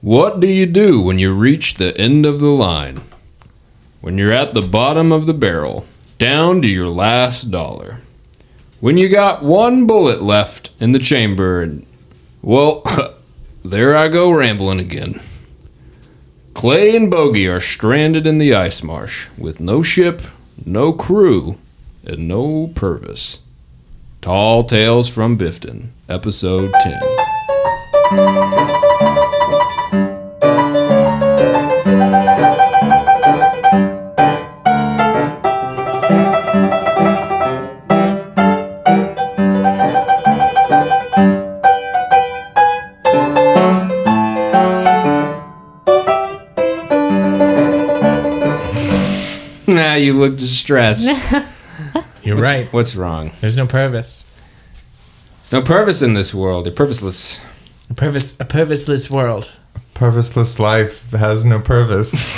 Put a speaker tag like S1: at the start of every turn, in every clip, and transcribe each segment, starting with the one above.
S1: What do you do when you reach the end of the line? When you're at the bottom of the barrel, down to your last dollar. When you got one bullet left in the chamber and. Well, there I go rambling again. Clay and Bogey are stranded in the ice marsh with no ship, no crew, and no purpose. Tall Tales from Bifton, Episode 10. Now you look distressed.
S2: You're
S1: What's-
S2: right.
S1: What's wrong?
S2: There's no purpose.
S1: There's no purpose in this world. You're purposeless.
S2: A purpose, a purposeless world.
S3: Purposeless life has no purpose.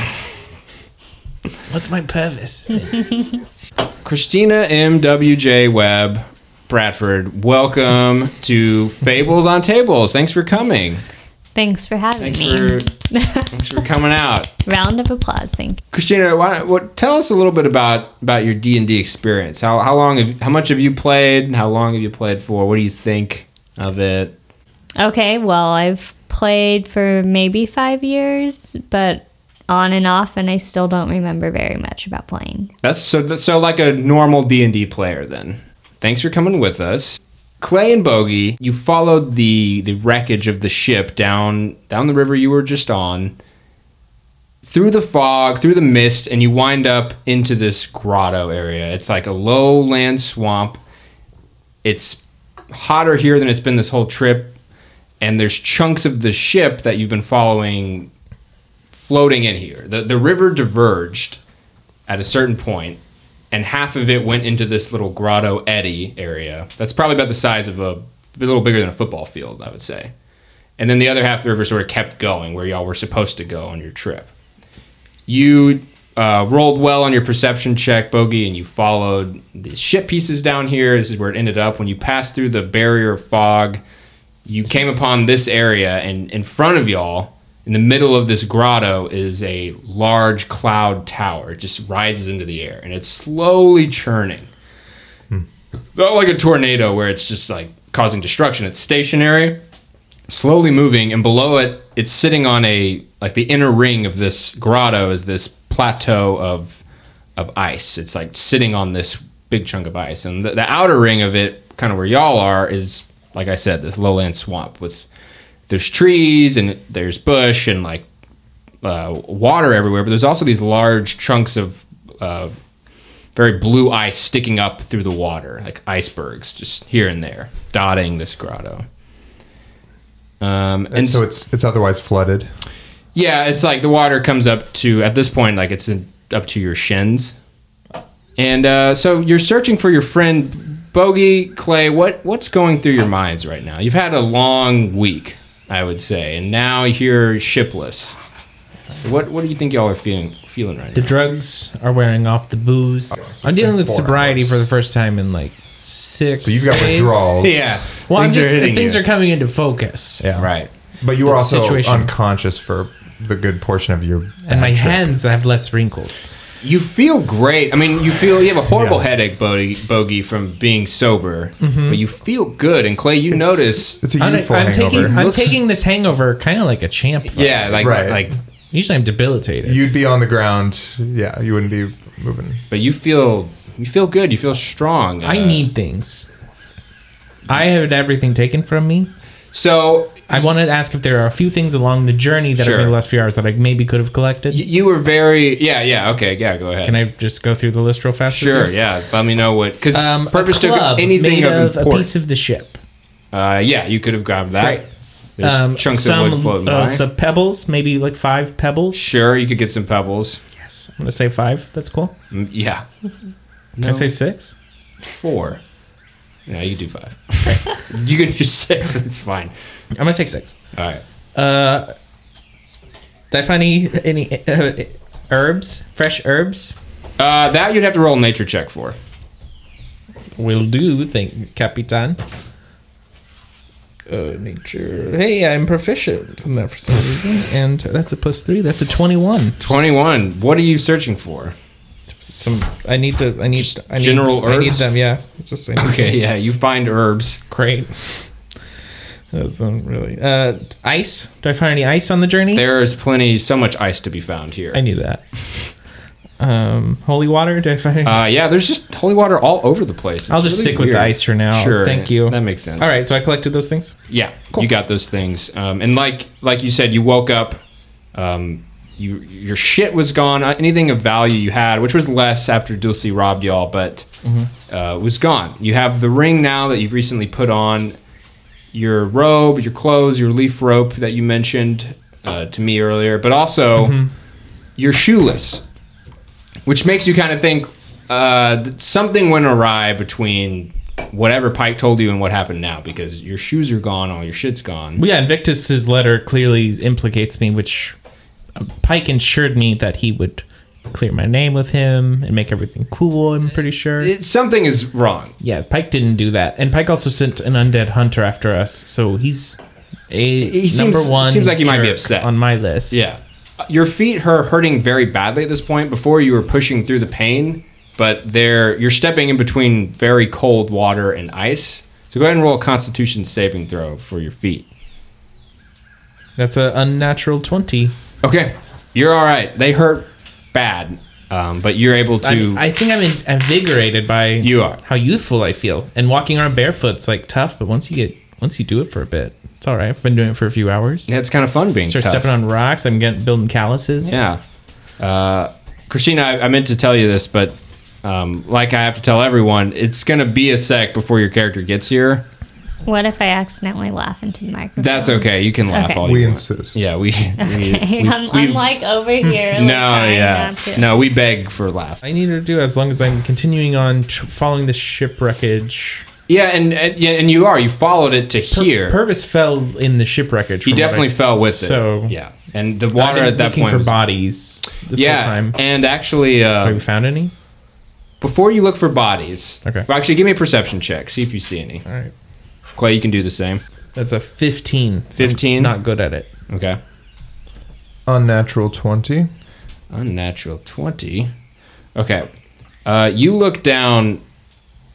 S2: What's my purpose?
S1: Christina M.W.J. Webb Bradford, welcome to Fables on Tables. Thanks for coming.
S4: Thanks for having
S1: Thanks
S4: me.
S1: for, thanks for coming out.
S4: Round of applause. Thank
S1: Christina, why, don't- what, tell us a little bit about, about your D&D experience. How, how long have, how much have you played? How long have you played for? What do you think of it?
S4: you. Okay, well, I've played for maybe five years, but on and off, and I still don't remember very much about playing.
S1: That's so that's so like a normal D and D player then. Thanks for coming with us, Clay and Bogey. You followed the the wreckage of the ship down down the river you were just on, through the fog, through the mist, and you wind up into this grotto area. It's like a lowland swamp. It's hotter here than it's been this whole trip, and there's chunks of the ship that you've been following floating in here. The the river diverged at a certain point, and half of it went into this little grotto eddy area. That's probably about the size of a, a little bigger than a football field, I would say. And then the other half of the river sort of kept going where y'all were supposed to go on your trip. You uh, rolled well on your perception check, Bogey, and you followed the ship pieces down here. This is where it ended up. When you passed through the barrier of fog, you came upon this area, and in front of y'all, in the middle of this grotto, is a large cloud tower. It just rises into the air, and it's slowly churning. Not like a tornado where it's just like causing destruction. It's stationary, slowly moving, and below it, it's sitting on a like the inner ring of this grotto is this plateau of of ice. It's like sitting on this big chunk of ice, and the, the outer ring of it, kind of where y'all are, is like I said, this lowland swamp with there's trees and there's bush and like uh, water everywhere, but there's also these large chunks of uh, very blue ice sticking up through the water, like icebergs, just here and there, dotting this grotto. Um,
S3: And, so it's it's otherwise flooded.
S1: yeah, it's like the water comes up to at this point, like it's in, up to your shins, and uh, so you're searching for your friend Bogey Clay. What what's going through your minds right now? You've had a long week, I would say, and now you're shipless. So what what do you think y'all are feeling feeling right
S2: The
S1: now?
S2: drugs are wearing off. The booze. I'm dealing with
S3: four
S2: sobriety
S3: hours.
S2: for the first time in like six.
S3: So you've got
S2: days.
S3: withdrawals.
S2: Well, I'm
S1: Things are
S2: just
S1: hitting
S2: things
S1: you.
S2: are coming into focus.
S3: Yeah.
S1: right.
S3: But you were also
S2: situation.
S3: unconscious for the good portion of your
S2: And my
S3: trip.
S2: hands have less wrinkles.
S1: You feel great. I mean, you feel you have a horrible
S3: Yeah.
S1: headache, Bogey, Bogey, from being sober,
S2: Mm-hmm.
S1: but you feel good. And Clay, you notice,
S3: It's a
S2: I'm,
S3: youthful
S2: I'm
S3: hangover.
S2: taking I'm
S1: Looks-
S2: taking this hangover kind of like a champ. though.
S1: yeah, like
S3: Right.
S1: like
S2: Usually I'm debilitated.
S3: You'd be on the ground. Yeah, you wouldn't be moving.
S1: but you feel you feel good. You feel strong.
S2: I
S1: Uh,
S2: need things. I had everything taken from me.
S1: so
S2: I wanted to ask if there are a few things along the journey that
S1: Sure.
S2: are in the last few hours that I maybe could have collected.
S1: y- you were very yeah yeah okay yeah go ahead
S2: Can I just go through the list real fast? with
S1: sure
S2: you?
S1: yeah let me know what because
S2: Um,
S1: purpose
S2: purpose
S1: took
S2: club
S1: anything
S2: made
S1: of
S2: of, a
S1: importance.
S2: piece of the ship.
S1: uh, yeah, you could have grabbed that.
S2: Great.
S1: There's
S2: Um,
S1: chunks
S2: some,
S1: of wood floating
S2: uh,
S1: by.
S2: some pebbles, maybe like five pebbles.
S1: sure, you could get some pebbles.
S2: Yes, I'm gonna say five. That's cool.
S1: Mm, Yeah,
S2: Can I say six?
S1: four. Yeah, you can do five. you can do six. It's fine.
S2: I'm gonna say six.
S1: All right.
S2: Uh, did I find any any uh, herbs? Fresh herbs?
S1: Uh, that you'd have to roll a nature check for.
S2: Will do. Thank you, Capitan. Uh, nature. Hey, I'm proficient in that for some reason, and that's a plus three. That's a twenty-one.
S1: 21. What are you searching for?
S2: Some. I need to. I need. I need
S1: general
S2: I need
S1: herbs?
S2: them. Yeah. Just. I need
S1: Okay, yeah, you find herbs.
S2: Great. That's not really. Uh, ice. Do I find any ice on the journey?
S1: There is plenty, so much ice to be found here.
S2: I need that. Um, holy water. Do I find? Any?
S1: Uh, yeah, there's just holy water all over the place. It's
S2: I'll just
S1: really
S2: stick with the
S1: weird.
S2: ice for now.
S1: Sure.
S2: Thank you.
S1: That makes sense.
S2: All right. So I collected those things.
S1: Yeah,
S2: Cool.
S1: you got those things. Um, and like like you said, you woke up. Um, you your shit was gone. Uh, Anything of value you had, which was less after Dulce robbed y'all, but
S2: Mm-hmm.
S1: uh, was gone. You have the ring now that you've recently put on. Your robe, your clothes, your leaf rope that you mentioned uh, to me earlier, but also you're shoeless, which makes you kind of think uh, that something went awry between whatever Pike told you and what happened now because your shoes are gone, all your shit's gone.
S2: Well, yeah, Invictus's letter clearly implicates me, which uh, Pike ensured me that he would clear my name with him and make everything cool. I'm pretty sure.
S1: It, something is wrong.
S2: yeah, Pike didn't do that, and Pike also sent an undead hunter after us, so he's a
S1: He seems-
S2: number one.
S1: seems like he might be
S2: jerk
S1: upset.
S2: on my list.
S1: Yeah. Uh, Your feet are hurting very badly at this point. Before you were pushing through the pain, but they're you're stepping in between very cold water and ice. So go ahead and roll a Constitution saving throw for your feet.
S2: that's an unnatural twenty.
S1: Okay, you're all right. They hurt bad, um, but you're able to.
S2: I, I think I'm in, invigorated by
S1: You are.
S2: how youthful I feel, and walking around barefoot's like tough, but once you get once you do it for a bit, it's all right. I've been doing it for a few hours.
S1: Yeah, it's kind of fun being
S2: Start
S1: tough.
S2: stepping on rocks. I'm getting building calluses.
S1: Yeah. Uh, Christina, I, I meant to tell you this, but um, like I have to tell everyone, it's going to be a sec before your character gets here.
S4: What if I accidentally laugh into the microphone?
S1: That's okay. You can laugh
S4: Okay.
S1: all
S3: We
S1: you want.
S3: insist.
S1: Yeah, we. we, we
S4: I'm,
S1: we've-
S4: I'm like over here. Like,
S1: no,
S4: trying
S1: yeah,
S4: Not to.
S1: no. We beg for laughs.
S2: I need to do as long as I'm continuing on tr- following the shipwreckage.
S1: Yeah, and, and yeah, and you are. You followed it to
S2: Per-
S1: here.
S2: Purvis fell in the shipwreckage.
S1: he
S2: from what
S1: definitely
S2: I-
S1: fell with
S2: so,
S1: it. Yeah, and the
S2: I've
S1: water
S2: been
S1: at that
S2: looking
S1: point.
S2: for
S1: was-
S2: bodies this
S1: yeah,
S2: whole time.
S1: and actually,
S2: Have
S1: uh,
S2: we found any?
S1: before you look for bodies,
S2: Okay.
S1: well, actually, give me a perception check. See if you see any.
S2: All right,
S1: Clay, you can do the same.
S2: that's a fifteen.
S1: 15?
S2: I'm not good at it.
S1: Okay.
S3: Unnatural 20.
S1: Unnatural 20. Okay. Uh, you look down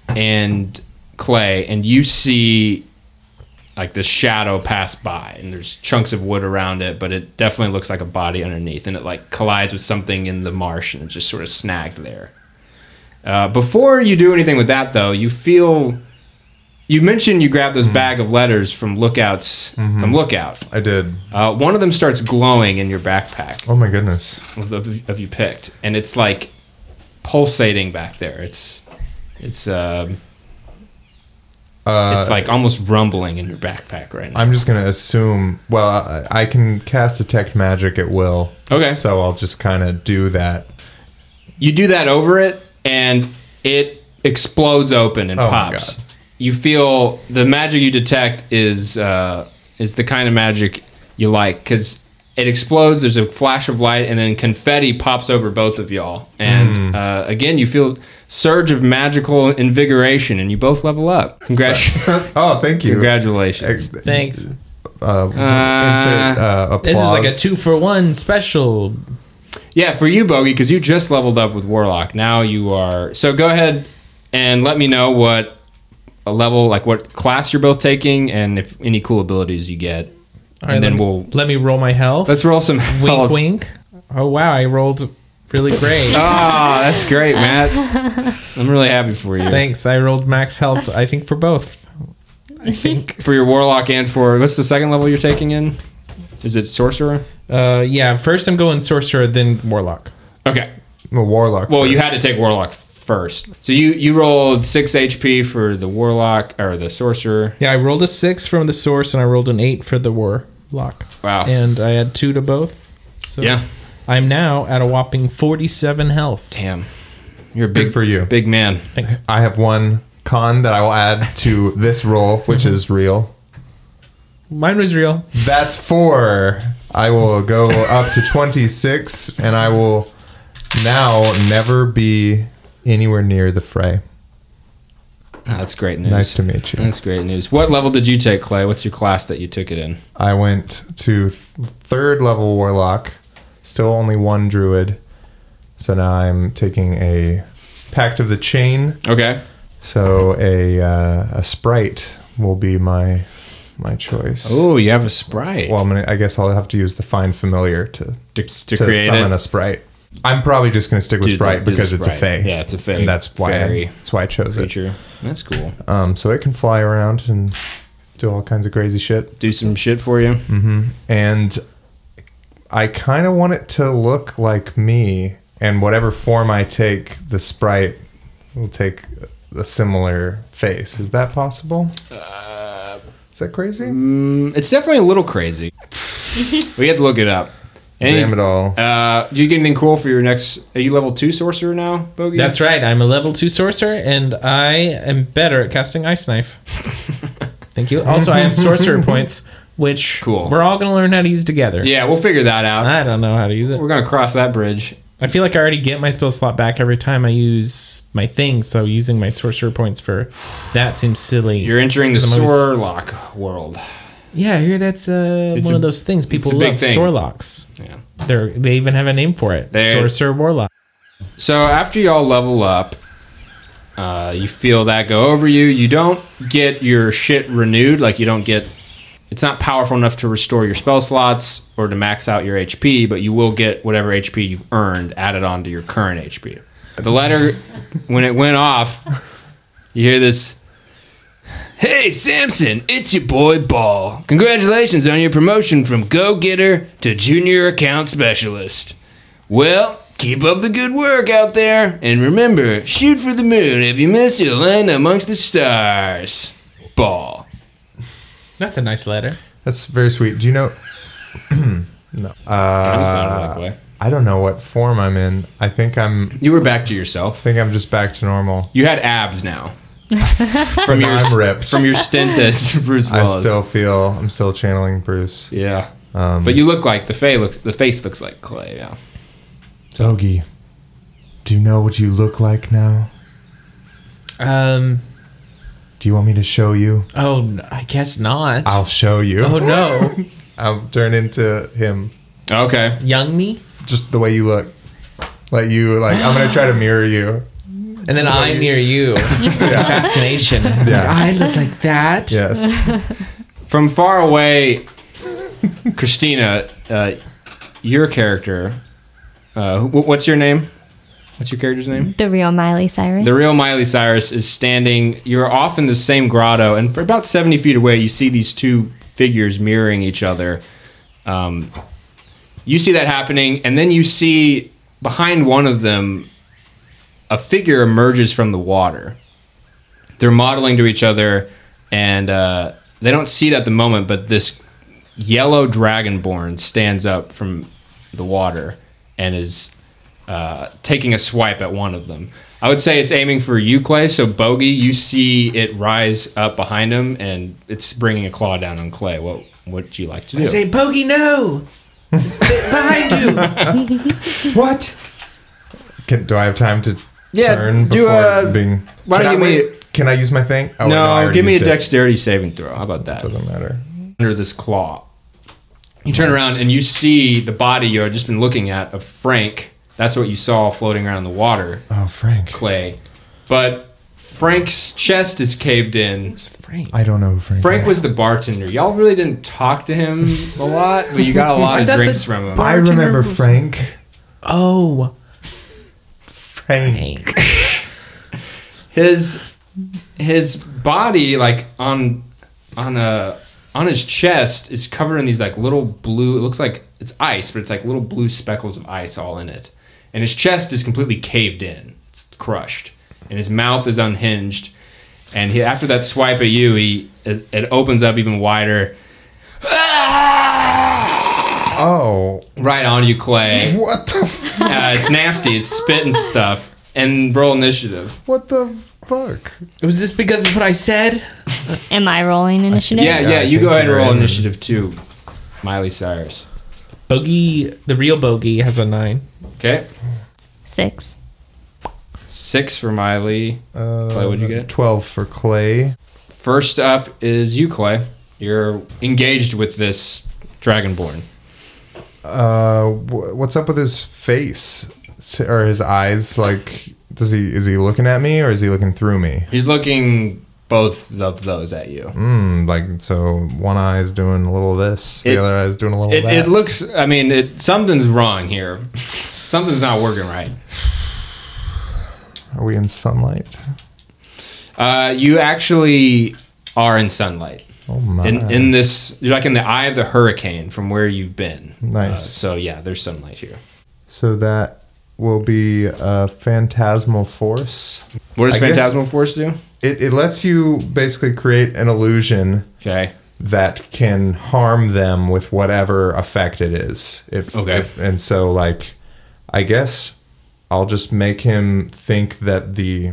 S1: and Clay, and you see like this shadow pass by, and there's chunks of wood around it, but it definitely looks like a body underneath, and it like collides with something in the marsh and it just sort of snagged there. Uh, before you do anything with that, though, you feel. You mentioned you grabbed those bag of letters from lookouts from lookout.
S3: I did.
S1: Uh, one of them starts glowing in your backpack
S3: Oh my goodness.
S1: of, of, of you picked, and it's like pulsating back there. It's it's um,
S3: Uh,
S1: it's like almost rumbling in your backpack right now.
S3: I'm just gonna assume. Well, I, I can cast detect magic at will.
S1: Okay.
S3: So I'll just kind of do that.
S1: You do that over it, and it explodes open and
S3: Oh my
S1: pops.
S3: God.
S1: You feel the magic you detect is uh, is the kind of magic you like because it explodes. There's a flash of light, and then confetti pops over both of y'all.
S3: Hmm.
S1: And uh, again, you feel surge of magical invigoration, and you both level up. Congrats.
S3: oh, thank you.
S1: Congratulations.
S3: Ex-
S2: Thanks.
S3: Uh, insert, uh, applause.
S2: This is like a two for one special.
S1: Yeah, for you, Bogey, because you just leveled up with Warlock. Now you are. So go ahead and let me know what a level, like what class you're both taking, and if any cool abilities you get.
S2: All right,
S1: and then
S2: let me-
S1: we'll
S2: let me roll my health.
S1: let's roll some.
S2: wink,
S1: health.
S2: wink. Oh wow, I rolled really great.
S1: Ah, that's great, Matt. I'm really happy for you.
S2: Thanks. I rolled max health. I think for both. I think.
S1: for your Warlock and for what's the second level you're taking in? Is it Sorcerer?
S2: Uh, yeah. First, I'm going sorcerer, then warlock.
S1: Okay.
S3: Well, warlock.
S1: Well, you
S3: first.
S1: had to take Warlock first. So you you rolled six HP for the Warlock or the Sorcerer.
S2: Yeah, I rolled a six from the source, and I rolled an eight for the warlock.
S1: Wow.
S2: And I had two to both. So
S1: Yeah.
S2: I'm now at a whopping 47 health.
S1: Damn. You're a big
S3: Good for you.
S1: Big man.
S2: Thanks.
S3: I have one con that I will add to this roll, which is real.
S2: Mine was real.
S3: That's four. I will go up to 26, and I will now never be anywhere near the fray.
S1: Ah, That's great news.
S3: Nice to meet you.
S1: That's great news. What level did you take, Clay? What's your class that you took it in?
S3: I went to th- third level warlock, still only one druid. So now I'm taking a Pact of the Chain.
S1: Okay.
S3: So a uh, a sprite will be my my choice.
S1: Oh, you have a sprite.
S3: Well, I'm gonna, I guess I'll have to use the find familiar to
S1: to, to
S3: to
S1: create
S3: summon
S1: it.
S3: a sprite. I'm probably just gonna stick with
S1: Do the-
S3: sprite
S1: do the
S3: because it's a
S1: sprite.
S3: fey.
S1: Yeah, it's a fey
S3: and that's why
S1: fairy
S3: I, that's why I chose it.
S1: creature. That's cool.
S3: Um, so it can fly around and do all kinds of crazy shit.
S1: Do some shit for you.
S3: Mm. And I kind of want it to look like me, and whatever form I take, the sprite will take a similar face. Is that possible? Is that crazy?
S1: Uh, Mm, it's definitely a little crazy. we had to look it up. Any-
S3: Damn it all!
S1: Uh, you get anything cool for your next? Are you level two sorcerer now, Bogey?
S2: That's right. I'm a level two sorcerer, and I am better at casting ice knife. Thank you. Also, I have sorcerer points, which
S1: Cool.
S2: we're all gonna learn how to use together.
S1: Yeah, we'll figure that out.
S2: I don't know how to use it.
S1: We're gonna cross that bridge.
S2: I feel like I already get my spell slot back every time I use my thing, so using my sorcerer points for that seems silly.
S1: You're entering the
S2: Because I'm always-
S1: Sorlock world.
S2: yeah, I hear that's uh,
S1: It's
S2: one
S1: a-
S2: of those things people
S1: it's a big
S2: love.
S1: thing.
S2: Sorlocks.
S1: Yeah.
S2: They're, they even have a name for it.
S1: They're-
S2: sorcerer warlock.
S1: So after y'all level up, uh, you feel that go over you. You don't get your shit renewed. Like you don't get. It's not powerful enough to restore your spell slots or to max out your HP, but you will get whatever HP you've earned added onto your current HP. The letter, when it went off, you hear this. Hey, Samson, it's your boy Ball. Congratulations on your promotion from go getter to junior account specialist. Well, keep up the good work out there, and remember, shoot for the moon. If you miss, you'll land amongst the stars. Ball.
S2: That's a nice letter.
S3: That's very sweet. Do you know? Uh,
S1: Kinda sounded that way.
S3: I don't know what form I'm in. I think I'm.
S1: You were back to yourself.
S3: I think I'm just back to normal.
S1: You had abs now
S3: From
S1: your-
S3: I'm ripped.
S1: from your stint as Bruce
S3: I
S1: Willis.
S3: still Um, feel I'm still channeling Bruce.
S1: yeah. but you look like the face looks. The face looks like clay. Yeah.
S3: Ogie, do you know what you look like now?
S2: Um.
S3: Do you want me to show you?
S2: Oh, n- I guess not.
S3: I'll show you.
S2: oh no,
S3: I'll turn into him.
S1: Okay.
S2: young me,
S3: Just the way you look. Like you like I'm gonna try to mirror you.
S2: and then I near you. Fascination.
S3: Yeah.
S2: I look like that.
S3: Yes.
S1: From far away, Christina, uh, your character. Uh, wh- what's your name? What's your character's name?
S4: The real Miley Cyrus.
S1: The real Miley Cyrus is standing. You're off in the same grotto, and for about 70 feet away, you see these two figures mirroring each other. Um, you see that happening, and then you see behind one of them a figure emerges from the water. They're modeling to each other, and uh, they don't see it at the moment, but this yellow dragonborn stands up from the water and is uh, taking a swipe at one of them. I would say it's aiming for you, Clay. So Bogey, you see it rise up behind him, and it's bringing a claw down on Clay. What would you like to do?
S2: I say, Bogey, no. Behind you.
S3: what? Can, do I have time to
S1: Yeah,
S3: turn
S1: do
S3: before
S1: a-
S3: being
S1: why don't you
S3: can, I wait-
S1: give
S3: can I use my thing? Oh, wait, I
S1: no,
S3: already
S1: give me a
S3: used it.
S1: dexterity saving throw. How about that?
S3: Doesn't matter.
S1: Under this claw, you turn around and you see the body you had just been looking at of Frank. That's what you saw floating around in the water,
S3: Oh Frank.
S1: Clay. But Frank's chest is caved in.
S2: Frank.
S3: I don't know who Frank.
S1: Frank
S3: is.
S1: was the bartender. Y'all really didn't talk to him a lot, but you got a lot
S2: I
S1: of
S2: thought
S1: drinks
S2: the
S1: from him.
S3: I
S2: bartender
S3: remember
S2: was-
S3: Frank.
S2: Oh.
S3: Frank.
S1: his his body like on on a on his chest is covered in these like little blue it looks like it's ice but it's like little blue speckles of ice all in it and his chest is completely caved in it's crushed and his mouth is unhinged and he, after that swipe at you he it, it opens up even wider
S3: Oh,
S1: right on you clay
S3: what the f-
S1: uh, it's nasty it's spit and stuff and roll initiative
S3: what the fuck?
S2: Was this because of what I said?
S4: Am I rolling initiative?
S1: yeah yeah,
S3: Yeah, I
S1: you go
S3: think
S1: ahead and
S3: you're
S1: roll
S3: in.
S1: initiative too miley cyrus
S2: Bogey, the real Bogey, has a nine.
S1: okay
S4: Six.
S1: Six for Miley. Clay, what'd you get?
S3: Uh, Twelve for Clay.
S1: First up is you, Clay. You're engaged with this dragonborn.
S3: Uh, wh- what's up with his face S- or his eyes? Like, does he is he looking at me or is he looking through me?
S1: He's looking both of those at you.
S3: Mm, like, so one eye is doing a little of this, the
S1: It-
S3: other eye is doing a little
S1: It,
S3: of that.
S1: it looks. I mean, it, something's wrong here. Something's not working right.
S3: Are we in sunlight?
S1: Uh, you actually are in sunlight.
S3: Oh my!
S1: in in this you're like in the eye of the hurricane from where you've been.
S3: Nice.
S1: Uh, so yeah, there's sunlight here.
S3: so that will be a phantasmal force.
S1: What does
S3: I guess-
S1: phantasmal force do?
S3: It it lets you basically create an illusion
S1: Okay.
S3: that can harm them with whatever effect it is. If,
S1: Okay.
S3: if- and so like I guess I'll just make him think that the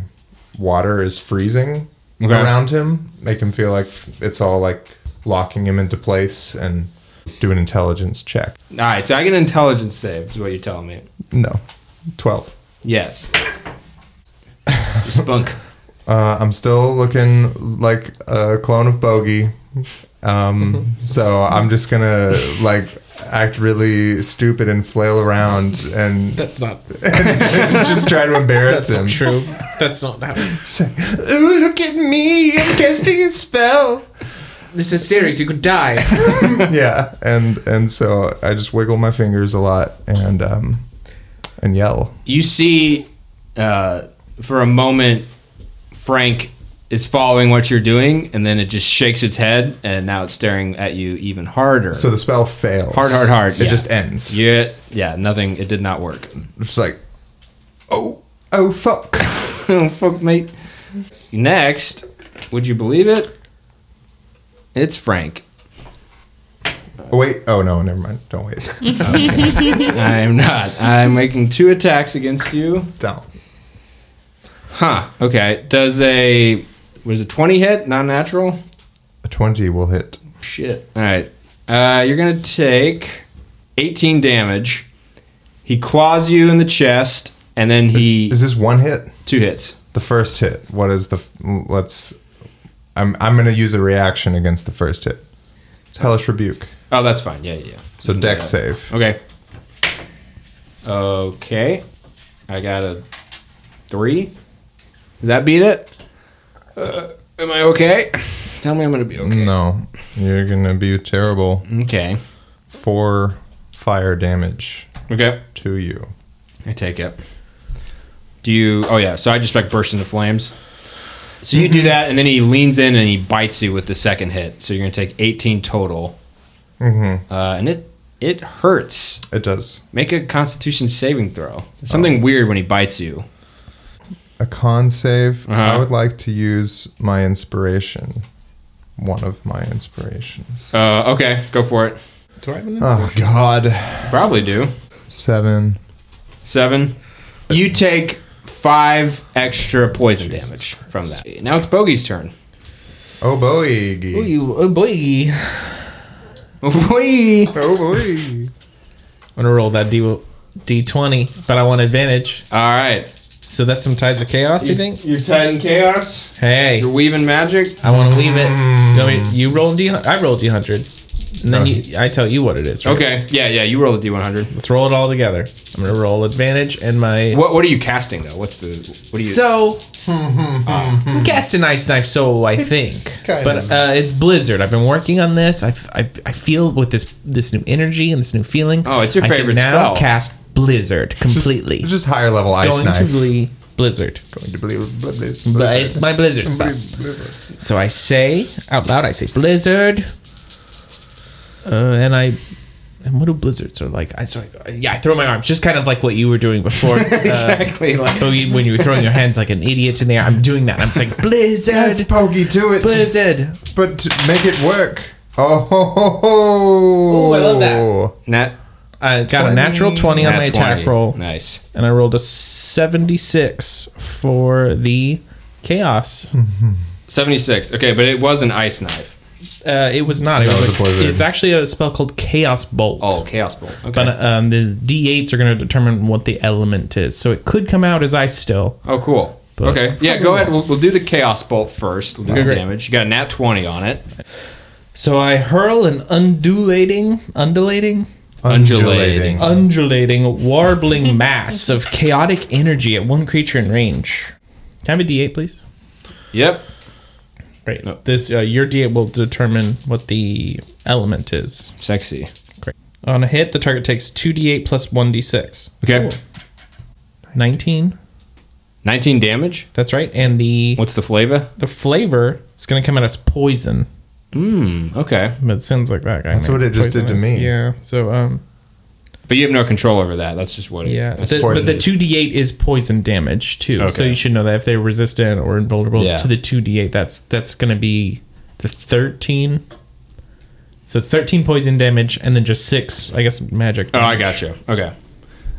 S3: water is freezing
S1: Okay.
S3: around him, make him feel like it's all like locking him into place and do an intelligence check.
S1: All right. So I get an intelligence save. Is what you're telling me.
S3: No. 12.
S1: Yes. Spunk.
S3: Uh, I'm still looking like a clone of Bogey. Um, so I'm just gonna like act really stupid and flail around and
S2: That's not.
S3: just try to embarrass
S2: That's
S3: him.
S2: not true. That's not how.
S3: Just like, "Ooh, look at me! I'm casting a spell.
S2: This is serious. You could die.
S3: yeah, and and so I just wiggle my fingers a lot and um and yell.
S1: You see, uh, for a moment, Frank is following what you're doing, and then it just shakes its head, and now it's staring at you even harder.
S3: So the spell fails.
S1: Hard, hard, hard,
S3: It
S1: yeah.
S3: just ends.
S1: yeah, yeah, nothing. It did not work.
S3: It's like, oh, oh fuck.
S1: oh fuck, mate. Next, would you believe it? It's Frank.
S3: Wait. Oh no, never mind. Don't wait.
S1: I'm not. I'm making two attacks against you.
S3: Don't.
S1: Huh. Okay. Does a was a twenty hit? Not natural.
S3: A twenty will hit.
S1: Shit. All right. Uh, you're gonna take eighteen damage. He claws you in the chest, and then he
S3: Is this one hit?
S1: two hits.
S3: The first hit. What is the? f- Let's. I'm I'm gonna use a reaction against the first hit. It's hellish rebuke.
S1: Oh, that's fine. Yeah, yeah. yeah.
S3: So
S1: You can do
S3: deck
S1: that.
S3: save.
S1: Okay. Okay. I got a three. Does that beat it? Uh, am I okay? Tell me I'm gonna be okay.
S3: No, you're gonna be a terrible.
S1: Okay.
S3: Four fire damage
S1: Okay.
S3: to you.
S1: I take it. Do you? Oh yeah. So I just like burst into flames. So you do that, and then he leans in and he bites you with the second hit. So you're gonna take 18 total,
S3: Mm-hmm.
S1: uh, and it it hurts.
S3: It does
S1: Make a Constitution saving throw. There's something weird when he bites you.
S3: a con save.
S1: Uh-huh.
S3: I would like to use my inspiration. One of my inspirations.
S1: Uh, okay, go for it.
S2: Do I have an
S3: Oh God!
S1: Probably do.
S3: Seven.
S1: Seven. You take five extra poison damage from that. Now it's Bogey's turn.
S3: Oh boy!
S2: you, oh boy. I'm
S1: Whee!
S3: Oh boy!
S2: gonna roll that D D20, but I want advantage.
S1: All right.
S2: So that's some ties of chaos. You think?
S1: You're Titan Chaos.
S2: Hey,
S1: You're weaving magic.
S2: I want to leave it. You, want me- you roll D. I roll D100, and then you, I tell you what it is. Right?
S1: Okay. Yeah, yeah. You roll a d100.
S2: Let's roll it all together. I'm gonna roll advantage and my.
S1: What What are you casting though? What's the What are you?
S2: So, I'm casting ice knife. So I think,
S3: kind
S2: but
S3: of-
S2: uh, it's blizzard. I've been working on this. I, f- I, I feel with this this new energy and this new feeling.
S1: Oh, it's your
S2: I can
S1: favorite
S2: now
S1: spell.
S2: Cast blizzard completely.
S3: Just higher level ice
S2: going
S3: knife.
S2: to be blizzard.
S3: Going to believe blizzards.
S2: But it's my blizzard spell. So I say out loud. I say blizzard. Uh, and I. And what do blizzards are like? I so I, yeah, I throw my arms, just kind of like what you were doing before. uh,
S1: exactly. Like
S2: Oh, you- when you were throwing your hands like an idiot in there, I'm doing that. I'm just like Blizzard,
S3: Yes, Pokey, do it.
S2: Blizzard.
S3: But to make it work. Oh, ho, ho, ho.
S2: Ooh, I love
S1: nat.
S2: I got a natural twenty on
S1: nat 20.
S2: my attack roll,
S1: Nice.
S2: and I rolled a seventy-six for the chaos.
S1: 76. Okay, but it was an ice knife.
S2: Uh, it was not. It
S3: No,
S2: was,
S3: it was
S2: like-
S3: a blizzard.
S2: It's actually a spell called Chaos Bolt.
S1: Oh, Chaos Bolt. Okay.
S2: But um, the D8s are going to determine what the element is. So it could come out as ice still.
S1: oh, cool.
S2: But-
S1: okay. Yeah, go ahead. We'll, we'll do the Chaos Bolt first. We'll do
S2: Okay,
S1: the
S2: great.
S1: damage. You got a nat 20 on it.
S2: So I hurl an undulating, undulating,
S1: Undulating.
S2: undulating, warbling mass of chaotic energy at one creature in range. Can I have a D8, please?
S1: Yep.
S2: Right.
S1: No.
S2: This uh, your D8 will determine what the element is.
S1: Sexy.
S2: On a hit, the target takes two D8 plus one D6.
S1: Okay.
S2: Nineteen.
S1: 19 damage.
S2: That's right. And the
S1: What's the flavor?
S2: the flavor is going to come out as poison.
S1: Mmm. Okay.
S2: But it sounds like that guy.
S3: That's
S2: made
S3: what it just did to
S2: poisonous.
S3: me.
S2: Yeah. So um.
S1: But you have no control over that. That's just what it
S2: Yeah,
S1: that's
S2: the-
S1: what
S2: but
S1: it
S2: the
S1: is.
S2: two d eight is poison damage too. So
S1: Okay.
S2: you should know that if they're resistant or invulnerable
S1: Yeah.
S2: to the two d eight, that's that's going to be the thirteen. So thirteen poison damage, and then just six, I guess, magic.
S1: Oh, I
S2: damage.
S1: got you. Okay.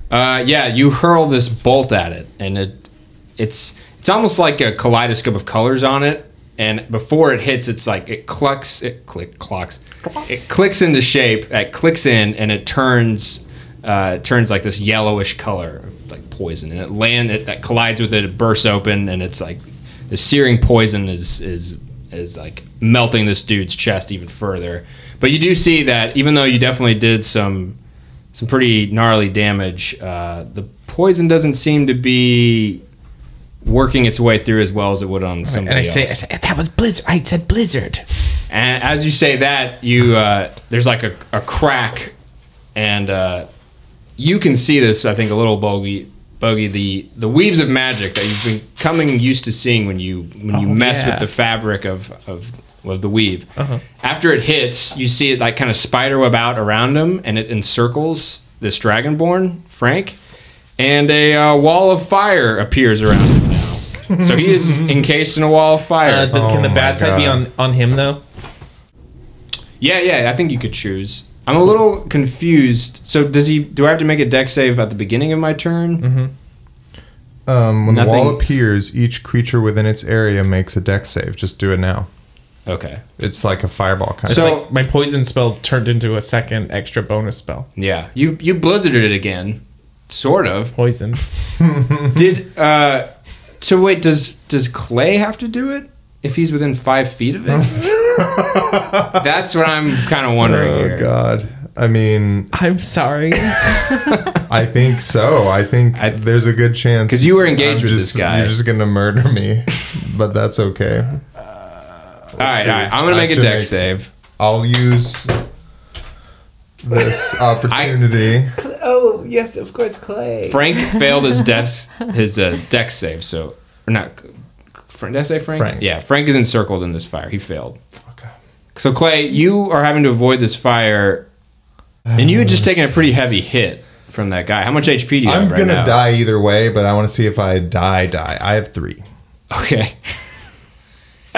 S1: Uh, yeah, you hurl this bolt at it, and it it's it's almost like a kaleidoscope of colors on it. And before it hits, it's like it clucks, it click clocks, it clicks into shape. It clicks in, and it turns uh, it turns like this yellowish color, of, like poison. And it land it that collides with it, it bursts open, and it's like the searing poison is is is like melting this dude's chest even further. But you do see that even though you definitely did some some pretty gnarly damage. Uh, the poison doesn't seem to be working its way through as well as it would on somebody
S2: And I say, I
S1: else.
S2: say, that was blizzard. I said blizzard.
S1: and as you say that, you uh, there's like a, a crack, and uh, you can see this. I think a little bogey. Bogey, the, the weaves of magic that you've been coming used to seeing when you when you
S2: Oh,
S1: mess
S2: yeah. Uh-huh.
S1: with the fabric of of, of the weave. After it hits, you see it like kind of spiderweb out around him, and it encircles this dragonborn Frank, and a uh, wall of fire appears around him now. so he is encased in a wall of fire.
S2: Uh, the, can
S3: Oh
S2: the
S3: my
S2: bad side be
S3: God.
S2: on on him though?
S1: Yeah, yeah, I think you could choose. I'm a little confused. So does he? Do I have to make a deck save at the beginning of my turn?
S3: Mm-hmm. Um, when the wall
S1: Nothing.
S3: appears, each creature within its area makes a deck save. Just do it now.
S1: Okay.
S3: It's like a fireball kind
S1: So-
S3: of.
S2: It's like my poison spell turned into a second extra bonus spell.
S1: Yeah, you you blizzarded it again, sort of.
S2: Poison.
S1: Did uh? So wait, does does Clay have to do it if he's within five feet of it? That's what I'm kind of wondering
S3: Oh
S1: here.
S3: God! I mean,
S2: I'm sorry.
S3: I think so. I think
S1: I-
S3: there's a good chance
S1: 'Cause you were engaged with
S3: just-
S1: this guy.
S3: You're just gonna murder me, but that's okay.
S1: All right, all right. I'm gonna
S3: I
S1: make a
S3: have to
S1: deck
S3: make-
S1: save.
S3: I'll use this opportunity.
S2: oh yes, of course, Clay.
S1: Frank failed his death his uh, deck save, so or not. Frank, did I say Frank?
S3: Frank.
S1: Yeah, Frank is encircled in this fire. He failed.
S3: Okay.
S1: So Clay, you are having to avoid this fire, and you had just taken a pretty heavy hit from that guy. How much HP do you
S3: I'm
S1: have right
S3: gonna
S1: now?
S3: die either way, but I want to see if I die. Die. I have three.
S1: Okay,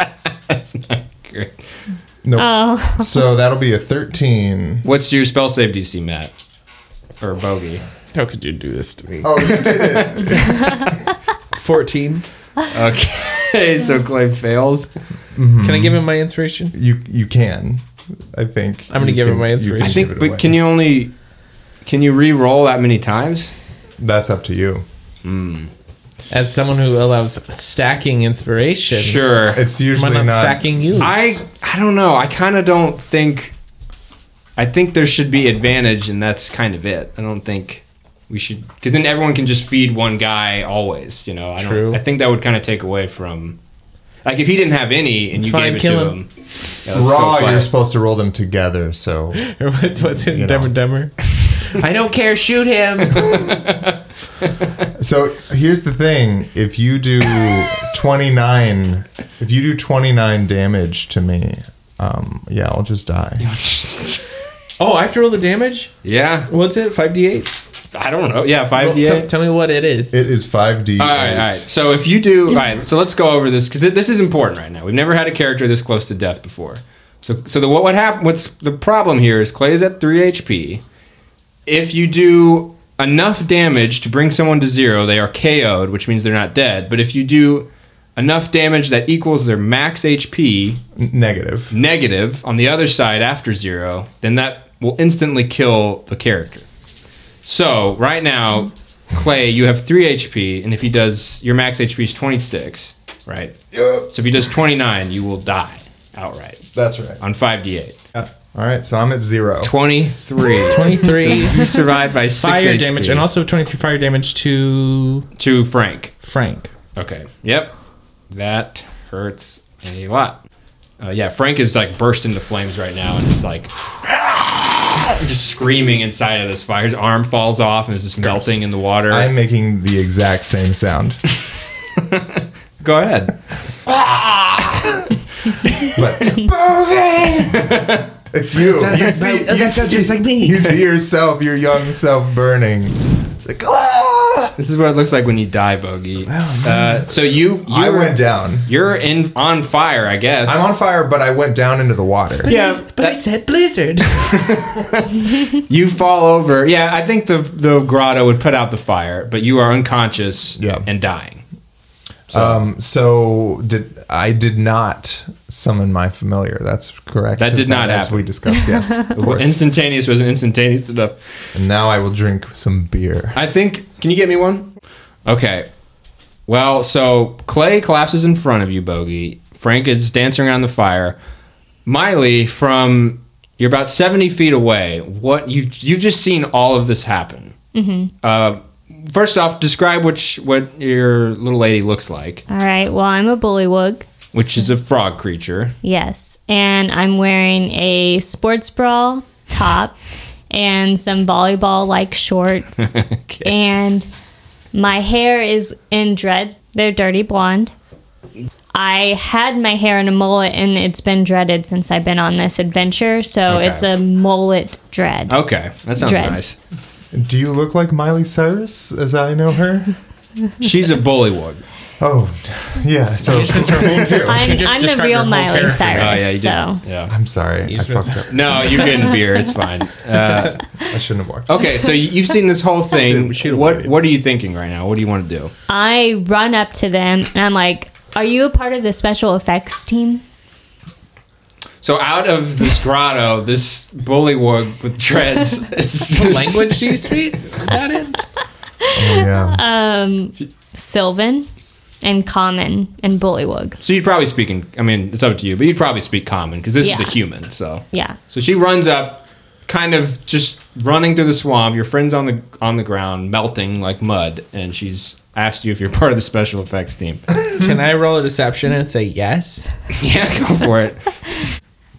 S1: that's not good.
S3: No.
S4: Oh,
S3: So that'll be a 13.
S1: What's your spell save DC, Matt or Bogey?
S2: How could you do this to me?
S3: Oh, you did it.
S2: Fourteen.
S1: Okay, so Clay fails.
S2: Can I give him my inspiration?
S3: You you can. I think.
S2: I'm gonna
S3: You
S2: give her
S3: can-
S2: my
S3: you
S2: inspiration.
S3: can
S1: I
S2: Just
S1: think,
S3: give it away.
S1: but can you only can you re-roll that many times?
S3: That's up to you.
S2: As someone who allows stacking inspiration,
S1: Sure.
S3: It's
S2: Am I
S3: usually
S2: not,
S3: not,
S2: stacking you?
S1: I I don't know. I kind of don't think. I think there should be advantage, and that's kind of it. I don't think we should because then everyone can just feed one guy always. You know, I
S2: True.
S1: Don't, I think that would kind of take away from like if he didn't have any and
S2: It's
S1: you
S2: fine,
S1: gave it
S2: kill
S1: to
S2: him.
S1: him. yeah, let's go
S3: Raw,
S1: fight.
S3: you're supposed to roll them together, so
S2: what's, what's in
S3: You know.
S2: Dumb and Dumber? I don't care. Shoot him.
S3: So here's the thing: if you do 29, if you do 29 damage to me, um, yeah, I'll just die.
S2: oh, I have to roll the damage.
S1: yeah,
S2: What's it? Five d eight.
S1: I don't know. Yeah, five d eight.
S2: Tell me what it is.
S3: It is 5d.
S1: All right, all right. So if you do, all right. So let's go over this because th- this is important right now. We've never had a character this close to death before. So, so the, what what happened? What's the problem here is Clay is at three HP. If you do enough damage to bring someone to zero, they are KO'd, which means they're not dead. But if you do enough damage that equals their max HP
S3: N- Negative.
S1: negative on the other side after zero, then that will instantly kill the character. So right now, Clay, you have three HP, and if he does your max HP is twenty six, right?
S5: Yep,
S1: So if he does twenty nine, you will die outright
S5: that's right.
S1: on five d eight.
S3: All right, so I'm at zero.
S1: Twenty three.
S2: 23
S1: You survived by six
S2: fire
S1: HP
S2: damage and also 23 fire damage to
S1: to Frank.
S2: Frank.
S1: Okay. Yep. That hurts a lot. Uh, yeah, Frank is like burst into flames right now and he's like just screaming inside of this fire. His arm falls off and is just melting in the water.
S3: I'm making the exact same sound,
S1: Go ahead.
S3: but it's you.
S2: sounds
S3: you
S2: like-
S3: see,
S2: that
S3: you
S2: sounds
S3: see-
S2: just like me.
S3: You see yourself, your young self burning. It's like ah!
S1: This is what it looks like when you die, Bogey. Uh, so you you
S3: I went down.
S1: you're in on fire, I guess.
S3: I'm on fire, but I went down into the water.
S1: Yeah,
S2: but I said blizzard.
S1: you fall over. Yeah, I think the the grotto would put out the fire, but you are unconscious
S3: Yeah.
S1: and dying.
S3: Um, so did I did not summon my familiar? That's correct.
S1: That did
S3: Is
S1: not
S3: as
S1: happen.
S3: we discussed. Yes, of course.
S1: Instantaneous wasn't instantaneous enough.
S3: and now I will drink some beer.
S1: I think. Can you get me one? Okay. Well, so Clay collapses in front of you, Bogey. Frank is dancing around the fire. Miley, from you're about seventy feet away. What you you've just seen all of this happen. Mm-hmm. Uh, first off, describe which what your little lady looks like,
S4: All right. Well, I'm a bullywug.
S1: which is a frog creature.
S4: Yes. And I'm wearing a sports bra top and some volleyball like shorts. And my hair is in dreads. They're dirty blonde. I had my hair in a mullet and it's been dreaded since I've been on this adventure.
S1: Okay.
S4: So
S1: Oh,
S4: it's a mullet dread.
S1: Okay, that sounds
S4: Dreads.
S1: nice.
S3: Do you look like Miley Cyrus as I know her?
S1: She's a bullywug.
S3: Oh, yeah. So
S4: I'm,
S2: just
S4: I'm the
S2: described
S4: real
S2: your whole
S4: Miley
S2: character.
S1: Oh
S4: Cyrus.
S1: yeah, you did.
S4: so
S1: Yeah.
S3: I'm sorry. I fucked up.
S1: No, you're getting beer. It's fine.
S3: I shouldn't have worked.
S1: Okay, so you- you've seen this whole thing.
S2: should've
S1: What
S2: waited.
S1: what are you thinking right now? What do you want to do?
S4: I run up to them and I'm like, Are you a part of the special effects team?
S1: So out of this grotto, this bullywug with dreads. It's just,
S2: Language do you speak? About it?
S3: Yeah.
S4: Sylvan and Common and Bullywug.
S1: So you'd probably speak in. I mean, it's up to you, but you'd probably speak common because this is
S4: Yeah.
S1: a human. So
S4: Yeah.
S1: So she runs up, kind of just running through the swamp. Your friend's on the on the ground, melting like mud, and she's asked you if you're part of the special effects team.
S2: Can I roll a deception and say yes?
S1: yeah, go for it.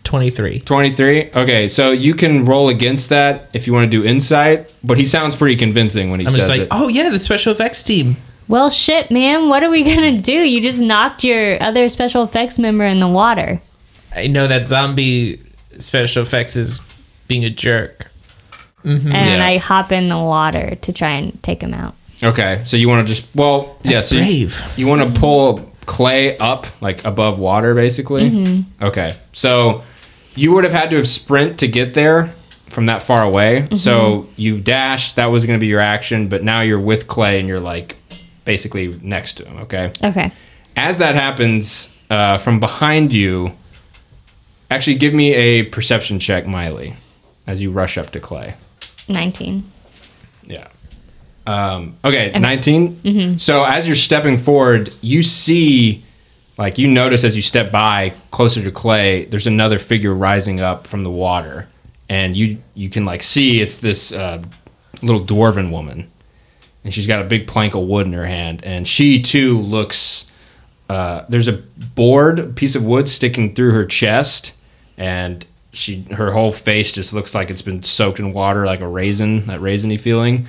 S2: 23.
S1: 23 okay so you can roll against that if you want to do insight but he sounds pretty convincing when he
S2: I'm
S1: says
S2: just like,
S1: it
S2: oh yeah, the special effects team.
S4: Well, shit, man. What are we going to do? You just knocked your other special effects member in the water.
S2: I know that zombie special effects is being a jerk.
S4: And
S1: Mm-hmm. Yeah.
S4: I hop in the water to try and take him out.
S1: okay so you want to just well yeah
S2: That's
S1: so you-
S2: brave.
S1: you, want to pull clay up like above water basically okay so you would have had to have sprint to get there from that far away so you dashed that was going to be your action but now you're with clay and you're like basically next to him okay
S4: Okay.
S1: As that happens, uh, from behind you, actually give me a perception check, Miley, as you rush up to Clay.
S4: 19.
S1: Yeah. Um, okay, 19. So as you're stepping forward, you see, like, you notice as you step by closer to Clay, there's another figure rising up from the water. And you, you can, like, see it's this uh, little dwarven woman. And she's got a big plank of wood in her hand. And she, too, looks. Uh, there's a board, piece of wood sticking through her chest. And she her whole face just looks like it's been soaked in water, like a raisin, that raisiny feeling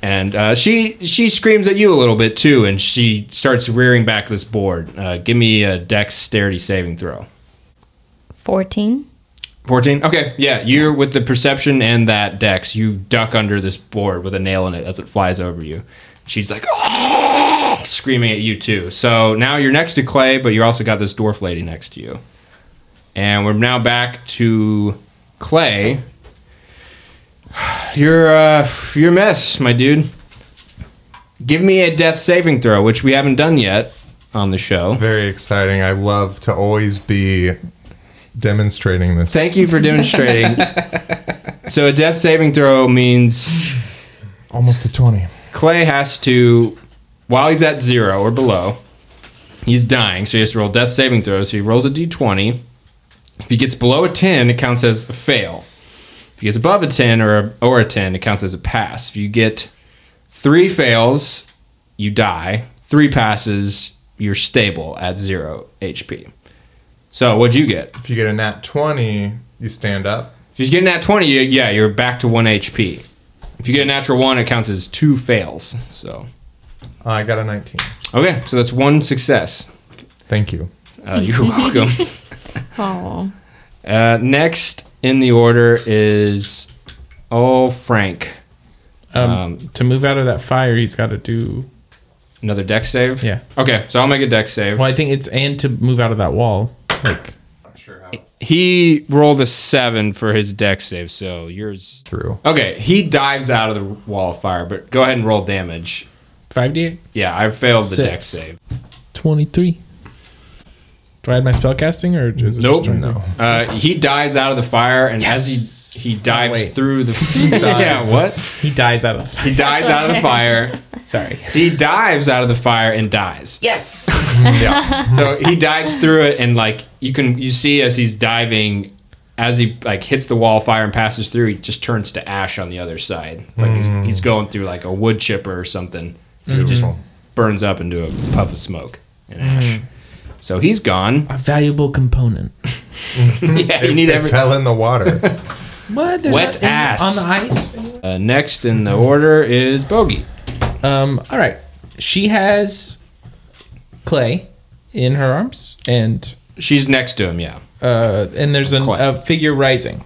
S1: and uh, she she screams at you a little bit too, and she starts rearing back this board. Uh, give me a dexterity saving throw.
S4: 14.
S1: Fourteen. Okay, yeah, you're with the perception and that dex. You duck under this board with a nail in it as it flies over you. She's like screaming at you too. So now you're next to Clay, but you also got this dwarf lady next to you, and we're now back to Clay. You're uh, you're a mess, my dude. Give me a death saving throw, which we haven't done yet. on the show.
S3: Very exciting. I love to always be demonstrating this.
S1: Thank you for demonstrating. so a death saving throw means
S3: Almost a 20.
S1: Clay has to, while he's at zero or below, he's dying, so he has to roll death saving throws. So he rolls a d20. If he gets below a 10, it counts as a fail. If he gets above a 10 or a, or a 10, it counts as a pass. If you get three fails, you die. Three passes, you're stable at zero HP. So what'd you get?
S3: If you get a nat 20, you stand up.
S1: If you get a nat 20, you, yeah, you're back to 1 HP. If you get a natural 1, it counts as two fails. So,
S3: I got a 19.
S1: okay, so that's one success.
S3: Thank you.
S1: Uh, you're welcome.
S4: Oh,
S1: Uh, next in the order is oh Frank.
S2: Um,
S1: Um,
S2: to move out of that fire, he's got to do.
S1: Another deck save.
S2: Yeah.
S1: Okay, so I'll make a deck save.
S2: Well, I think it's and to move out of that wall. Like
S3: Not sure how
S1: He rolled a seven for his deck save, so yours.
S3: through.
S1: Okay, he dives out of the wall of fire, but go ahead and roll damage.
S2: five d
S1: Yeah, I failed the
S2: Six.
S1: deck save.
S2: twenty three. Do I add my spellcasting or is it
S1: Nope.
S2: Just 23?
S3: No.
S1: Uh, he dives out of the fire, and as
S2: Yes.
S1: he he dives
S2: Oh, wait.
S1: through the yeah what
S2: He dies out of.
S1: he dives out of the fire.
S2: Sorry.
S1: He dives out of the fire and dies.
S2: Yes.
S1: so he dives through it and like you can you see as he's diving as he like hits the wall of fire and passes through he just turns to ash on the other side It's like he's, he's going through like a wood chipper or something he just burns up into a puff of smoke and ash so he's gone
S2: A valuable component.
S1: yeah you need
S3: it
S1: every
S3: fell in the water.
S2: What? There's
S1: Wet
S2: nothing
S1: ass.
S2: on the ice.
S1: uh, next in the order is bogey
S2: Um. All right. She has clay in her arms, and
S1: she's next to him yeah
S2: uh, and there's an,
S1: Clay.
S2: a figure rising.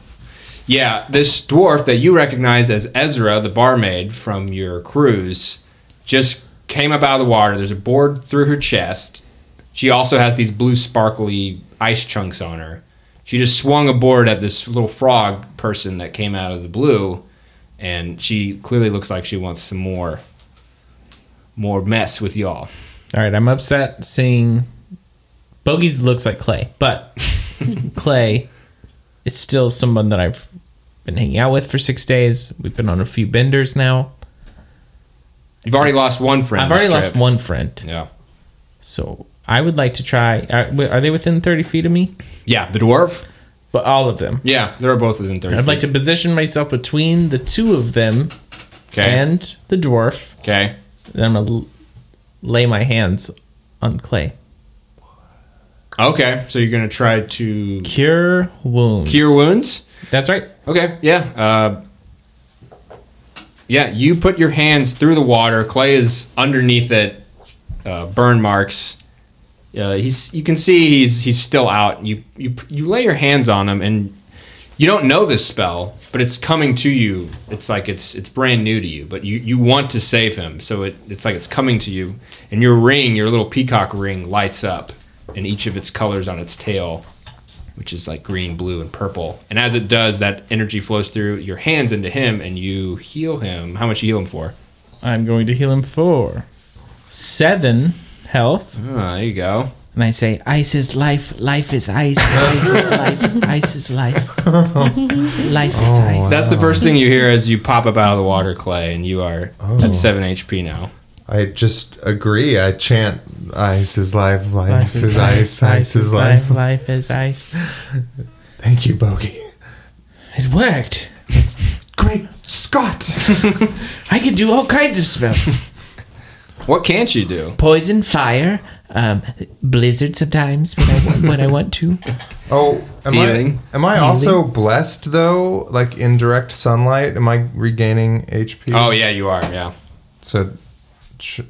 S1: Yeah, this dwarf that you recognize as Ezra, the barmaid from your cruise, just came up out of the water. There's a board through her chest. She also has these blue sparkly ice chunks on her. She just swung a board at this little frog person that came out of the blue, and she clearly looks like she wants some more more mess with y'all.
S2: All right, I'm upset seeing Bogies looks like Clay, but Clay is still someone that I've been hanging out with for six days. We've been on a few benders now.
S1: You've already lost one friend.
S2: I've already
S1: this
S2: lost
S1: trip.
S2: one friend,
S1: Yeah.
S2: so I would like to try. Are, wi- are they within 30 feet of me?
S1: Yeah, the dwarf?
S2: But all of them.
S1: Yeah, they're both within 30
S2: I'd like to
S1: feet.
S2: position myself between the two of them
S1: Okay.
S2: and the dwarf.
S1: okay.
S2: Then I'm gonna l- lay my hands on Clay.
S1: Okay, so you're gonna try to
S2: Cure wounds.
S1: cure wounds.
S2: That's right.
S1: Okay, yeah, uh, yeah. You put your hands through the water. Clay is underneath it. Uh, burn marks. Uh, he's. You can see he's. He's still out. You. You. You lay your hands on him, and you don't know this spell, but it's coming to you. It's like it's. It's brand new to you, but you. You want to save him, so it. It's like it's coming to you, and your ring, your little peacock ring, lights up, and each of its colors on its tail which is like green, blue, and purple. And as it does, that energy flows through your hands into him, and you heal him. How much you heal him for?
S2: I'm going to heal him for seven health.
S1: Ah, there you go.
S2: And I say, Ice is life, life is ice, ice is life, ice is life. life is ice.
S1: That's the first thing you hear as you pop up out of the water, Clay, and you are
S3: Oh.
S1: at seven HP now.
S3: I just agree. I chant, ice is life, life, is, ice, ice, is life.
S2: life, life is ice.
S3: Thank you, Bogey.
S2: It worked.
S3: Great Scott!
S2: I could do all kinds of spells.
S1: What can't you do?
S2: Poison, fire, um, blizzard sometimes when I, when I want to.
S3: oh, am
S1: Healing.
S3: I, am I also blessed, though? Like indirect sunlight? Am I regaining HP?
S1: Oh yeah, you are. Yeah.
S3: So, sh-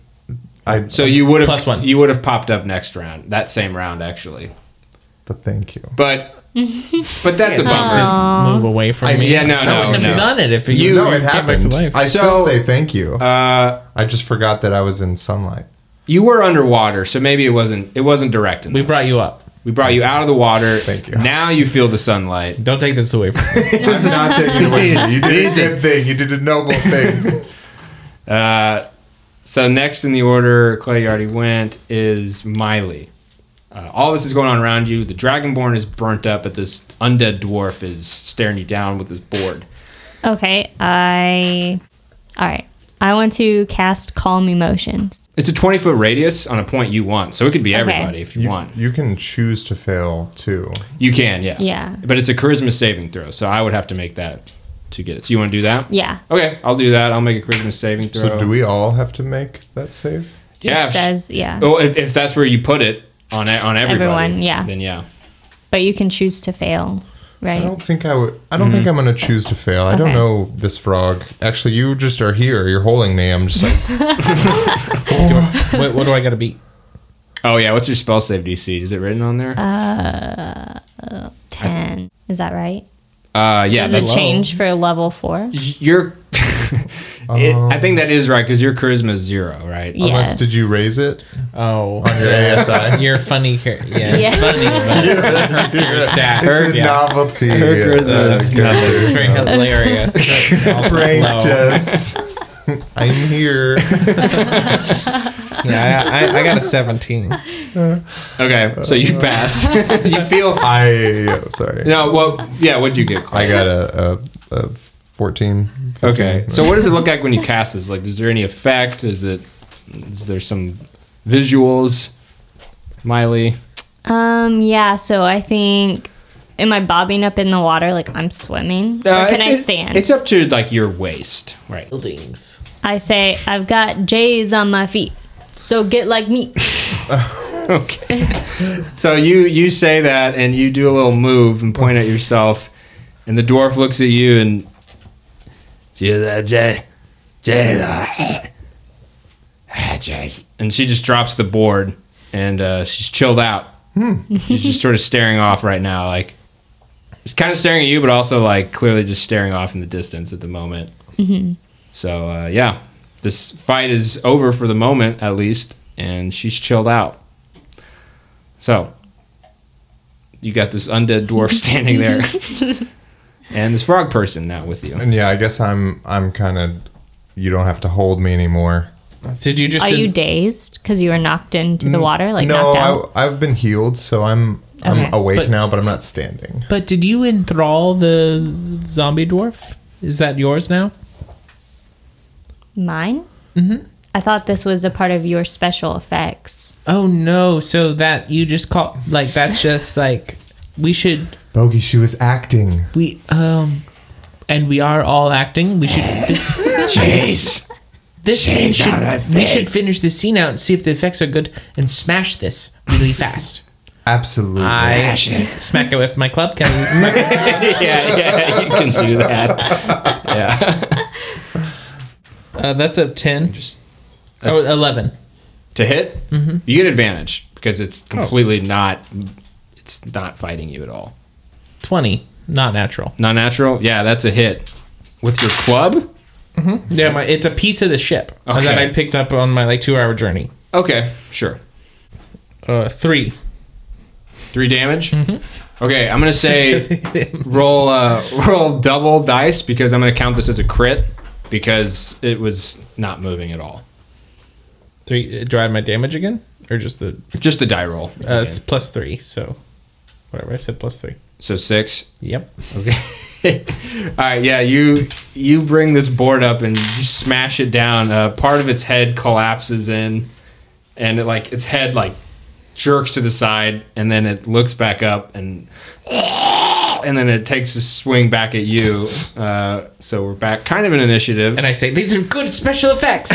S3: I,
S1: So you would have
S2: Plus one.
S1: You would have popped up next round. That same round actually.
S3: but thank you.
S1: But but that's a bummer.
S2: Just move away from
S3: I-
S2: me.
S1: Yeah, no,
S2: I
S1: no,
S2: wouldn't have
S1: no.
S2: done it if
S1: You-
S2: you.
S3: no, it
S2: came back to
S3: happened.
S2: life.
S3: I
S1: So-
S3: still say thank you.
S1: Uh,
S3: I just forgot that I was in sunlight.
S1: you were underwater, so maybe it wasn't. It wasn't direct enough.
S2: We brought you up.
S1: we brought you out of the water.
S3: Thank you.
S1: Now you feel the sunlight.
S2: Don't take this away from me.
S3: I'm not taking it away. from You You did a good thing. You did a noble thing.
S1: So next in the order, Clay you already went, is Miley. Uh, all this is going on around you. The Dragonborn is burnt up, but this undead dwarf is staring you down with his board.
S4: Okay, I. All right. I want to cast Calm Emotions.
S1: It's a 20 foot radius on a point you want, so it could be everybody if you,
S3: You,
S1: want.
S3: you can choose to fail too.
S1: You can, yeah.
S4: Yeah.
S1: But it's a charisma saving throw, so I would have to make that to get it. So you want to do that?
S4: Yeah.
S1: Okay, I'll do that. I'll make a charisma saving throw.
S3: So do we all have to make that save?
S1: Yeah.
S4: It
S1: if-
S4: says, yeah.
S1: Oh, if, if that's where you put it on e- on everybody,
S4: Everyone, yeah.
S1: Then yeah.
S4: But you can choose to fail,
S3: I
S1: Oh.
S4: right?
S3: don't think I would. I don't
S1: Mm.
S3: think I'm going to choose to fail. I don't
S4: Okay.
S3: know this frog. Actually, you just are here. You're holding me. I'm just like
S2: What, what do I got to beat?
S1: Oh yeah. What's your spell save DC? Is it written on there? Uh,
S4: 10. Is that right?
S1: Uh, yeah.
S4: Does it
S1: That,
S2: low.
S4: change for level four?
S1: your. it, I think that is right because your charisma is zero, right?
S4: Yeah.
S3: unless did you
S4: Yes.
S3: raise it
S2: Oh,
S3: on your ASI?
S2: you're funny. Here. Yeah,
S4: Yeah.
S2: it's funny. But it hurts your stat.
S3: It's a
S2: Yeah.
S3: novelty. It's a
S1: charisma is
S3: good
S1: nothing.
S2: It's very
S3: charisma.
S2: hilarious. but also
S3: Prank
S2: low.
S3: test. I'm here.
S2: Yeah, I, I, I got a 17.
S1: Okay, so you pass. you feel
S3: I sorry.
S1: no. Well, yeah. What'd you get? Clay?
S3: I got a, a, a 14.
S1: Okay. So what does it look like when you cast this? Like, is there any effect? Is it? Is there some visuals? Miley.
S4: Um, yeah, so I think. Am I bobbing up in the water like I'm swimming? or can
S1: Uh, it's-
S4: I
S1: it-
S4: stand?
S1: it's up to like your waist, right?
S2: Buildings.
S4: I say, I've got J's on my feet. So get like me.
S1: Okay. so you you say that and you do a little move and point at yourself, and the dwarf looks at you and. She's like, "Jay- Jay, uh, ah, Jay's-" And she just drops the board and uh, she's chilled out. she's just sort of staring off right now, like she's kind of staring at you, but also like clearly just staring off in the distance at the moment. So uh, yeah, this fight is over for the moment at least, and she's chilled out. So you got this undead dwarf standing there, and this frog person now with you.
S3: And yeah, I guess I'm I'm kind of you don't have to hold me anymore.
S2: Did you just
S4: Are
S2: did-
S4: you dazed because you were knocked into the water, like
S3: no,
S4: knocked out?
S3: I, I've been healed, so I'm I'm
S4: Okay.
S3: awake
S2: But-
S3: now, but I'm not standing.
S2: But did you enthrall the zombie dwarf? Is that yours now?
S4: Mine? Mm-hmm. I thought this was a part of your special effects.
S2: Oh no! So that you just call like that's just like we should
S3: Bogey, she was acting.
S2: we um and we are all acting. We should this
S1: Jeez,
S2: this scene
S1: Change
S2: should
S1: our
S2: we should finish this scene out and see if the effects are good and smash this really fast.
S3: Absolutely.
S2: I
S1: Smash it.
S2: smack it with my club. Can I smack it?
S1: yeah, yeah, you can do that. Yeah,
S2: Uh, that's a ten.
S1: Just-
S2: Oh, 11.
S1: to hit, you get advantage because it's completely not. It's not fighting you at all.
S2: 20. Not natural.
S1: Not natural. Yeah, that's a hit with your club.
S2: Yeah, my, it's a piece of the ship that
S1: Okay.
S2: I picked up on my like two hour journey.
S1: Okay, sure.
S2: Uh, three.
S1: Three damage. Okay, I'm gonna say roll uh, roll double dice because I'm gonna count this as a crit because it was not moving at all.
S2: Three. uh, Do I have my damage again, or just the?
S1: Just the die roll.
S2: Uh, It's
S1: Okay,
S2: plus three. So, whatever I said, plus three.
S1: so six.
S2: Yep.
S1: Okay. all right. Yeah, you you bring this board up and you smash it down. Uh, part of its head collapses in, and it, like its head like jerks to the side, and then it looks back up and. And then it takes a swing back at you. Uh, so we're back kind of an initiative.
S2: And I say these are good special effects.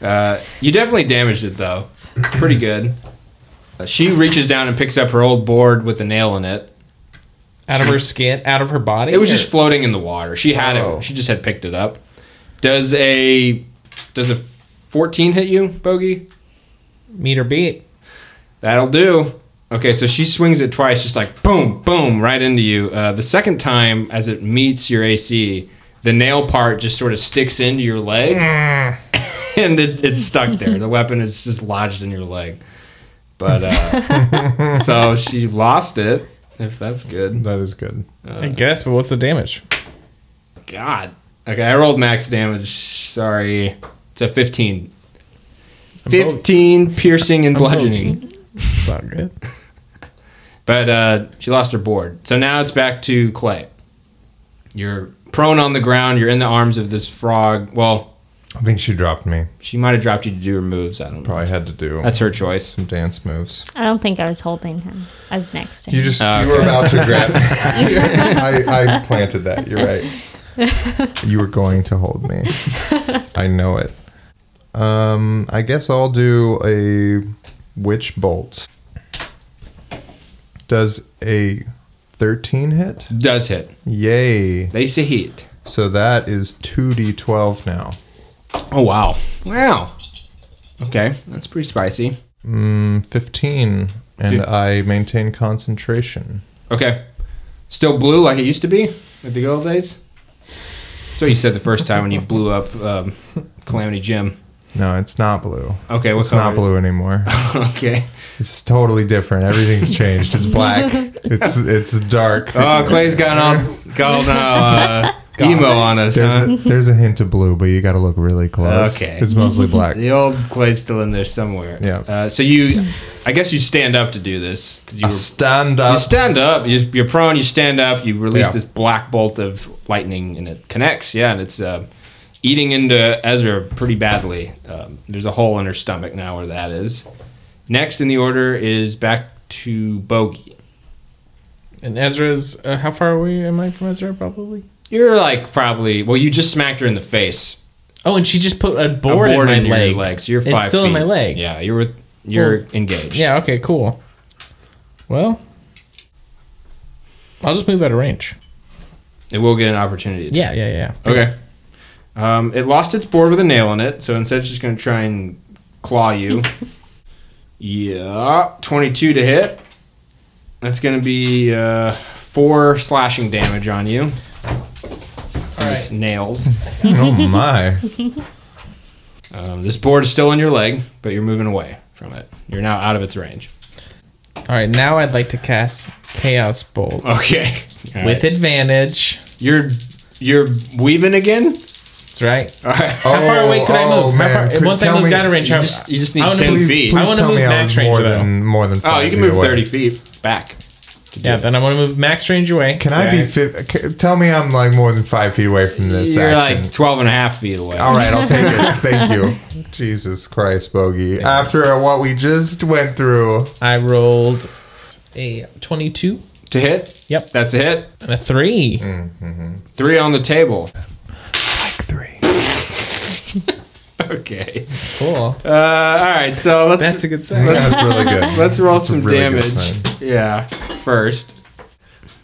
S1: Uh, you definitely damaged it though, pretty good. Uh, she reaches down and picks up her old board with a nail in it.
S2: out of her skin, out of her body.
S1: It was
S2: or-
S1: just floating in the water. She had
S2: Oh.
S1: it. She just had picked it up. Does a does a fourteen hit you, Bogey?
S2: meter beat.
S1: That'll do. Okay, so she swings it twice, just like boom, boom, right into you. Uh, the second time, as it meets your AC, the nail part just sort of sticks into your leg, and it, it's stuck there. The weapon is just lodged in your leg. But uh, so she lost it. If that's good, Uh,
S3: that is good.
S2: I guess. But what's the damage?
S1: God, Okay, I rolled max damage. Sorry. It's a 15. 15 piercing and bludgeoning.
S2: It's not good.
S1: But uh, she lost her board. So now it's back to Clay. You're prone on the ground. You're in the arms of this frog. Well,
S3: I think she dropped me.
S1: she might have dropped you to do her moves. I don't know.
S3: Probably had to do
S1: That's her choice.
S3: some dance moves.
S4: I don't think I was holding him. I was next to him.
S3: You just
S1: Oh,
S3: you were about to grab. I, I planted that. You're right. You were going to hold me. I know it. Um, I guess I'll do a witch bolt. Does a thirteen hit?
S1: Does hit.
S3: Yay!
S1: They say hit.
S3: So that is two d twelve now.
S1: Oh, wow. Wow. Okay, that's pretty spicy.
S3: Mm, Fifteen, and
S1: Fif-
S3: I maintain concentration.
S1: Okay. Still blue like it used to be at the good old days? That's what you said the first time when you blew up um, Calamity Jim.
S3: No, it's not blue.
S1: Okay, what's
S3: It's not
S1: color?
S3: blue anymore.
S1: okay.
S3: It's totally different. Everything's changed. It's black. it's it's dark.
S2: Uh,
S1: Oh, Clay's got all, got all now, uh, emo on us,
S3: there's,
S1: huh?
S3: a, there's a hint of blue, but you got to look really close.
S1: Okay.
S3: It's mostly black.
S1: The old Clay's still in there somewhere.
S3: Yeah.
S1: Uh, so you, I guess you stand up to do this. 'cause you,
S3: I
S1: were-
S3: stand
S1: you
S3: up.
S1: stand up, you, you're prone, you stand up, you release
S3: Uh, Yeah.
S1: this black bolt of lightning and it connects. Yeah, and it's uh, eating into Ezra pretty badly. Um, there's a hole in her stomach now where that is. Next in the order is back to Bogey.
S2: And Ezra's. Uh, how far away am I from Ezra? Probably.
S1: You're like probably, well, you just smacked her in the face.
S2: Oh, and she just put a
S1: a
S2: board,
S1: board
S2: in my
S1: your
S2: leg.
S1: leg, so you're
S2: It's
S1: five.
S2: still in
S1: feet.
S2: my leg.
S1: Yeah, you're with, you're
S2: Well,
S1: engaged.
S2: Yeah. Okay. Cool. Well, I'll just move out of range.
S1: it will get an opportunity.
S2: Yeah. Yeah. Yeah.
S1: Okay. Um, it lost its board with a nail in it, so instead it's just going to try and claw you. yeah, twenty-two to hit. That's going to be uh, four slashing damage on you.
S2: All
S1: It's nails.
S3: Oh my!
S1: Um, this board is still in your leg, but you're moving away from it. You're now out of its range.
S2: All right. Now I'd like to cast Chaos Bolt
S1: Okay. All
S2: with advantage.
S1: You're you're weaving again.
S2: That's right.
S1: All right.
S2: How far away could I
S3: oh,
S2: move? How
S3: man.
S2: far-
S3: Could-
S2: once I
S3: tell
S2: moved
S3: me-
S2: out of range,
S1: you
S2: how-
S1: just- you just need
S2: I wanna
S1: 10
S2: move-
S3: Please,
S1: feet.
S3: please
S2: I wanna
S3: tell
S2: move
S3: me I
S2: max
S3: was
S2: range
S3: more
S2: though.
S3: than more than.
S1: Oh,
S3: five
S1: you can
S3: feet
S1: move
S3: away.
S1: 30 feet back.
S2: Yeah. Then I want to move max range away.
S3: Can I be?
S1: Okay.
S3: Fi- ca- tell me I'm like more than five feet away from this
S1: You're
S3: action.
S1: like 12 and a half feet away.
S3: All right, I'll take it. Thank you. Jesus Christ, Bogey. After what we just went through,
S2: I rolled a 22
S1: To hit?
S2: Yep.
S1: That's a hit.
S2: and a 3.
S1: Three on the table.
S3: like three.
S1: Okay.
S2: Cool.
S1: Uh, all right, so let's
S2: That's a good sign.
S3: That's really good.
S1: let's roll
S3: a
S1: some
S3: really good sign.
S1: damage. Yeah, first.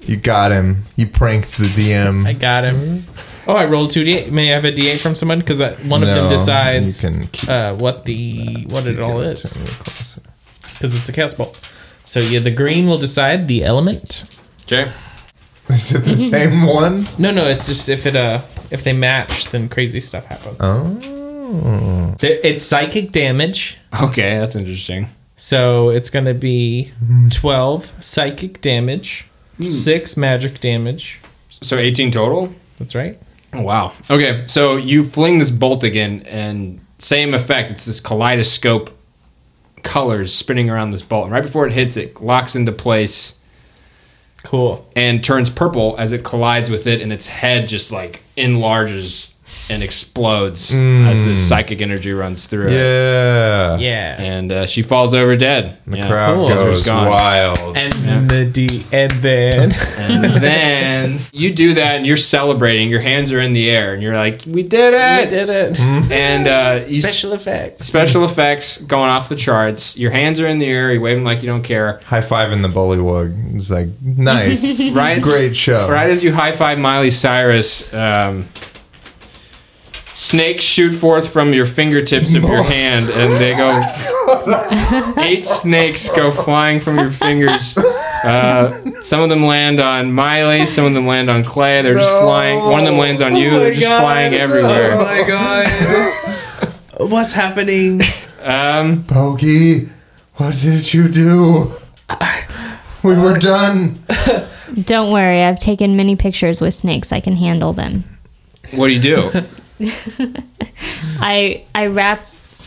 S3: You got him. You pranked the DM.
S2: I got him. Oh, I rolled 2d8. May I have a d8 from someone? Because one of them
S3: No,
S2: decides
S3: you can keep
S2: uh, what the what it all
S3: Give
S2: is.
S3: to me closer.
S2: Because it's a cast ball. So yeah, the green will decide the element.
S1: Okay.
S3: Is it the same one?
S2: No, no, it's just if it uh if they match, then crazy stuff happens.
S3: Oh.
S2: So it's psychic damage.
S1: Okay, that's interesting.
S2: So it's gonna be twelve psychic damage, six magic damage.
S1: So 18 total?
S2: That's right.
S1: Oh, wow. Okay, so you fling this bolt again, and same effect. It's this kaleidoscope colors spinning around this bolt. And right before it hits, it locks into place.
S2: Cool.
S1: and turns purple as it collides with it, and its head just like enlarges and explodes as this psychic energy runs through it.
S3: Hmm. Yeah.
S2: Yeah.
S1: And uh, she falls over dead.
S3: The crowd
S2: Cool.
S1: Ezra's
S3: goes
S1: gone.
S3: wild.
S2: And the D, and then
S1: And then you do that, and you're celebrating. Your hands are in the air, and you're like, "We did
S2: I
S1: it!"
S2: did
S3: Hmm.
S2: it.
S1: And uh, you special.
S2: Special effects.
S1: special effects going off the charts. Your hands are in the air. You're waving like you don't care.
S3: High five in the bullywug. It's like nice,
S1: Right.
S3: Great show.
S1: Right as you high five Miley Cyrus, um, snakes shoot forth from your fingertips of your hand, and they go. Eight snakes go flying from your fingers. Uh, some of them land on Miley, some of them land on Clay. They're just
S3: No.
S1: flying. One of them lands on you.
S2: Oh my
S1: They're just
S2: God.
S1: flying
S2: "Oh
S1: everywhere.
S3: my god,
S2: What's happening?
S1: Um,
S3: Pokey, what did you do? We
S2: Uh,
S3: were done.
S4: Don't worry, I've taken many pictures with snakes. I can handle them.
S1: What do you do?
S4: I I wrap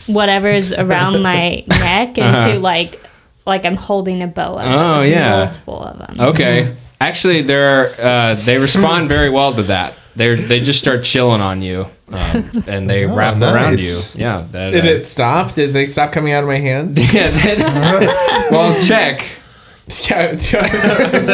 S4: whatever's around my neck into like like I'm holding a boa.
S1: Uh-huh. Oh,
S4: There's
S1: yeah. Oh.
S4: multiple of them.
S1: Okay. Actually, there are, uh, they respond very well to that. They they just start chilling on you, um, and they wrap around you.
S3: nice.
S1: Yeah. That,
S2: Did
S1: uh,
S2: it stop? Did they stop coming out of my hands?
S1: Yeah. that- well, check.
S2: yeah.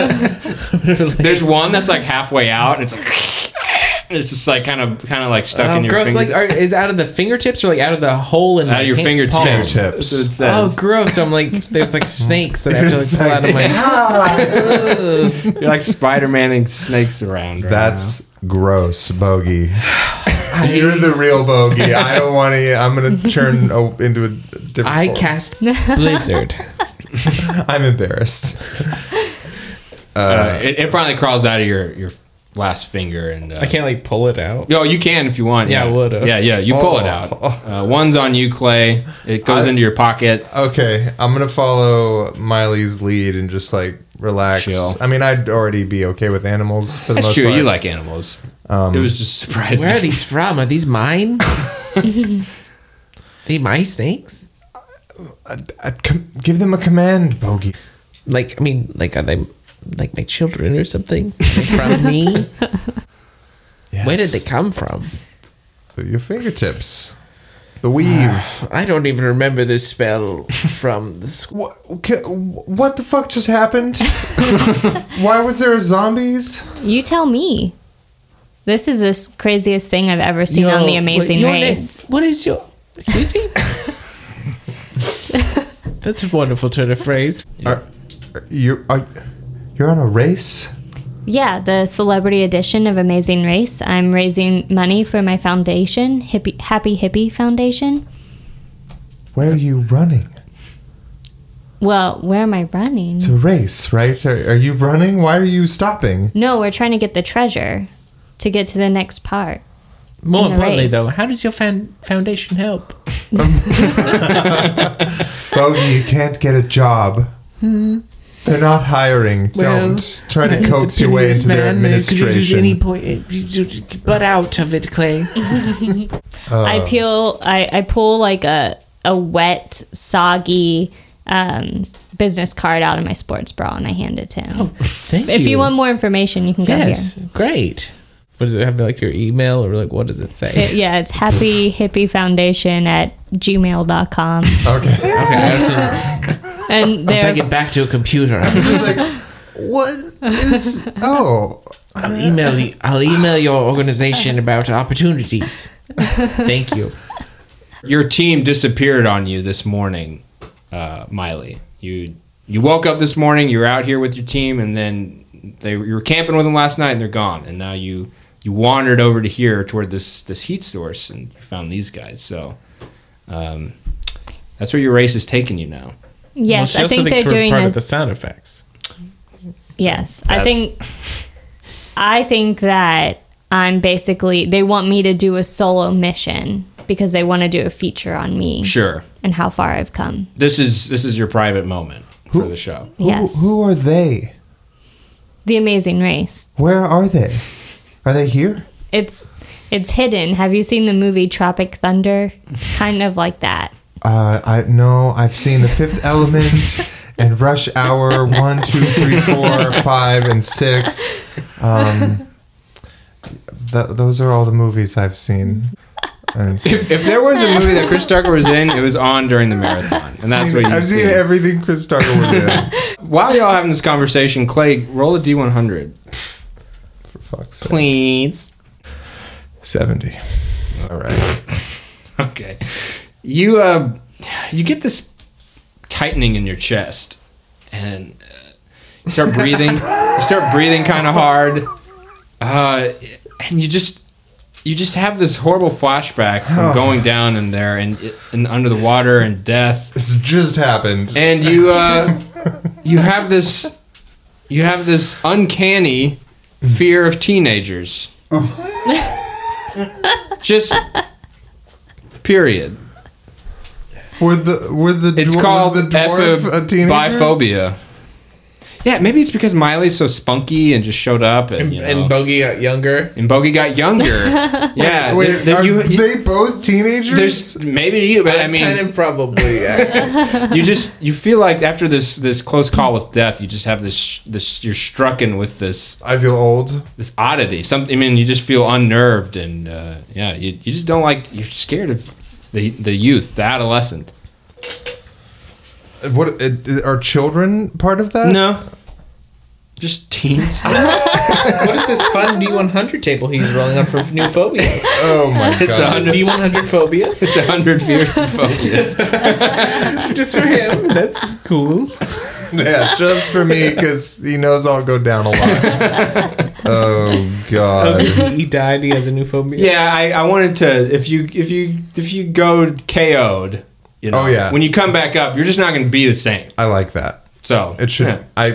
S1: There's one that's like halfway out, and it's like and it's just like kind of kind of like stuck
S2: Oh,
S1: in your
S2: gross!
S1: finger.
S2: Like, are, is it out of the fingertips or like out of the hole in
S1: out
S2: my
S1: of your
S2: hand-
S1: fingertips.
S2: palm?
S3: Fingertips.
S1: So it
S2: Oh,
S1: says,
S2: gross! I'm like, there's like snakes that I have to like
S3: It's
S2: pull out of my.
S1: you're like Spider-Maning snakes around. Right
S3: That's gross, bogey. You're the real bogey. I don't want to. I'm gonna turn o- into a different.
S2: I
S3: form.
S2: cast blizzard.
S3: I'm embarrassed.
S1: now. Uh, it, it finally crawls out of your your last finger, and uh,
S2: I can't like pull it out.
S1: No, you can if you want.
S2: Yeah, I would've.
S1: Yeah, yeah, you pull it
S3: Oh.
S1: out. Uh, one's on you, Clay. It goes
S3: I-
S1: into your pocket.
S3: Okay, I'm gonna follow Miley's lead and just like relax.
S1: Chill.
S3: I mean, I'd already be okay with animals for the
S1: That's
S3: most
S1: true.
S3: part. Um,
S1: You like animals. it was just surprising.
S2: Where are these from? Are these mine? they my snakes?
S3: Uh, com- give them a command, bogey.
S2: Like, I mean, like are they like my children or something? Are they from me? Where did they come from?
S3: Through your fingertips. The
S1: Ah.
S3: weave.
S2: I don't even remember this spell from the school.
S3: what, what the fuck just happened? Why was there zombies?
S4: You tell me. This is the s- craziest thing I've ever seen on the Amazing Race.
S2: what is your? Excuse me. That's a wonderful turn of phrase.
S3: You are you're on a race?
S4: Yeah, the celebrity edition of Amazing Race. I'm raising money for my foundation, Hippie, Happy Hippie Foundation.
S3: Where are you running?
S4: Well, where am I running?
S3: It's a race, right? Are, are you running? Why are you stopping?
S4: No, we're trying to get the treasure to get to the next part.
S2: More
S4: In the
S2: importantly,
S4: race.
S2: though, how does your fan- foundation help?
S3: Bogey, you can't get a job.
S1: Hmm.
S3: They're not hiring.
S2: Well,
S3: Don't try to coax your way into their administration.
S2: eh, point, butt out of it, Clay.
S4: I peel, I, I pull like a a wet, soggy um, business card out of my sports bra and I hand it to him.
S2: Oh, Thank
S4: if you. want more information, you can go
S2: yes, great. What does it have? Like your email, or like what does it say?
S4: here. It- yeah, it's happy hippie foundation at gmail.com.
S3: okay.
S2: okay, I was-
S4: And
S2: once I
S4: they're
S2: get back to a computer, I'll
S3: Just like, what is? Oh,
S2: I'll email you. I'll email your organization about opportunities. Thank you.
S1: Your team disappeared on you this morning, uh, Miley. You you woke up this morning. You're out here with your team, and then they you were camping with them last night, and they're gone. And now you you wandered over to here toward this this heat source, and you found these guys. So. Um, that's where your race is taking you now.
S4: yes, I think they're doing this.
S2: effects.
S4: Yes, I
S1: That's-
S4: think I think that I'm basically they want me to do a solo mission because they want to do a feature on me
S1: Sure,
S4: and how far I've come.
S1: this is this is your private moment for the show.
S3: who,
S4: yes,
S3: who are they?
S4: the Amazing Race.
S3: Where are they? Are they here?
S4: It's it's hidden. Have you seen the movie Tropic Thunder? It's kind of like that.
S3: Uh, I no. I've seen The Fifth Element and Rush Hour one, two, three, four, five, and six. Um, th- those are all the movies I've seen. And
S1: If, if there was a movie that Chris Tucker was in, it was on during the marathon, and that's what you
S3: I've
S1: see.
S3: seen everything Chris Tucker was in.
S1: While y'all having this conversation, Clay, roll a d100,
S3: For fuck's sake.
S1: please.
S3: Seventy. All right.
S1: Okay, you uh, you get this tightening in your chest, and uh, you start breathing. you start breathing kind of hard, uh, and you just. You just have this horrible flashback from going down in there and, and under the water and death,
S3: This just happened.
S1: and you uh, you have this you have this uncanny fear of teenagers. Just period.
S3: Were the were the
S1: It's
S3: dwar-
S1: called
S3: was the dwarf
S1: apho-
S3: a teenager?
S1: biphobia. Yeah, maybe it's because Miley's so spunky and just showed up, and you know,
S2: And
S1: and,
S2: Bogey got younger.
S1: Bogey got younger. yeah,
S3: Wait,
S1: th- th-
S3: are
S1: you- you-
S3: they both teenagers?
S1: there's maybe you, but I mean,
S2: kind of probably. Yeah.
S1: you just you feel like after this this close call with death, you just have this this you're strucken with this
S3: I feel old.
S1: this oddity. Some I mean, you just feel unnerved, and uh, yeah, you, you just don't like you're scared of the the youth, the adolescent.
S3: What uh, are children part of that?
S1: No, just teens.
S2: what is this fun D100 table he's rolling on for new phobias?
S3: Oh my
S1: It's a
S3: god.
S1: hundred.
S2: D100 phobias?
S1: It's a hundred fears and phobias.
S2: Just for him. That's cool.
S3: yeah, just for me because he knows I'll go down a lot. oh god.
S2: he died. He has a new phobia.
S1: Yeah, I, I wanted to. If you if you if you go KO'd, you know,
S3: Oh, yeah.
S1: when you come back up, you're just not going to be the same.
S3: I like that.
S1: So
S3: It should.
S1: yeah.
S3: I,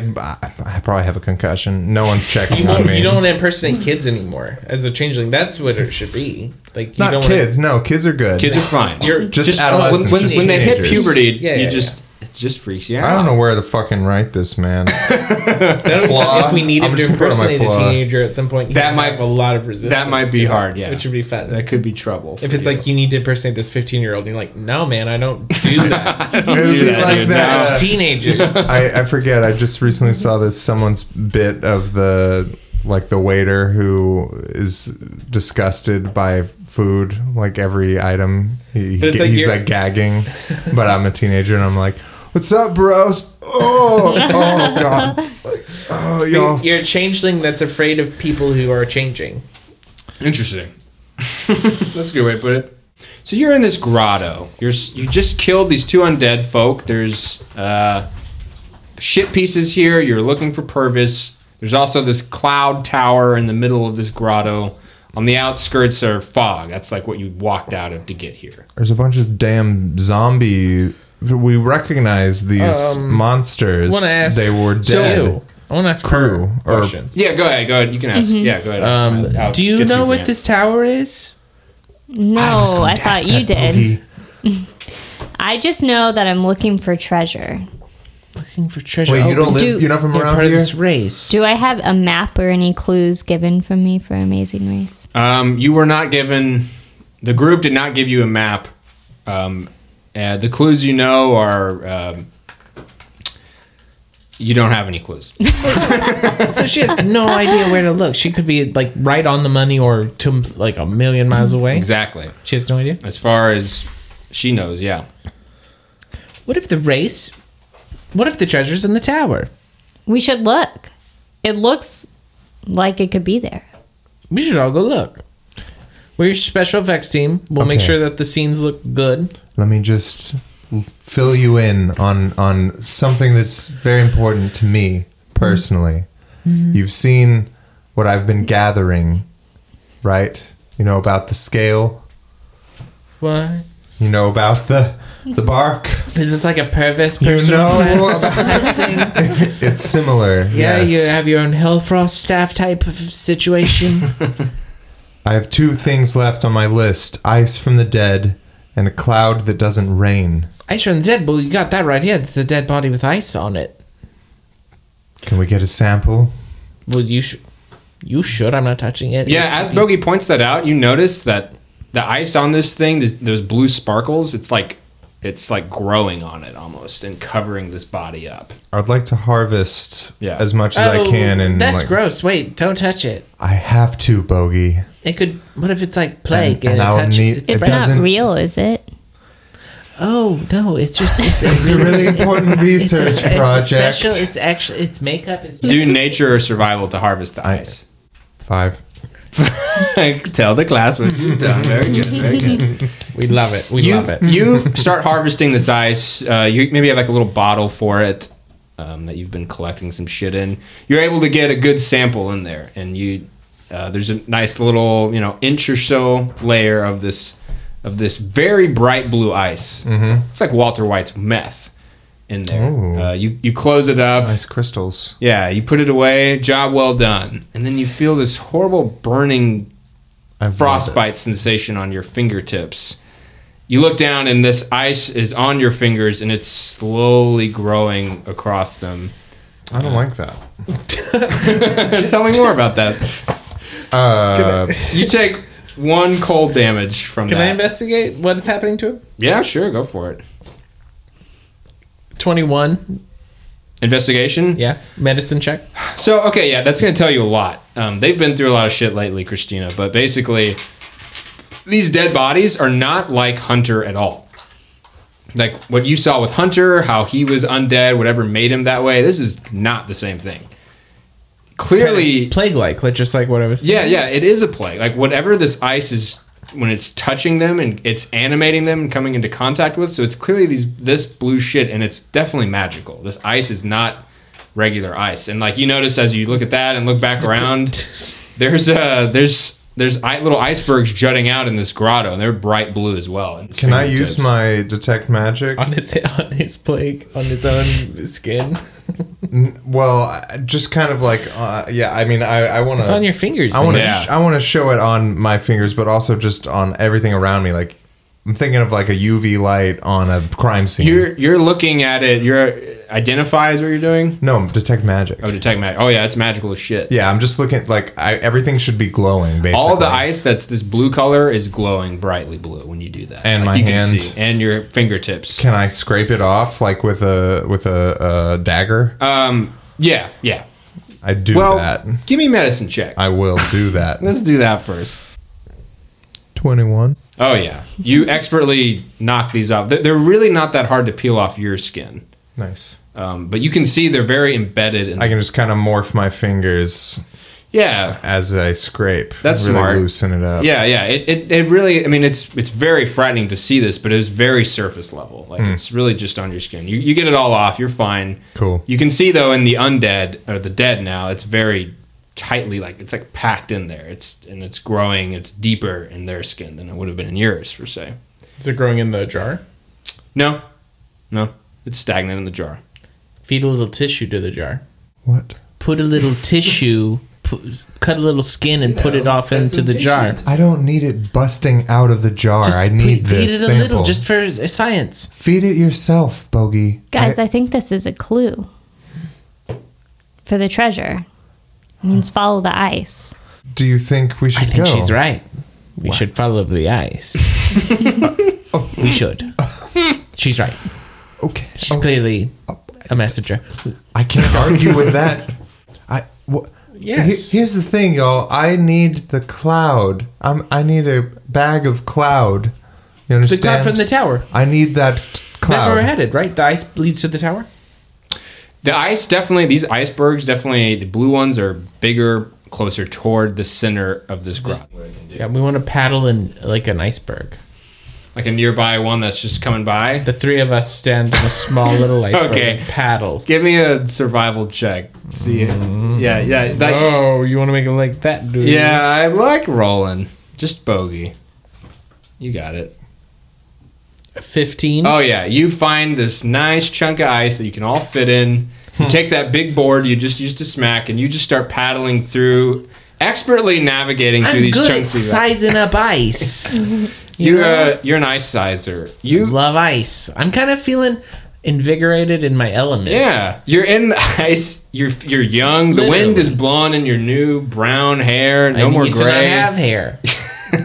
S3: I I probably have a concussion. No one's checking
S2: You,
S3: on
S2: won't,
S3: me.
S2: you don't want to impersonate kids anymore as a changeling. That's what it should be. Like you
S3: Not
S2: don't
S3: kids. No, kids are good.
S1: Kids are fine.
S2: You're-
S1: when,
S3: just, adolescents.
S1: when,
S3: just
S1: when they hit
S3: teenagers.
S1: puberty,
S2: Yeah,
S1: you
S2: yeah,
S1: just it just freaks you out.
S3: I don't know where to fucking write this, man.
S2: That would-
S3: Flaw.
S2: If we needed
S3: I'm
S2: to
S3: just gonna put on my
S2: impersonate a
S3: flaw.
S2: teenager at some point, he
S1: That
S2: would
S1: might-
S2: have a lot of resistance.
S1: that might be
S2: to it,
S1: hard, yeah.
S2: which would be fun.
S1: That could be trouble.
S2: if it's like you need to impersonate this 15 year old, and you're like, no, man, I don't do that.
S1: don't
S3: It'd
S1: do
S3: be
S1: that,
S3: like
S1: dude.
S3: that, uh,
S2: Teenagers.
S3: I, I forget. I just recently saw this someone's bit of the like the waiter who is disgusted by food, like every item. He,
S2: But it's
S3: he-
S2: like
S3: he's
S2: you're-
S3: like gagging, but I'm a teenager and I'm like, "What's up, bros? Oh, oh god, Like, oh y'all."
S2: You're a changeling that's afraid of people who are changing.
S1: no. Interesting. That's a good way to put it. So you're in this grotto. You're s- you just killed these two undead folk. There's uh, shit pieces here. You're looking for Purvis. There's also this cloud tower in the middle of this grotto. On the outskirts are fog. That's like what you walked out of to get here.
S3: There's a bunch of damn zombie. We recognize these
S4: Um,
S3: monsters.
S2: wanna ask-
S3: they were dead.
S2: So, I want to ask
S3: Crew,
S2: crew
S3: or-
S2: questions.
S1: Yeah, go ahead. Go ahead. You can ask. Yeah, go ahead. ask
S2: Um,
S1: Miley. I'll
S2: do you
S1: get
S2: know
S1: your
S2: what
S1: rant.
S2: this tower is?
S3: was
S4: No,
S3: gonna
S4: Oh, I
S3: ask
S4: thought you
S3: that,
S4: did.
S3: Bogey.
S4: I just know that I'm looking for treasure.
S2: Looking for treasure.
S3: Wait,
S2: Oh,
S3: you don't
S4: Do-
S3: live? you're not from
S2: you're
S3: around
S2: part
S3: here?
S2: of this race.
S4: Do I have a map or any clues given from me for Amazing Race?
S1: Um, you were not given. The group did not give you a map. Um, uh, the clues you know are. Um, you don't have any clues.
S2: so she has no idea where to look. She could be like right on the money or to like a million miles away.
S1: exactly.
S2: She has no idea.
S1: As far as she knows, yeah.
S2: What if the race? What if the treasure's in the tower?
S4: We should look. It looks like it could be there.
S2: We should all go look. We're your special effects team. We'll make
S3: Okay.
S2: sure that the scenes look good.
S3: Let me just l- fill you in on on something that's very important to me personally.
S2: Mm-hmm.
S3: You've seen what I've been gathering, right? You know about the scale.
S2: What?
S3: You know about the the bark.
S2: Is this like a Purvis
S3: You
S2: personal
S3: know
S2: quest?
S3: about it's, it's similar.
S2: Yeah,
S3: yes.
S2: you have your own Hellfrost staff type of situation.
S3: I have two things left on my list: ice from the dead and a cloud that doesn't rain.
S2: Ice on the dead. Well, you got that right here. It's a dead body with ice on it.
S3: Can we get a sample?
S2: Well, you should. You should. I'm not touching it.
S1: Yeah, as Bogey points that out, you notice that the ice on this thing, th- those blue sparkles, it's like it's like growing on it almost and covering this body up.
S3: I'd like to harvest
S1: Yeah.
S3: as much as I can, and
S2: Oh, that's
S3: like,
S2: gross. Wait, don't touch it.
S3: I have to, Bogey.
S2: It could. What if it's like plague
S3: And-
S2: and,
S3: and I would
S2: touch
S3: need-
S2: It's
S3: It
S4: It's
S2: spread.
S4: not
S3: doesn't-
S4: real, is it?
S2: Oh no! It's just it's, it's
S3: It's a really important research
S2: it's a
S3: project.
S2: special. It's actually it's makeup. It's
S1: Do nature or survival to harvest the ice.
S3: Five.
S1: Tell the class what you've done. Very good. Very good.
S2: We love it. We
S1: you, you start harvesting this ice. Uh, you maybe have like a little bottle for it um, that you've been collecting some shit in. You're able to get a good sample in there, and you uh, there's a nice little you know inch or so layer of this of this very bright blue ice. Mm-hmm. It's like Walter White's meth in
S3: Ooh.
S1: there. Uh, you you close it up.
S3: Nice crystals.
S1: Yeah, you put it away. Job well done. And then you feel this horrible burning
S3: I love
S1: frostbite sensation on your fingertips. You look down, and this ice is on your fingers, and it's slowly growing across them.
S3: I don't like that.
S1: Tell me more about that.
S3: Uh,
S1: You take one cold damage from
S2: Can
S1: that.
S2: I investigate what is happening to him?
S1: yeah, sure, go for it.
S2: 21.
S1: Investigation?
S2: Yeah. Medicine check.
S1: So okay, yeah, that's gonna tell you a lot. Um, they've been through a lot of shit lately, Christina. But basically, these dead bodies are not like Hunter at all. Like what you saw with Hunter, how he was undead, whatever made him that way. This is not the same thing. Clearly,
S2: Plague like, like, just like what I was saying.
S1: yeah, yeah, it is a plague. Like whatever this ice is when it's touching them and it's animating them and coming into contact with, so it's clearly these this blue shit and it's definitely magical. This ice is not regular ice. And like you notice as you look at that and look back around, there's uh there's there's i- little icebergs jutting out in this grotto and they're bright blue as well. And it's
S3: can I
S1: fingertips.
S3: use my detect magic?
S2: On his, on his plague, on his own skin.
S3: Well, I- just kind of like, uh, yeah. I mean, I, I want to.
S2: It's on your fingers.
S3: I want to.
S2: man.
S1: Yeah.
S3: Sh- I want to show it on my fingers, but also just on everything around me. Like, I'm thinking of like a UV light on a crime scene.
S1: You're you're looking at it, you're uh, identify is what you're doing?
S3: no, detect magic.
S1: Oh detect magic. Oh yeah, it's magical as shit.
S3: Yeah, I'm just looking. Like, I, everything should be glowing. Basically,
S1: All the ice that's this blue color is glowing brightly blue when you do that.
S3: And my
S1: you
S3: hand.
S1: and your fingertips.
S3: Can I scrape it off like with a with a uh, dagger?
S1: Um, yeah, yeah.
S3: I do
S1: Well,
S3: that.
S1: give me a medicine check.
S3: I will do that.
S1: Let's do that first.
S3: Twenty one.
S1: Oh yeah, you expertly knock these off. They're, they're really not that hard to peel off your skin,
S3: Nice.
S1: um, but you can see they're very embedded in.
S3: I can just kind of morph my fingers
S1: yeah,
S3: as I scrape.
S1: That's
S3: really
S1: smart.
S3: Loosen it up.
S1: yeah, yeah. It, it, it really. I mean, it's it's very frightening to see this, but it's very surface level. Like it's really just on your skin. You you get it all off. You're fine.
S3: Cool.
S1: You can see though in the undead or the dead now, it's very tightly like it's like packed in there. It's and it's growing. It's deeper in their skin than it would have been in yours, per se.
S2: Is it growing in the jar?
S1: No, no, it's stagnant in the jar.
S2: Feed a little tissue to the jar.
S3: What?
S2: Put a little tissue, put, cut a little skin, and put it off into the jar.
S3: I don't need it busting out of the jar. I need
S2: pre-
S3: this
S2: feed it
S3: sample.
S2: a little just for s- science.
S3: Feed it yourself, Bogey.
S4: Guys, I think this is a clue for the treasure. It means follow the ice.
S3: do you think we should
S2: I think
S3: go?
S2: she's right. We should follow the ice.
S1: Oh.
S2: we should. She's right.
S3: Okay.
S2: She's
S1: Oh.
S2: clearly a messenger.
S3: I can't argue with that. I. Wh-
S2: Yes.
S3: He- here's the thing, y'all. I need the cloud. I'm, I need a bag of cloud. You
S2: The
S3: understand?
S2: cloud from the tower.
S3: I need that cloud.
S2: That's where we're headed, right? The ice leads to the tower.
S1: The ice definitely. These icebergs definitely. The blue ones are bigger, closer toward the center of this grot.
S2: Yeah, we want to paddle in like an iceberg.
S1: Like a nearby one that's just coming by.
S2: The three of us stand on a small little iceberg
S1: Okay.
S2: and paddle.
S1: Give me a survival check. See, yeah, yeah, that,
S2: Mm-hmm. Oh, you want to make it like that, dude?
S1: Yeah, I like rolling. Just bogey. You got it.
S2: Fifteen.
S1: Oh yeah, you find this nice chunk of ice that you can all fit in. You take that big board you just used to smack, and you just start paddling through, expertly navigating through
S2: I'm
S1: these
S2: good at
S1: chunks. of ice.
S2: sizing up ice.
S1: You're a, you're an ice sizer. You
S2: Love ice. I'm kind of feeling invigorated in my element.
S1: yeah, you're in the ice. You're you're young. The wind
S2: Literally.
S1: is blowing in your new brown hair. No
S2: I
S1: more
S2: used to not
S1: gray.
S2: have hair.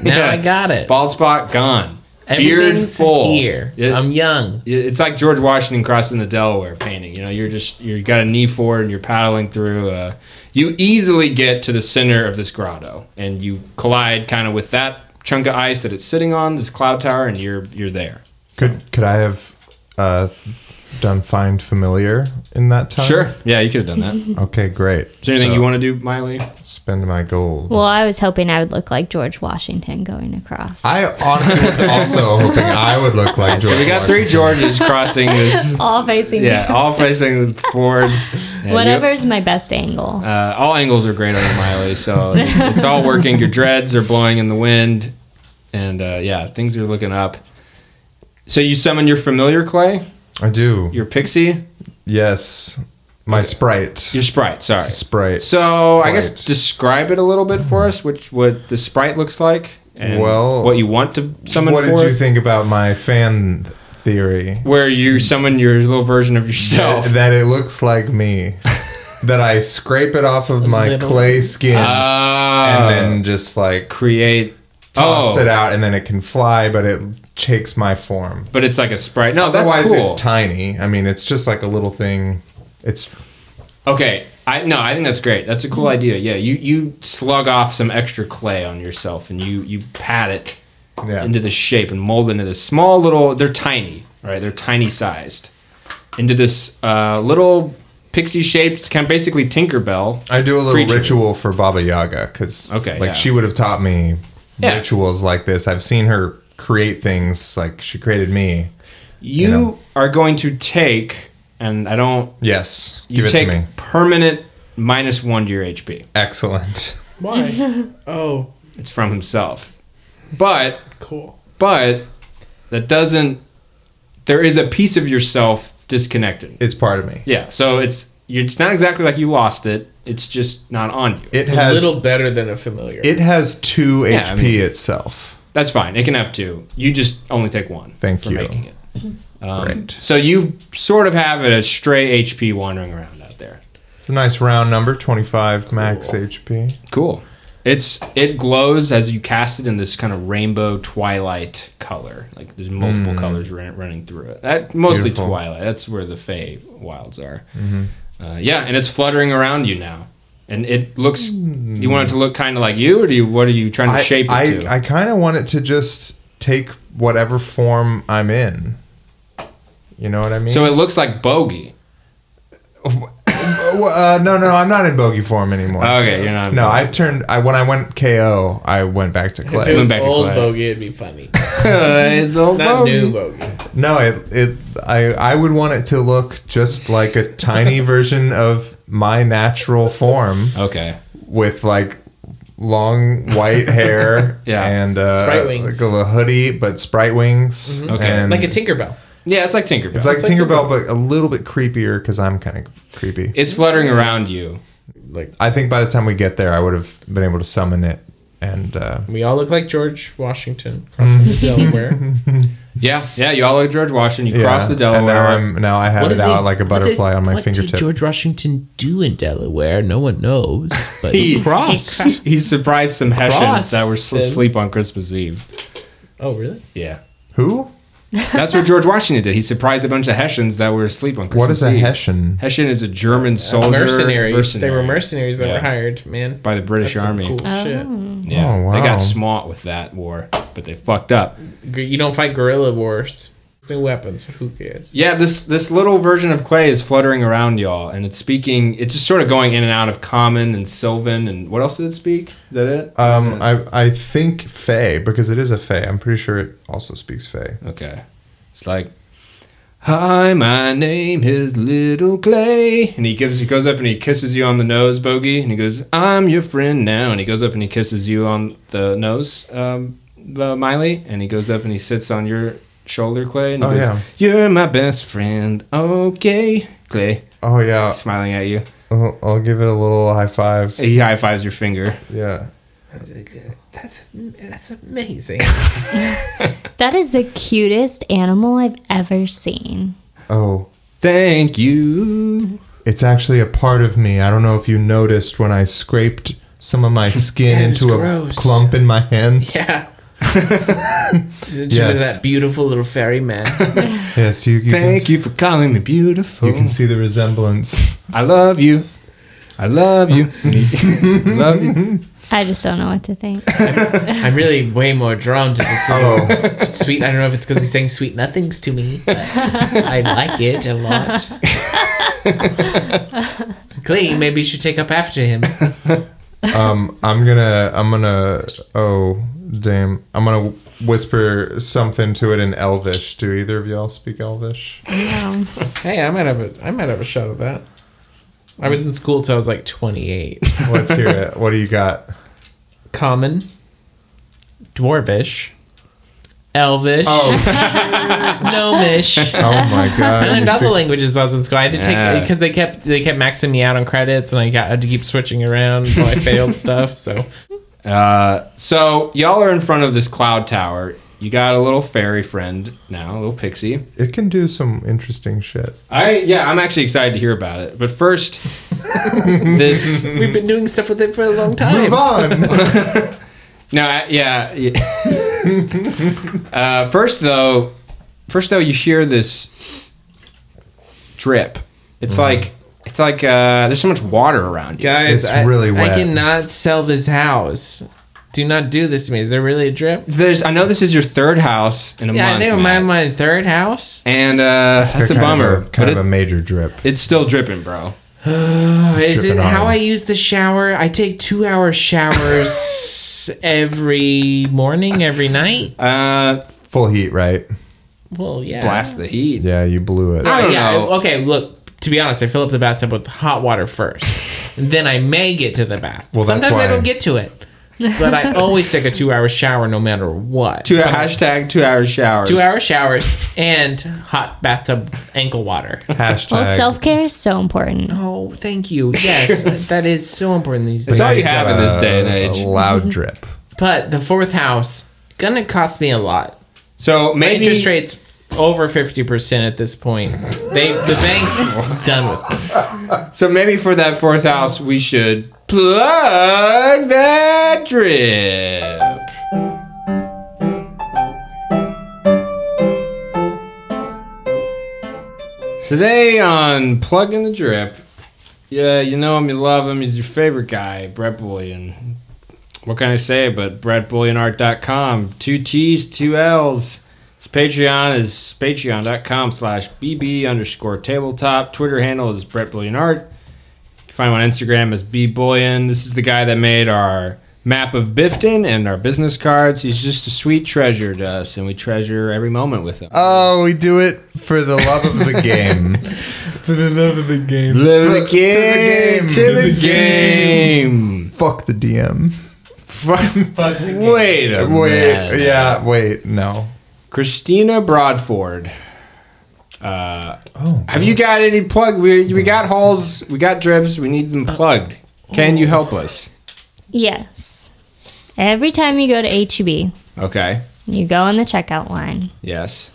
S2: Now I got it.
S1: Bald spot gone. Beard
S2: Everything's
S1: full.
S2: here.
S1: It-
S2: I'm young.
S1: it's like George Washington crossing the Delaware painting. You know, you're just you got a knee forward and you're paddling through. Uh, you easily get to the center of this grotto, and you collide kind of with that chunk of ice that it's sitting on, this cloud tower, and you're you're there.
S3: Could could I have uh, done find familiar in that time?
S1: yeah, you could have done that. Is
S3: Okay, great.
S1: there anything
S3: So,
S1: you want to do, Miley?
S3: spend my gold?
S4: Well, I was hoping I would look like George Washington going across.
S3: I honestly was also hoping I would look like George.
S1: So we got three Georges crossing this.
S4: all facing
S1: Yeah, all facing forward. Yeah, you-
S4: Whatever's my best angle.
S1: Uh, all angles are great on the Miley, so it's all working. Your dreads are blowing in the wind, and uh, yeah, things are looking up. So you summon your familiar clay,
S3: I do.
S1: your pixie,
S3: yes, my sprite.
S1: your sprite. Sorry.
S3: Sprite.
S1: So I guess
S3: Sprite.
S1: describe it a little bit for us, which what the sprite looks like, and
S3: Well,
S1: what you want to summon
S3: what
S1: for.
S3: did you think about my fan theory?
S1: where you summon your little version of yourself.
S3: That, that it looks like me. that I scrape it off of my
S2: little-
S3: clay skin
S1: Ah.
S3: and then just like
S1: create.
S3: toss
S1: oh,
S3: it out, and then it can fly, but it takes my form.
S1: but it's like a sprite. No, that's
S3: Otherwise,
S1: cool.
S3: it's tiny. I mean, it's just like a little thing. It's
S1: okay, I no, I think that's great. That's a cool idea. Yeah, you you slug off some extra clay on yourself and you you pat it
S3: yeah.
S1: into this shape and mold into this small little. They're tiny, right? They're tiny sized into this uh, little pixie shaped kind of basically Tinkerbell.
S3: I do a little
S1: creature.
S3: ritual for Baba Yaga because
S1: Okay,
S3: like
S1: yeah.
S3: she would have taught me
S1: Yeah.
S3: rituals like this. I've seen her create things like she created me.
S1: You
S3: know.
S1: are going to take, and I don't.
S3: Yes,
S1: You
S3: give
S1: take
S3: it to me.
S1: permanent minus one to your HP.
S3: Excellent.
S2: Why? oh,
S1: It's from himself, but
S2: cool.
S1: but that doesn't there is a piece of yourself disconnected
S3: It's part of me.
S1: yeah so it's it's not exactly like you lost it it's just not on you
S3: It
S2: It's
S3: has
S2: a little better than a familiar.
S3: it has two
S1: Yeah,
S3: HP
S1: I mean-
S3: itself.
S1: that's fine it can have two you just only take one
S3: Thank
S1: for
S3: you.
S1: making it um,
S3: Great.
S1: so you sort of have a stray hp wandering around out there
S3: It's a nice round number, twenty five max HP.
S1: cool it's it glows as you cast it in this kind of rainbow twilight color like there's multiple colors run, running through it that mostly
S3: Hmm. Beautiful. Mm-hmm.
S1: twilight that's where the fey wilds are uh, yeah and it's fluttering around you now and it looks do you want it to look kind of like you or do you what are you trying to
S3: Hmm. I
S1: shape it
S3: I,
S1: to
S3: I kind of want it to just take whatever form I'm in. You know what I mean?
S1: so it looks like bogey
S3: Well, uh, no, no, I'm not in bogey form anymore.
S1: Okay, you're not in
S3: No,
S1: bogey.
S3: I turned. I when I went KO, I went back to
S2: if
S3: clay.
S2: it
S1: Went
S2: was
S1: back to
S2: old
S1: Clay.
S2: bogey, it'd be funny.
S1: it's all
S2: Not new bogey.
S3: no, it, it. I, I would want it to look just like a tiny version of my natural form,
S1: okay
S3: with like long white hair,
S1: Yeah.
S3: and uh,
S2: Sprite wings. Mm-hmm.
S3: like a little hoodie, but sprite wings.
S1: Okay.
S3: and
S2: Like a Tinkerbell.
S1: yeah it's like tinkerbell
S3: It's
S1: it's,
S3: like
S2: It's like
S3: Tinkerbell, but a little bit creepier because I'm kind of creepy.
S1: fluttering around you
S2: Like
S3: I think by the time we get there, I would have been able to summon it, and uh,
S2: we all look like George Washington crossing the
S3: Mm.
S2: Delaware.
S1: yeah yeah you all look george washington you cross the delaware
S3: And now I'm now I have it out like a butterfly on my fingertip.
S2: George Washington do in Delaware? No one knows. But
S1: he
S2: crossed.
S1: He surprised some Hessians
S2: Crossed
S1: that were sl-
S2: them.
S1: asleep on Christmas Eve.
S2: oh, really?
S1: Yeah.
S3: Who?
S1: That's what George Washington did. He surprised a bunch of Hessians that were asleep on Christmas
S3: What is a
S1: Eve.
S3: Hessian?
S1: Hessian is a German soldier.
S2: mercenaries. They were
S1: mercenary
S2: mercenaries that
S1: Yeah.
S2: were hired, man.
S1: By the British
S2: That's some
S1: Army.
S2: Cool
S1: Yeah.
S3: Oh,
S1: They
S3: wow.
S1: got smart with that war, but they fucked up.
S2: shit. G- You don't fight guerrilla wars. New weapons. Who cares?
S1: Yeah, this this little version of Clay is fluttering around y'all, and it's speaking. It's just sort of going in and out of Common and Sylvan, and what else did it speak? Is that it?
S3: Um, I I think Fey because it is a Fey. I'm pretty sure it also speaks Fey.
S1: Okay. It's like, hi, my name is Little Clay. And he gives, he goes up and he kisses you on the nose, Bogey. And he goes, I'm your friend now. And he goes up and he kisses you on the nose, um, the Miley. And he goes up and he sits on your shoulder, Clay. And he
S3: Oh,
S1: goes,
S3: yeah.
S1: You're my best friend. Okay. Clay,
S3: Oh yeah,
S1: smiling at you.
S3: I'll, I'll give it a little high five.
S1: He high fives your finger.
S3: Yeah,
S2: That's that's amazing.
S4: That is the cutest animal I've ever seen.
S3: Oh,
S1: Thank you.
S3: it's actually a part of me. I don't know if you noticed when I scraped some of my skin
S2: Yeah, it was
S3: into a
S2: gross.
S3: clump in my hand.
S2: yeah. Didn't you know
S3: Yes.
S2: that beautiful little fairy man?
S3: Yes, you. you can,
S1: Thank
S3: s-
S1: you for calling me beautiful.
S3: You can see the resemblance.
S1: I love you. I love you. love you.
S4: I just don't know what to think.
S2: I'm really way more drawn to this little
S1: Oh.
S3: Oh.
S2: sweet. I don't know if it's because he's saying sweet nothings to me. But I like it a lot. Clee, maybe you should take up after him.
S3: um, I'm gonna, I'm gonna, oh, damn. I'm gonna whisper something to it in Elvish. Do either of y'all speak Elvish?
S4: No.
S2: Hey, I might have a I might have a shot at that. I was in school till I was like 28.
S3: Let's hear it. What do you got?
S2: Common, dwarvish, elvish, gnomish.
S3: Oh my
S2: I
S3: god.
S2: learned
S3: you
S2: all the
S3: speak-
S2: languages while I was in school. I had to
S1: Yeah.
S2: take because they kept they kept maxing me out on credits, and I got I had to keep switching around until I failed stuff. So
S1: Uh, so y'all are in front of this cloud tower. You got a little fairy friend now, a little pixie.
S3: It can do some interesting shit.
S1: I yeah, I'm actually excited to hear about it. But first, this
S2: We've been doing stuff with it for a long
S3: Move
S2: time.
S3: on.
S1: no, I- yeah. yeah. uh, first though, first though, you hear this drip.
S3: Mm-hmm.
S1: It's like it's like uh, there's so much water around you.
S2: Guys,
S3: It's
S2: I,
S3: really
S2: I
S3: wet.
S2: cannot sell this house. Do not do this to me. Is there really a drip?
S1: There's I know this is your third house in a
S2: Yeah, I
S1: month,
S2: know. My,
S1: Matt.
S2: my third house.
S1: and uh, that's a
S3: Kind of
S1: bummer.
S3: kind
S1: but
S3: of
S1: it-
S3: a major drip.
S1: it's still dripping, bro.
S2: Is it
S3: Oh, dripping on
S2: how
S3: him.
S2: I use the shower? I take two hour showers every morning, every night.
S1: Uh,
S3: Full heat, right?
S2: Well, yeah.
S1: blast the heat.
S3: Yeah, you blew it.
S1: I don't
S2: yeah,
S1: know.
S2: Okay, look, to be honest, I fill up the bathtub with hot water first. and then I may get to the bath.
S3: Well, that's
S2: Sometimes I
S3: why-
S2: don't get to it. But I always take a two hour shower no matter what.
S1: Two hashtag two hour showers.
S2: two hour showers and hot bathtub ankle water.
S3: Hashtag.
S4: Well, self care is so important.
S2: Oh, thank you. Yes, that is so important these days.
S1: all you
S3: Now
S1: have
S3: got
S1: in this
S3: a-
S1: day and age.
S3: A loud drip.
S2: But the fourth house, gonna cost me a lot.
S1: So maybe
S2: interest rates over 50% at this point. They the bank's done with it.
S1: So maybe for that fourth house, we should plug that drip. Today on Plugging the Drip, yeah, you know him, you love him, he's your favorite guy, Brett Bullion. What can I say but brettbullionart.com, two T's, two L's. His Patreon is patreon.com slash bb underscore tabletop. Twitter handle is Brett Bullion Art. You can find him on Instagram as bbullion. This is the guy that made our map of Bifton and our business cards. He's just a sweet treasure to us, and we treasure every moment with him.
S3: Oh, we do it for the love of the game. for the love of the game.
S1: Live
S3: to the game, to the
S1: game.
S3: Fuck the DM.
S1: Wait a
S3: Wait,
S1: minute.
S3: yeah, wait, no.
S1: Christina Broadford. Uh,
S3: Oh,
S1: have you got any plug? We, we got holes, we got drips, we need them plugged. Can you help us?
S4: Yes. Every time you go to HEB,
S1: Okay.
S4: you go in the checkout line.
S1: Yes.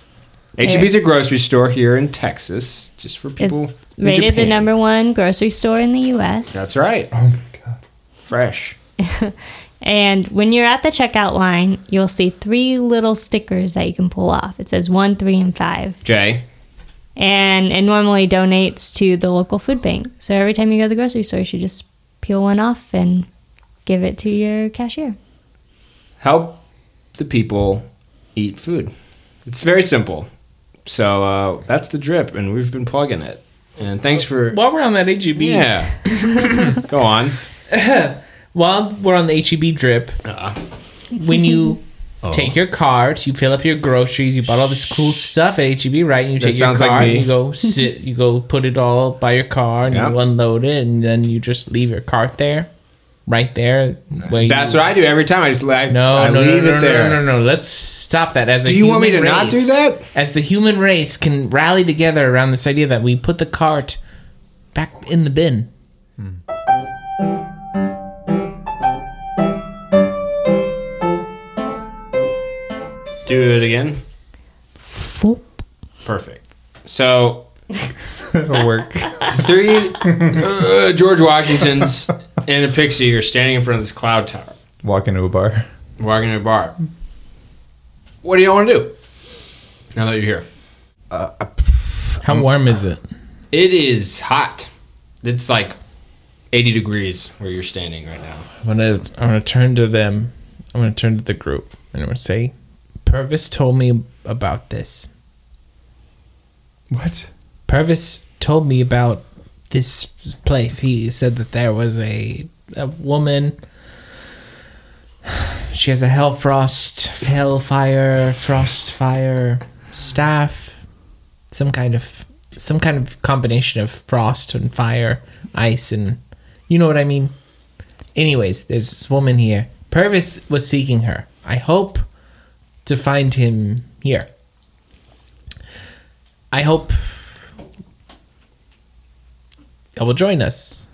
S1: HEB is a grocery store here in Texas, just for people.
S4: It's
S1: in
S4: rated the
S1: Japan.
S4: number one grocery store in the U.S.
S1: That's right.
S3: Oh my god.
S1: Fresh.
S4: And when you're at the checkout line, you'll see three little stickers that you can pull off. It says one, three, and five.
S1: Okay.
S4: And it normally donates to the local food bank. So every time you go to the grocery store, you should just peel one off and give it to your cashier.
S1: Help the people eat food. It's very simple. So uh, that's the drip, and we've been plugging it. And thanks for.
S2: While we're on that HEB,
S1: Yeah. Go on.
S2: while we're on the HEB drip,
S1: Uh-uh.
S2: when you
S1: Oh.
S2: take your card, you fill up your groceries, you bought all this cool stuff at HEB, right? And you
S1: That
S2: take your
S1: sounds like
S2: card,
S1: me.
S2: you go sit, you go put it all by your car, and
S1: Yeah.
S2: you unload it, and then you just leave your cart there, right there. Where
S1: That's
S2: you,
S1: what I do every time. I just I,
S2: No,
S1: I
S2: no,
S1: leave it
S2: no, no, no,
S1: there.
S2: no, no, no. Let's stop that. As a
S1: Do you want me
S2: human
S1: to not
S2: race-
S1: do that?
S2: As the human race can rally together around this idea that we put the cart back in the bin.
S1: Do it again. Perfect. So
S3: It'll work.
S1: three uh, George Washingtons and a pixie are standing in front of this cloud tower,
S3: Walk into a bar.
S1: walking to a bar. What do you want to do? Now that you're here,
S2: How
S1: Mm.
S2: warm is it?
S1: it is hot. It's like 80 degrees where you're standing right now.
S2: I'm gonna I'm gonna turn to them. I'm gonna turn to the group and I'm gonna say, Purvis told me about this.
S3: What?
S2: Purvis told me about this place. He said that there was a a woman. She has a hell frost, hellfire, frost fire staff, some kind of some kind of combination of frost and fire, ice and you know what I mean. Anyways, there's this woman here. Purvis was seeking her. I hope to find him here. I hope it will join us.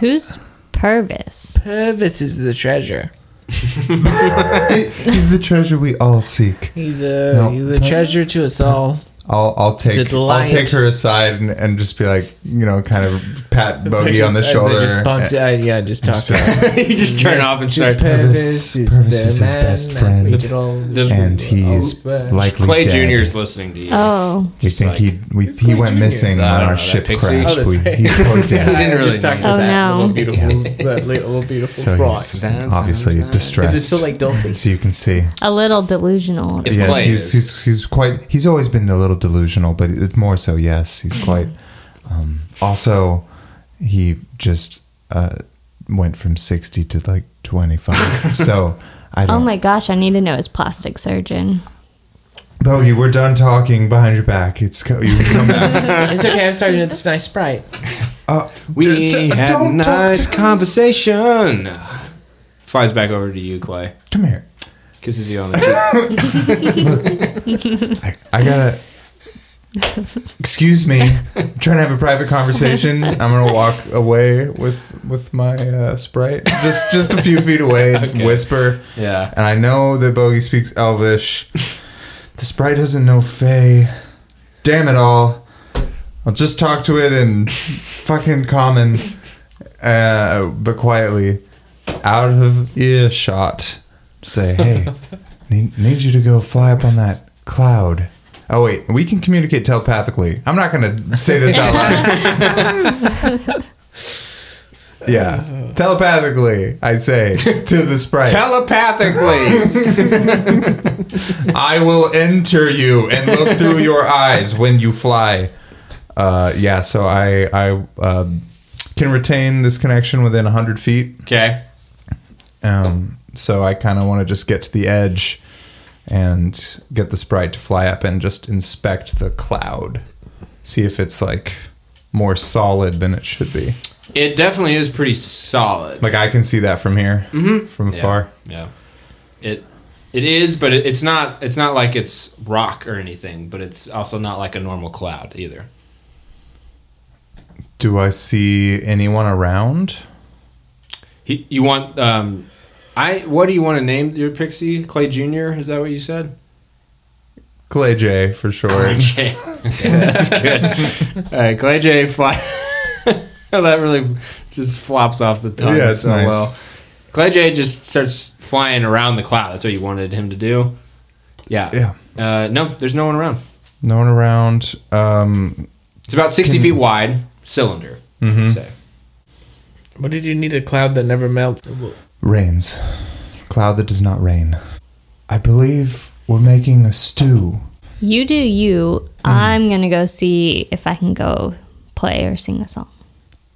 S4: Who's Purvis?
S2: Purvis is Uh, the treasure.
S3: He's the treasure we all seek.
S2: He's a
S3: No.
S2: he's a treasure to us all.
S3: I'll I'll
S2: a
S3: take I'll
S2: delight.
S3: take her aside and, and just be like, you know, kind of pat Bogey on the
S2: As I
S3: shoulder.
S2: Just bumped, I, uh, yeah, just talk about
S1: you just turn off and start.
S3: Purvis- Purvis was his best friend.
S1: The-
S3: and he's likely
S1: Clay
S3: dead.
S1: Jr. is listening to you.
S4: Oh,
S3: We think
S1: like-
S3: he we, he went
S2: Jr.?
S3: missing
S1: I
S3: on
S1: don't know,
S3: our
S1: that
S3: ship
S1: pixie.
S2: Oh,
S3: crash.
S2: that's
S3: we,
S2: right.
S3: he's probably dead.
S1: didn't really know.
S4: Oh, no.
S2: Little beautiful, that li- little beautiful
S3: so
S2: sprawl.
S3: he's
S1: That's
S3: obviously
S1: nice.
S3: distressed.
S2: Is it still like Dulce?
S3: so you can see.
S4: a little delusional.
S1: It's
S3: yes,
S1: Clay.
S3: he's, he's he's quite. He's always been a little delusional, but it's more so. Yes, he's quite. Um, also, he just uh, went from sixty to like twenty five. so I
S4: Oh
S3: don't.
S4: my gosh, I need to know his plastic surgeon.
S3: Bogey, we're done talking behind your back. It's co- you can come back.
S2: it's okay. I'm starting with this nice sprite.
S3: Uh,
S1: We
S3: d-
S1: had a
S3: don't talk
S1: nice
S3: to-
S1: conversation. Flies back over to you, Clay.
S3: Come here.
S1: Kisses you on the cheek.
S3: I, I gotta. Excuse me. I'm trying to have a private conversation. I'm gonna walk away with with my uh, sprite, just just a few feet away, and whisper.
S1: Yeah.
S3: And I know that Bogey speaks Elvish. The sprite doesn't know Fey. Damn it all! I'll just talk to it in fucking common, uh, but quietly, out of earshot. Say, hey, need, need you to go fly up on that cloud. Oh wait, we can communicate telepathically. I'm not gonna say this out loud. yeah, telepathically, I say to the sprite.
S1: Telepathically.
S3: I will enter you and look through your eyes when you fly. Uh, yeah, so I I um, can retain this connection within hundred feet.
S1: okay.
S3: Um, so I kind of want to just get to the edge and get the sprite to fly up and just inspect the cloud, see if it's like more solid than it should be.
S1: It definitely is pretty solid.
S3: Like I can see that from here, from
S1: Yeah.
S3: afar.
S1: Yeah. It it is, but it, it's not it's not like it's rock or anything, but it's also not like a normal cloud either.
S3: Do I see anyone around?
S1: He, you want um I what do you want to name your pixie? Clay Jr., is that what you said?
S3: Clay J for sure.
S1: J. That's good. All right, Clay J fly. that really just flops off the tongue
S3: Yeah, it's
S1: so
S3: nice.
S1: well. Clay J just starts flying around the cloud. That's what you wanted him to do. Yeah.
S3: Yeah.
S1: Uh, no, there's no one around.
S3: No one around. Um,
S1: It's about 60 feet wide, cylinder.
S3: Mm-hmm.
S1: Say.
S2: What did you need a cloud that never melts?
S3: rains. Cloud that does not rain. I believe we're making a stew.
S4: You do you. I'm gonna go see if I can go play or sing a song.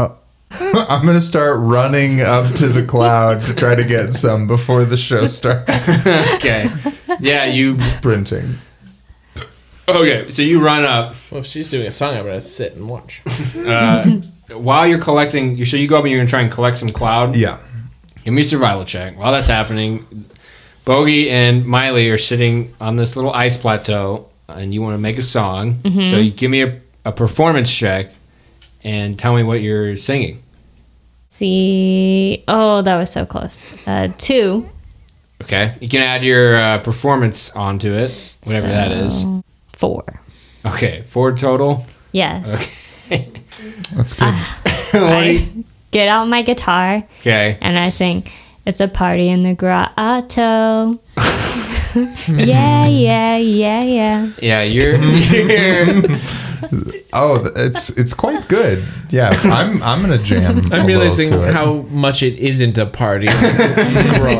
S3: I'm gonna start running up to the cloud to try to get some before the show starts.
S1: Okay. yeah, you.
S3: Sprinting.
S1: Okay, so you run up.
S2: Well, if she's doing a song, I'm gonna sit and watch.
S1: While you're collecting, you so you go up and you're going to try and collect some cloud.
S3: Yeah.
S1: Give me a survival check. While that's happening, Bogey and Miley are sitting on this little ice plateau, and you want to make a song.
S4: Mm-hmm.
S1: So you give me a, a performance check and tell me what you're singing.
S4: See, oh, that was so close. Uh, two.
S1: Okay, you can add your uh, performance onto it, whatever that is.
S4: So, Four.
S1: Okay, four total.
S4: Yes.
S3: That's good.
S4: I get out my guitar
S1: Okay,
S4: and I sing. It's a party in the grotto. yeah, yeah, yeah, yeah.
S1: yeah, you're, you're
S3: Oh, th- it's it's quite good. Yeah, I'm I'm gonna jam.
S2: I'm
S3: a
S2: realizing
S3: little to it.
S2: how much it isn't a party. Grotto.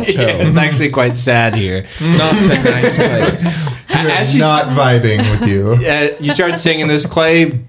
S1: it's actually quite sad here.
S2: It's not a nice place.
S1: As you,
S3: not vibing with you.
S1: uh, you start singing this, Clay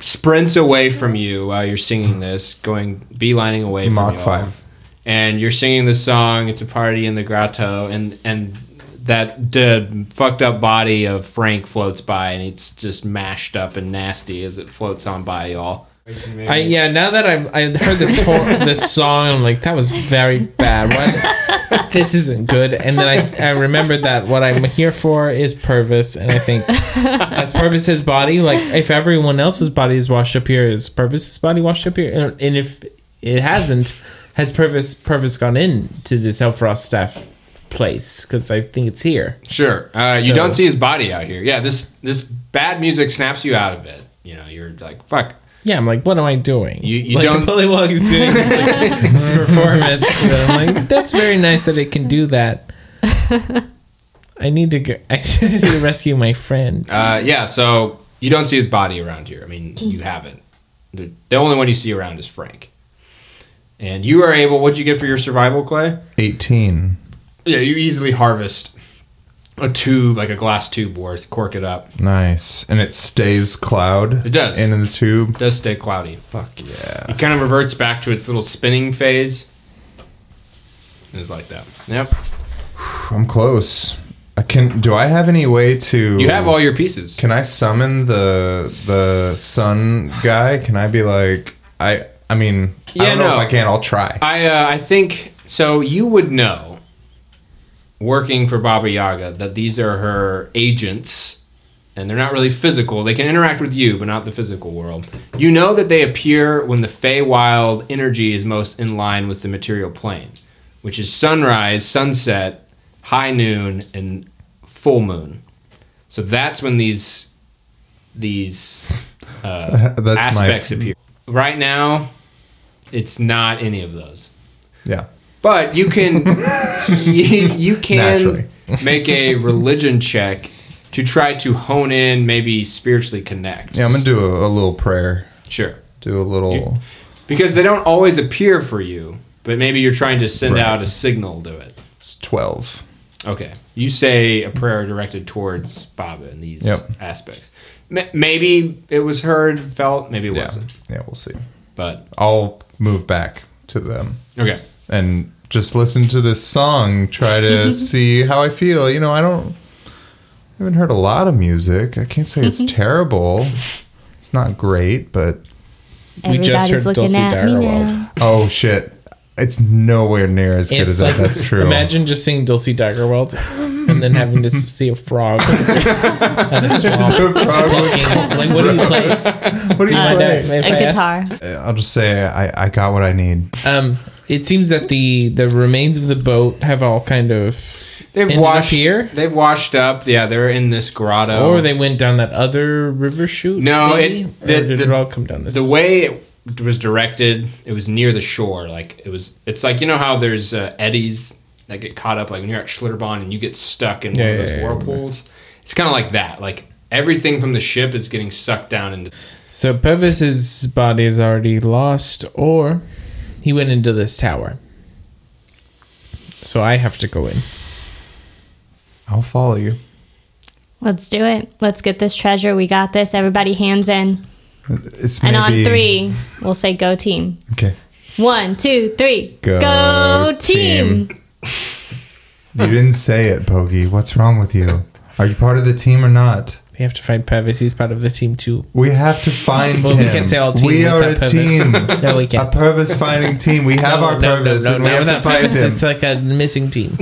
S1: sprints away from you while you're singing this, going beelining away from
S3: Mach
S1: you. all.
S3: five.
S1: And you're singing this song. It's a party in the grotto, and and that d- fucked up body of Frank floats by, and it's just mashed up and nasty as it floats on by y'all.
S2: I, yeah, now that I've I heard this whole, this song, I'm like, that was very bad. Why- this isn't good. And then I, I remembered that what I'm here for is Purvis, and I think that's Purvis's body. Like, if everyone else's body is washed up here, is Purvis's body washed up here? And, and if it hasn't, has Purvis Purvis gone in to this Elfrost staff place? Because I think it's here.
S1: Sure. Uh, you
S2: So-
S1: don't see his body out here. Yeah, this this bad music snaps you out of it. You know, you're like, fuck.
S2: Yeah, I'm like, what am I doing?
S1: You- you
S2: like,
S1: don't-
S2: Completely while he's doing his, like, his performance. So I'm like, that's very nice that it can do that. I need to go. I need to rescue my friend.
S1: Uh, yeah, so you don't see his body around here. I mean, you haven't. The, the only one you see around is Frank. And you are able. What'd you get for your survival, Clay?
S3: 18.
S1: Yeah, you easily harvest a tube, like a glass tube worth, cork it up.
S3: Nice. And it stays cloud.
S1: It does.
S3: And in the tube.
S1: It does stay cloudy.
S3: Fuck yeah.
S1: It kind of reverts back to its little spinning phase. It's like that. Yep.
S3: I'm close. I can. Do I have any way to?
S1: You have all your pieces.
S3: Can I summon the the sun guy? Can I be like I? I mean, I
S1: Yeah,
S3: don't know
S1: no.
S3: if I can. I'll try.
S1: I uh, I think so. You would know, working for Baba Yaga, that these are her agents, and they're not really physical. They can interact with you, but not the physical world. You know that they appear when the Feywild energy is most in line with the material plane, which is sunrise, sunset, high noon, and full moon. So that's when these these uh,
S3: That's my-
S1: aspects appear. Right now, it's not any of those.
S3: yeah.
S1: But you can you, you
S3: Naturally.
S1: can make a religion check to try to hone in, maybe spiritually connect.
S3: Yeah. I'm gonna do a, a little prayer.
S1: sure
S3: Do a little.
S1: because they don't always appear for you, but maybe you're trying to send
S3: Right.
S1: out a signal to it.
S3: It's Twelve.
S1: Okay, you say a prayer directed towards Baba in these
S3: Yep.
S1: aspects. M- maybe it was heard, felt, maybe it
S3: Yeah.
S1: wasn't.
S3: Yeah. We'll see.
S1: But
S3: I'll move back to them
S1: okay,
S3: and just listen to this song. Try to see how I feel. You know, I don't. I haven't heard a lot of music. I can't say it's terrible. It's not great, but
S2: We just
S4: Everybody's
S2: heard
S4: looking
S2: Dulcie
S4: at me
S2: Darwald.
S4: now.
S3: Oh shit! It's nowhere near as good as
S2: It's
S3: that.
S2: like
S3: That's true.
S2: Imagine just seeing Dulcie Dagger World and then having to s- see a frog. at a swamp.
S3: Probably-
S2: like what do you play?
S3: what do you
S2: Uh,
S3: play? Uh,
S2: no, if I
S4: A
S2: ask-
S4: guitar.
S3: I'll just say I, I got what I need.
S2: Um, it seems that the the remains of the boat have all kind of,
S1: they've
S2: Ended up
S1: washed
S2: here?
S1: They've washed up. Yeah, they're in this grotto.
S2: or they went down that other river chute.
S1: No,
S2: maybe?
S1: it-
S2: Or
S1: the-
S2: did
S1: the-
S2: it all come down this
S1: the way it was directed it was near the shore like it was it's like you know how there's uh, eddies that get caught up like when you're at schlitterbahn and you get stuck in one
S2: Yeah,
S1: of those
S2: yeah, yeah,
S1: whirlpools it's kind of like that like everything from the ship is getting sucked down into
S2: So Purvis's body is already lost, or he went into this tower. So I have to go in.
S3: I'll follow you.
S4: Let's do it. Let's get this treasure. We got this. Everybody hands in.
S3: It's
S4: And on
S3: maybe-
S4: three, we'll say go team.
S3: Okay,
S4: One, two, three.
S3: Go team. you didn't say it, Bogey. What's wrong with you? Are you part of the team or not?
S2: We have to find Purvis. He's part of the team too.
S3: We have to find
S2: Well,
S3: him.
S2: we can't say all team
S3: We are a
S2: without Purvis.
S3: team.
S2: No, we
S3: a
S2: can't.
S3: Purvis finding team. We have
S2: No,
S3: our
S2: no, no,
S3: Purvis,
S2: no, no,
S3: and we have to
S2: without
S3: find
S2: Purvis,
S3: him.
S2: It's like a missing team.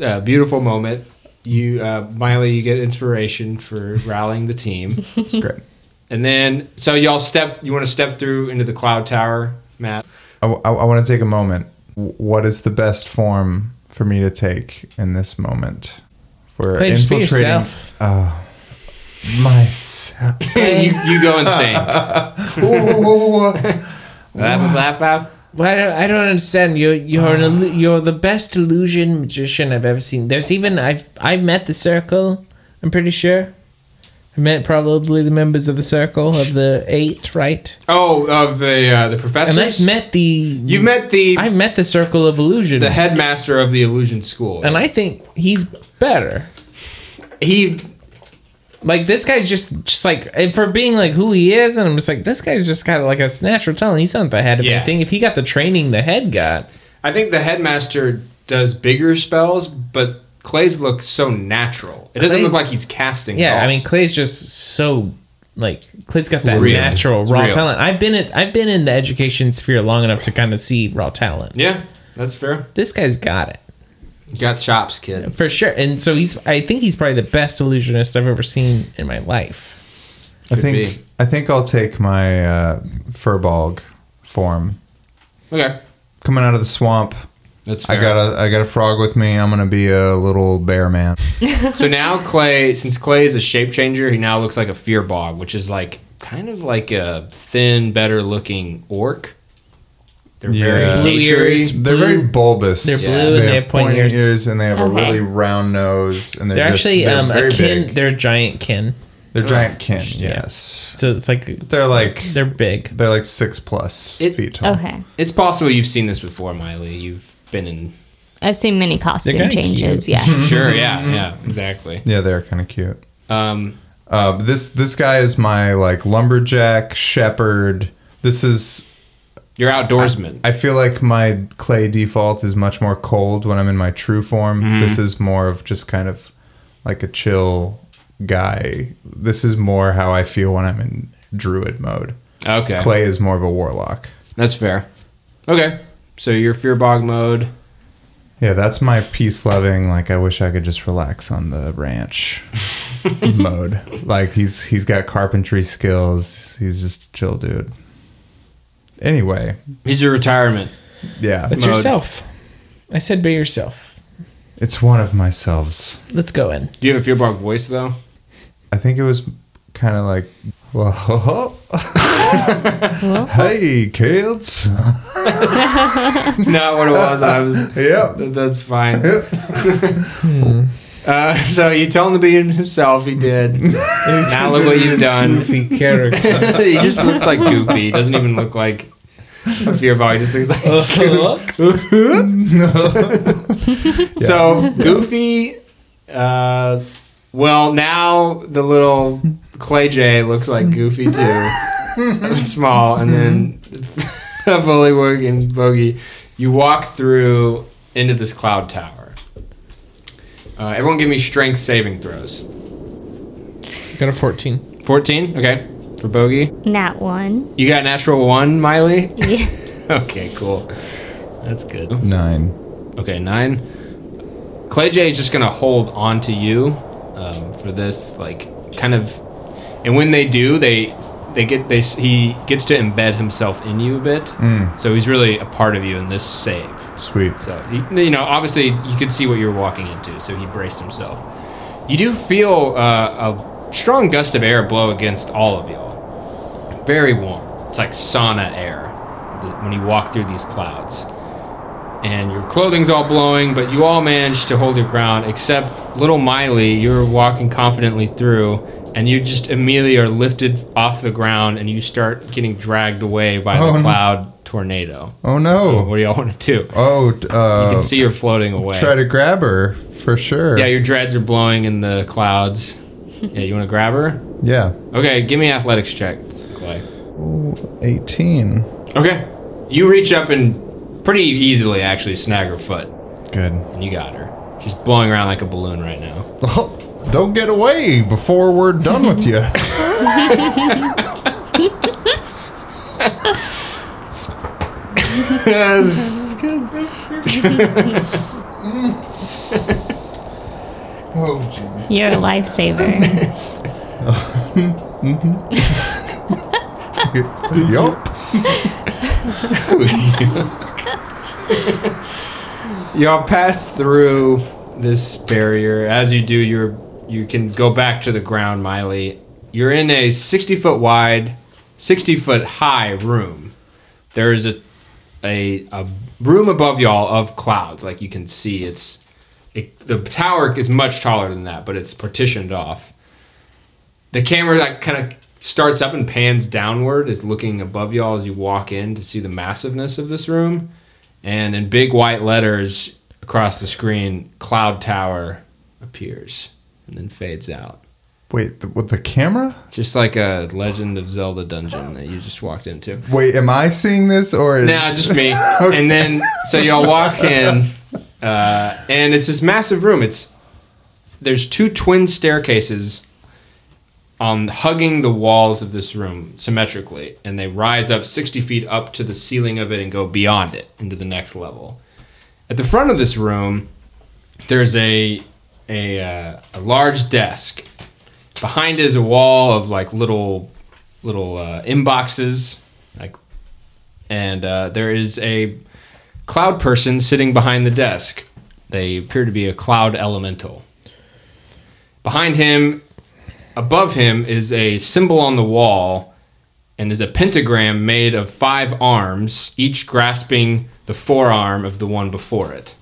S1: uh, beautiful moment you uh, miley you get inspiration for rallying the team
S3: It's great.
S1: and then so y'all step you want to step through into the cloud tower matt
S3: I, want to take a moment. W- What is the best form for me to take in this moment? uh, For
S2: Clay, just be yourself.
S3: myself.
S1: you, you go insane
S3: Whoa, whoa, whoa, whoa, whoa.
S1: Lap, lap, lap.
S2: Well, I don't, I don't understand. You're you're an illu- you're the best illusion magician I've ever seen. There's even I've I've met the circle. I'm pretty sure. I met probably the members of the circle of the eight, right?
S1: oh of the uh, the
S2: And
S1: professors
S2: I've met the
S1: You've met the
S2: I met the circle of illusion,
S1: the headmaster of the illusion school.
S2: and I think he's better.
S1: he
S2: Like this guy's just just like and for being like who he is, and I'm just like this guy's just got like a natural talent. He's not the head of
S1: Yeah.
S2: anything. If he got the training the head got,
S1: I think the headmaster does bigger spells, but Clay's look so natural. It doesn't
S2: Clay's-
S1: look like he's casting. at
S2: Yeah,
S1: all.
S2: I mean Clay's just so like Clay's got that
S3: Real.
S2: natural raw
S1: Real.
S2: talent. I've been at I've been in the education sphere long enough to kind of see raw talent.
S1: yeah, that's fair.
S2: This guy's got it
S1: You got chops, kid.
S2: for sure, and so he's I think he's probably the best illusionist I've ever seen in my life.
S3: I
S1: Could
S3: think
S1: be.
S3: I think I'll take my uh, furbog form.
S1: Okay,
S3: coming out of the swamp.
S1: That's fair.
S3: I got a I got a frog with me. I'm gonna be a little bear man.
S1: So now Clay, since Clay is a shape changer, he now looks like a fear bog, which is like kind of like a thin, better looking orc. They're
S3: Yeah.
S1: very
S2: Blue ears.
S1: naturey.
S3: They're very bulbous.
S2: They're blue and they have pointy ears.
S3: and they have
S4: Okay.
S3: a really round nose and they're,
S2: They're
S3: just-
S2: actually
S3: they're
S2: um,
S3: very
S2: a kin.
S3: big. They're,
S2: They're a giant kin.
S3: giant kin.
S2: Yeah.
S3: Yes,
S2: So it's like
S3: they're like
S2: they're big.
S3: they're like six plus
S1: It-
S3: feet tall.
S4: Okay.
S1: It's possible you've seen this before, Miley. You've been in.
S4: I've seen many costume
S2: kinda
S4: changes.
S2: cute.
S4: Yes.
S1: Sure. Yeah. Yeah. Exactly.
S3: Yeah, they're kind of cute.
S1: Um,
S3: Uh, but this this guy is my like lumberjack shepherd. This is
S1: you're outdoorsman.
S3: I feel like my clay default is much more cold when I'm in my true form.
S1: Mm-hmm.
S3: This is more of just kind of like a chill guy. This is more how I feel when I'm in druid mode.
S1: okay.
S3: Clay is more of a warlock.
S1: That's fair. Okay. So you're fear bog mode.
S3: Yeah, that's my peace loving. Like I wish I could just relax on the ranch mode. Like he's he's got carpentry skills. He's just a chill dude. Anyway,
S1: He's your retirement.
S3: yeah,
S2: It's
S1: Mode.
S2: yourself. I said be yourself.
S3: it's one of myselfs.
S2: Let's go in.
S1: Do you have a fear bog voice though?
S3: I think it was kind of like, well, hey kids,
S1: Not what it was. I was.
S3: yeah,
S1: Th- That's fine. uh, so you tell him to be himself. He did. now look what you've done.
S2: Goofy character.
S1: he just looks like Goofy. He doesn't even look like a fear bog. He just looks like. So Goofy. Uh, well, now the little Clay J looks like Goofy too. Small, and then Bullywug and Bogey. You walk through into this cloud tower. Uh, everyone, give me strength saving throws.
S2: Got a fourteen.
S1: 14 okay for bogey
S4: Nat one.
S1: you got a natural one miley
S4: Yeah.
S1: okay cool that's good
S3: nine.
S1: okay nine clay j is just gonna hold on to you um, for this like kind of and when they do they they get they s- he gets to embed himself in you a bit so he's really a part of you in this save
S3: Sweet.
S1: so he- you know, obviously, you could see what you're walking into. So he braced himself. You do feel uh, a strong gust of air blow against all of y'all. Very warm. It's like sauna air the, when you walk through these clouds. And your clothing's all blowing, but you all manage to hold your ground. Except little Miley, you're walking confidently through, and you just immediately are lifted off the ground, and you start getting dragged away by
S3: Oh,
S1: the
S3: no.
S1: cloud tornado.
S3: Oh no.
S1: What do y'all want to do?
S3: Oh,
S1: You
S3: uh,
S1: can see you're floating away.
S3: try to grab her for sure.
S1: yeah, your dreads are blowing in the clouds. yeah, you want to grab her?
S3: yeah.
S1: Okay, give me an athletics check, Clay.
S3: Eighteen.
S1: Okay. You reach up and pretty easily actually snag her foot,
S3: Good.
S1: and you got her. She's blowing around like a balloon right now.
S3: Oh, Don't get away before we're done with you.
S1: Yes.
S3: oh, Jesus.
S4: You're a lifesaver.
S3: Yup.
S1: Y'all pass through this barrier. As you do, you're you can go back to the ground, Miley. You're in a 60 foot wide, 60 foot high room. There is a a, a room above y'all of clouds. Like you can see, it's it, the tower is much taller than that, but it's partitioned off. The camera like kind of starts up and pans downward, is looking above y'all as you walk in to see the massiveness of this room, and in big white letters across the screen, cloud tower appears and then fades out.
S3: Wait, th- with the camera?
S1: Just like a Legend of Zelda dungeon that you just walked into.
S3: Wait, am I seeing this or is
S1: No, just me. And then so y'all walk in, uh, and it's this massive room. It's there's two twin staircases on hugging the walls of this room symmetrically, and they rise up sixty feet up to the ceiling of it and go beyond it into the next level. At the front of this room, there's a a, uh, a large desk. Behind it is a wall of like little little uh, inboxes, like and uh, there is a cloud person sitting behind the desk. They appear to be a cloud elemental. Behind him, above him, is a symbol on the wall and is a pentagram made of five arms, each grasping the forearm of the one before it.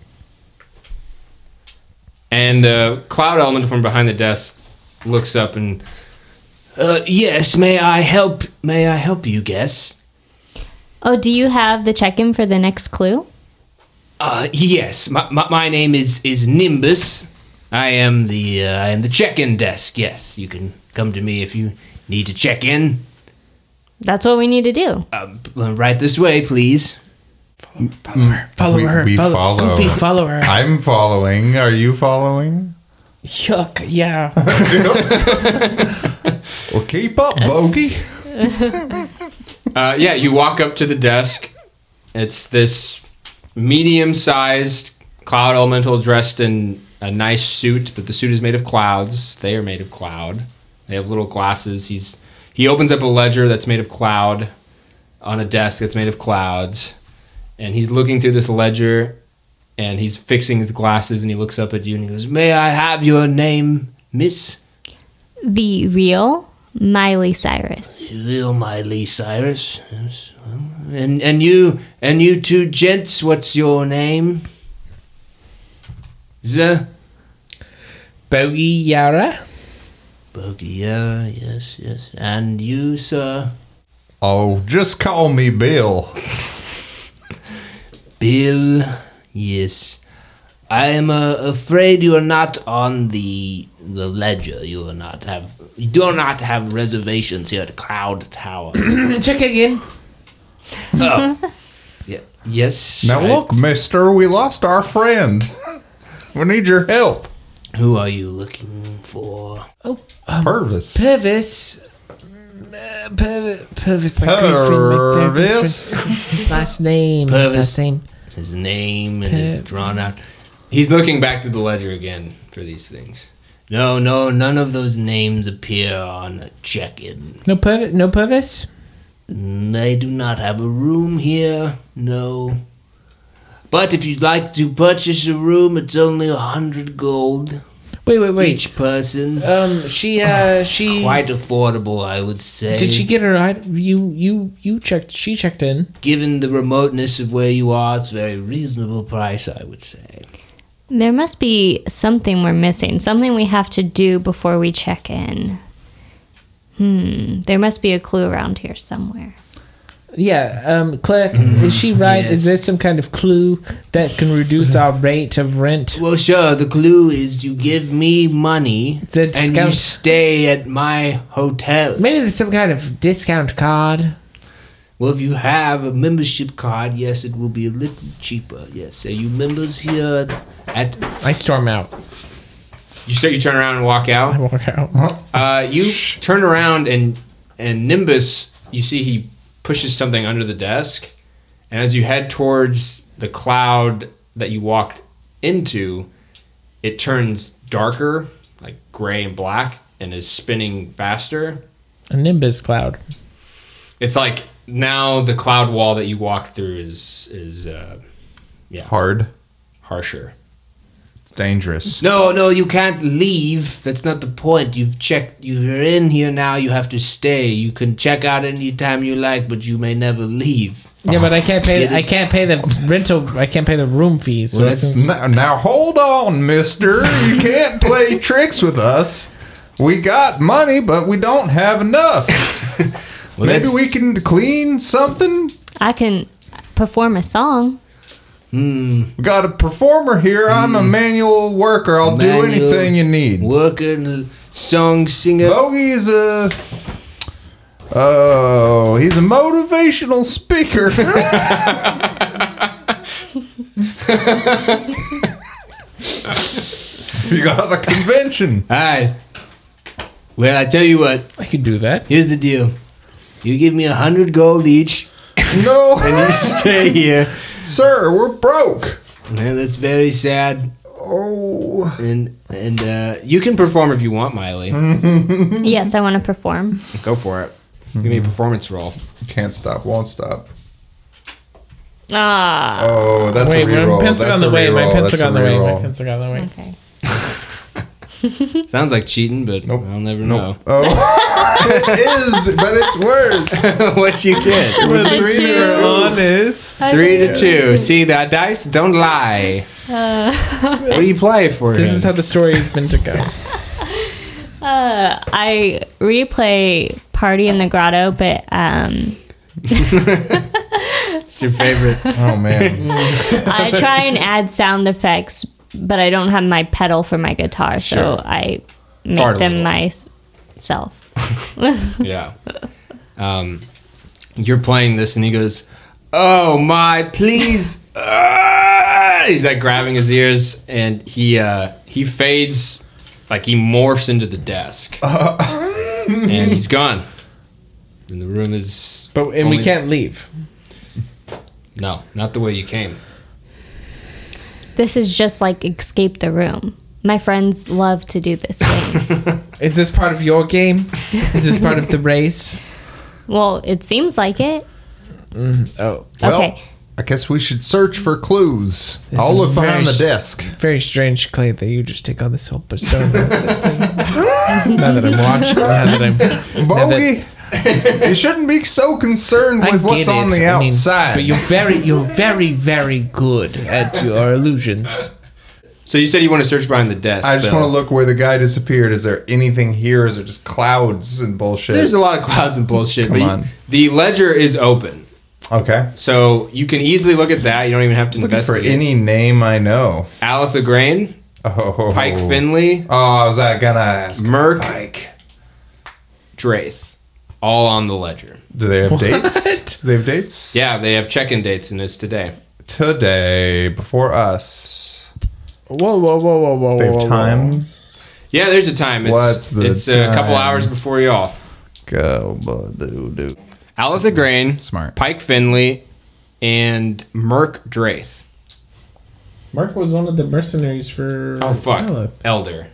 S1: And the cloud elemental from behind the desk looks up and uh, yes, may I help? May I help you? Guess.
S4: Oh, do you have the check-in for the next clue?
S1: Uh, yes. My, my, my name is is Nimbus. I am the uh, I am the check-in desk. Yes, you can come to me if you need to check in.
S4: That's what we need to do.
S1: Uh, p- right this way, please.
S2: Follow
S3: We-
S2: her.
S3: we
S2: follow,
S3: follow.
S2: Goofy, follow her.
S3: I'm following. Are you following?
S2: Yuck. Yeah.
S3: Well, keep up, Bogey.
S1: Uh, yeah, you walk up to the desk. It's this medium-sized cloud elemental dressed in a nice suit, but the suit is made of clouds. They are made of cloud. They have little glasses. He's he opens up a ledger that's made of cloud on a desk that's made of clouds, and he's looking through this ledger, and he's fixing his glasses, and he looks up at you and he goes, "May I have your name, Miss?"
S4: The real Miley Cyrus.
S1: Will my Lee Cyrus. Yes. And and you and you two gents, what's your name? The
S2: Bogey Yara.
S1: Bogia, yes, yes. And you, sir,
S3: Oh, just call me Bill.
S1: Bill. Yes. I am uh, afraid you are not on the the ledger. You are not have you do not have reservations here at Cloud Tower.
S2: Check again.
S1: yeah. Yes.
S3: Now
S1: I-
S3: look, mister, we lost our friend. We need your help.
S1: Who are you looking for?
S2: Um,
S3: Purvis.
S2: Purvis. Uh, Purvis, Purvis, my good friend, my Purvis.
S3: Purvis.
S2: His last name.
S1: Purvis.
S2: His last name.
S1: his name and his
S2: Pip.
S1: drawn out. He's looking back to the ledger again for these things. No, no, none of those names appear on a check-in.
S2: No Purvis. No Purvis.
S1: They do not have a room here. No. But if you'd like to purchase a room, it's only a hundred gold
S2: Wait, wait, wait.
S1: each person.
S2: Um, she, uh, she.
S1: Quite affordable, I would say.
S2: Did she get her? I- You, you, you checked. She checked in.
S1: Given the remoteness of where you are, it's a very reasonable price, I would say.
S4: There must be something we're missing, something we have to do before we check in. Hmm, there must be a clue around here somewhere.
S2: Yeah, um, Claire, is she right?
S1: yes.
S2: Is there some kind of clue that can reduce our rate of rent?
S1: Well, sure. The clue is you give me money
S2: a
S1: and you
S2: discount.
S1: stay at my hotel.
S2: Maybe there's some kind of discount card.
S1: Well, if you have a membership card, yes, it will be a little cheaper. Yes, are you members here? At
S2: I storm out.
S1: you say you turn around and walk
S2: I
S1: out.
S2: walk out.
S1: Uh, you turn around and and Nimbus, you see he pushes something under the desk, and as you head towards the cloud that you walked into, it turns darker, like gray and black, and is spinning faster.
S2: A Nimbus cloud.
S1: It's like now the cloud wall that you walked through is is uh,
S3: Hard.
S1: harsher.
S3: It's dangerous.
S1: No, no, you can't leave. That's not the point. You've checked. You're in here now. You have to stay. You can check out any time you like, but you may never leave.
S2: Yeah, but I can't pay.
S1: Get it?
S2: I can't pay the rental. I can't pay the room fees. So
S1: Well,
S2: it's-
S1: that's-
S3: Now, now hold on, mister. You can't play tricks with us. We got money, but we don't have enough. Maybe we can clean something.
S4: I can perform a song.
S3: We got a performer here. I'm a manual worker. I'll do
S1: Hmm. Manual-
S3: anything you need.
S1: working song singer.
S3: Bogey's a. Oh, he's a motivational speaker. you got a convention.
S1: All right. Well, I tell you what.
S2: I could do that.
S1: Here's the deal. You give me a hundred gold each,
S3: No,
S1: you stay here.
S3: sir, we're broke.
S1: Man, that's very sad.
S3: Oh,
S1: And and uh, you can perform if you want, Miley.
S3: Mm-hmm.
S4: Yes, I want to perform.
S3: Mm-hmm.
S1: Go for it. Give me a performance roll.
S3: can't stop, won't stop.
S4: Ah,
S3: Oh, that's
S2: Wait,
S3: a
S2: my
S3: reroll.
S2: pencil
S3: That's
S2: on the
S3: a
S2: way. My
S3: reroll.
S2: pencil
S3: That's a
S2: on the way. My
S3: reroll.
S2: pencil on the way.
S4: okay.
S1: Sounds like cheating, but
S3: Nope.
S1: I'll never
S3: Oh, it is, but it's worse.
S1: know what you get.
S3: It was
S4: That's
S3: three
S4: you.
S3: to two.
S2: honest.
S1: Three to
S4: Okay.
S1: two. See that dice don't lie. what do you play for?
S2: This
S1: him?
S2: is how the story has been to go.
S4: Uh, I replay Party in the Grotto, but um,
S1: it's your favorite.
S3: Oh man,
S4: I try and add sound effects, but I don't have my pedal for my guitar, so
S1: Sure.
S4: I make
S1: Fart a
S4: them
S1: little.
S4: myself.
S1: yeah. Um, you're playing this, and he goes, "Oh my, please!" Ah!" He's like grabbing his ears, and he uh, he fades, like he morphs into the desk, and he's gone. And the room is
S2: But and
S1: Only-
S2: we can't leave.
S1: no, not the way you came.
S4: This is just like escape the room. My friends love to do this game.
S2: Is this part of your game? Is this part of the race?
S4: well, it seems like it.
S2: Oh,
S3: Well,
S4: okay.
S3: I guess we should search for clues.
S2: This
S3: I'll
S2: is
S3: look
S2: very
S3: behind the
S2: s-
S3: desk.
S2: very strange, Clay, that you just take on this whole persona. now that I'm watching, now that I'm
S3: Bogey, you shouldn't be so concerned
S2: I
S3: with what's
S2: get
S3: on
S2: it.
S3: the
S2: I mean,
S3: outside.
S2: but you're very, you're very, very good at your illusions.
S1: So you said you want to search behind the desk.
S3: I just
S1: Bill.
S3: want to look where the guy disappeared. Is there anything here? Is there just clouds and bullshit?
S1: There's a lot of clouds and bullshit,
S3: Come
S1: but you-
S3: on.
S1: the ledger is open,
S3: okay.
S1: so you can easily look at that. You don't even have to
S3: Looking for
S1: investigate.
S3: any name I know.
S1: Alitha Grain,
S3: Oh,
S1: Pike Finley,
S3: Oh, I was I gonna ask?
S1: Merc,
S3: Pike.
S1: Draith, all on the ledger.
S3: Do they have dates?
S2: What?
S3: Do they have dates?
S1: Yeah, they have check-in dates, and it's today.
S3: Today before us.
S2: Whoa, whoa, whoa, whoa, whoa,
S3: They
S2: whoa,
S3: have
S2: whoa.
S3: time.
S1: Yeah, there's a time. It's,
S3: What's the
S1: It's uh, a couple
S3: time?
S1: hours before y'all.
S3: Go, but do do.
S1: Alice Grain,
S3: Smart.
S1: Pike Finley, and Merc Draith.
S2: Mark was one of the mercenaries for.
S1: Oh fuck, Elder.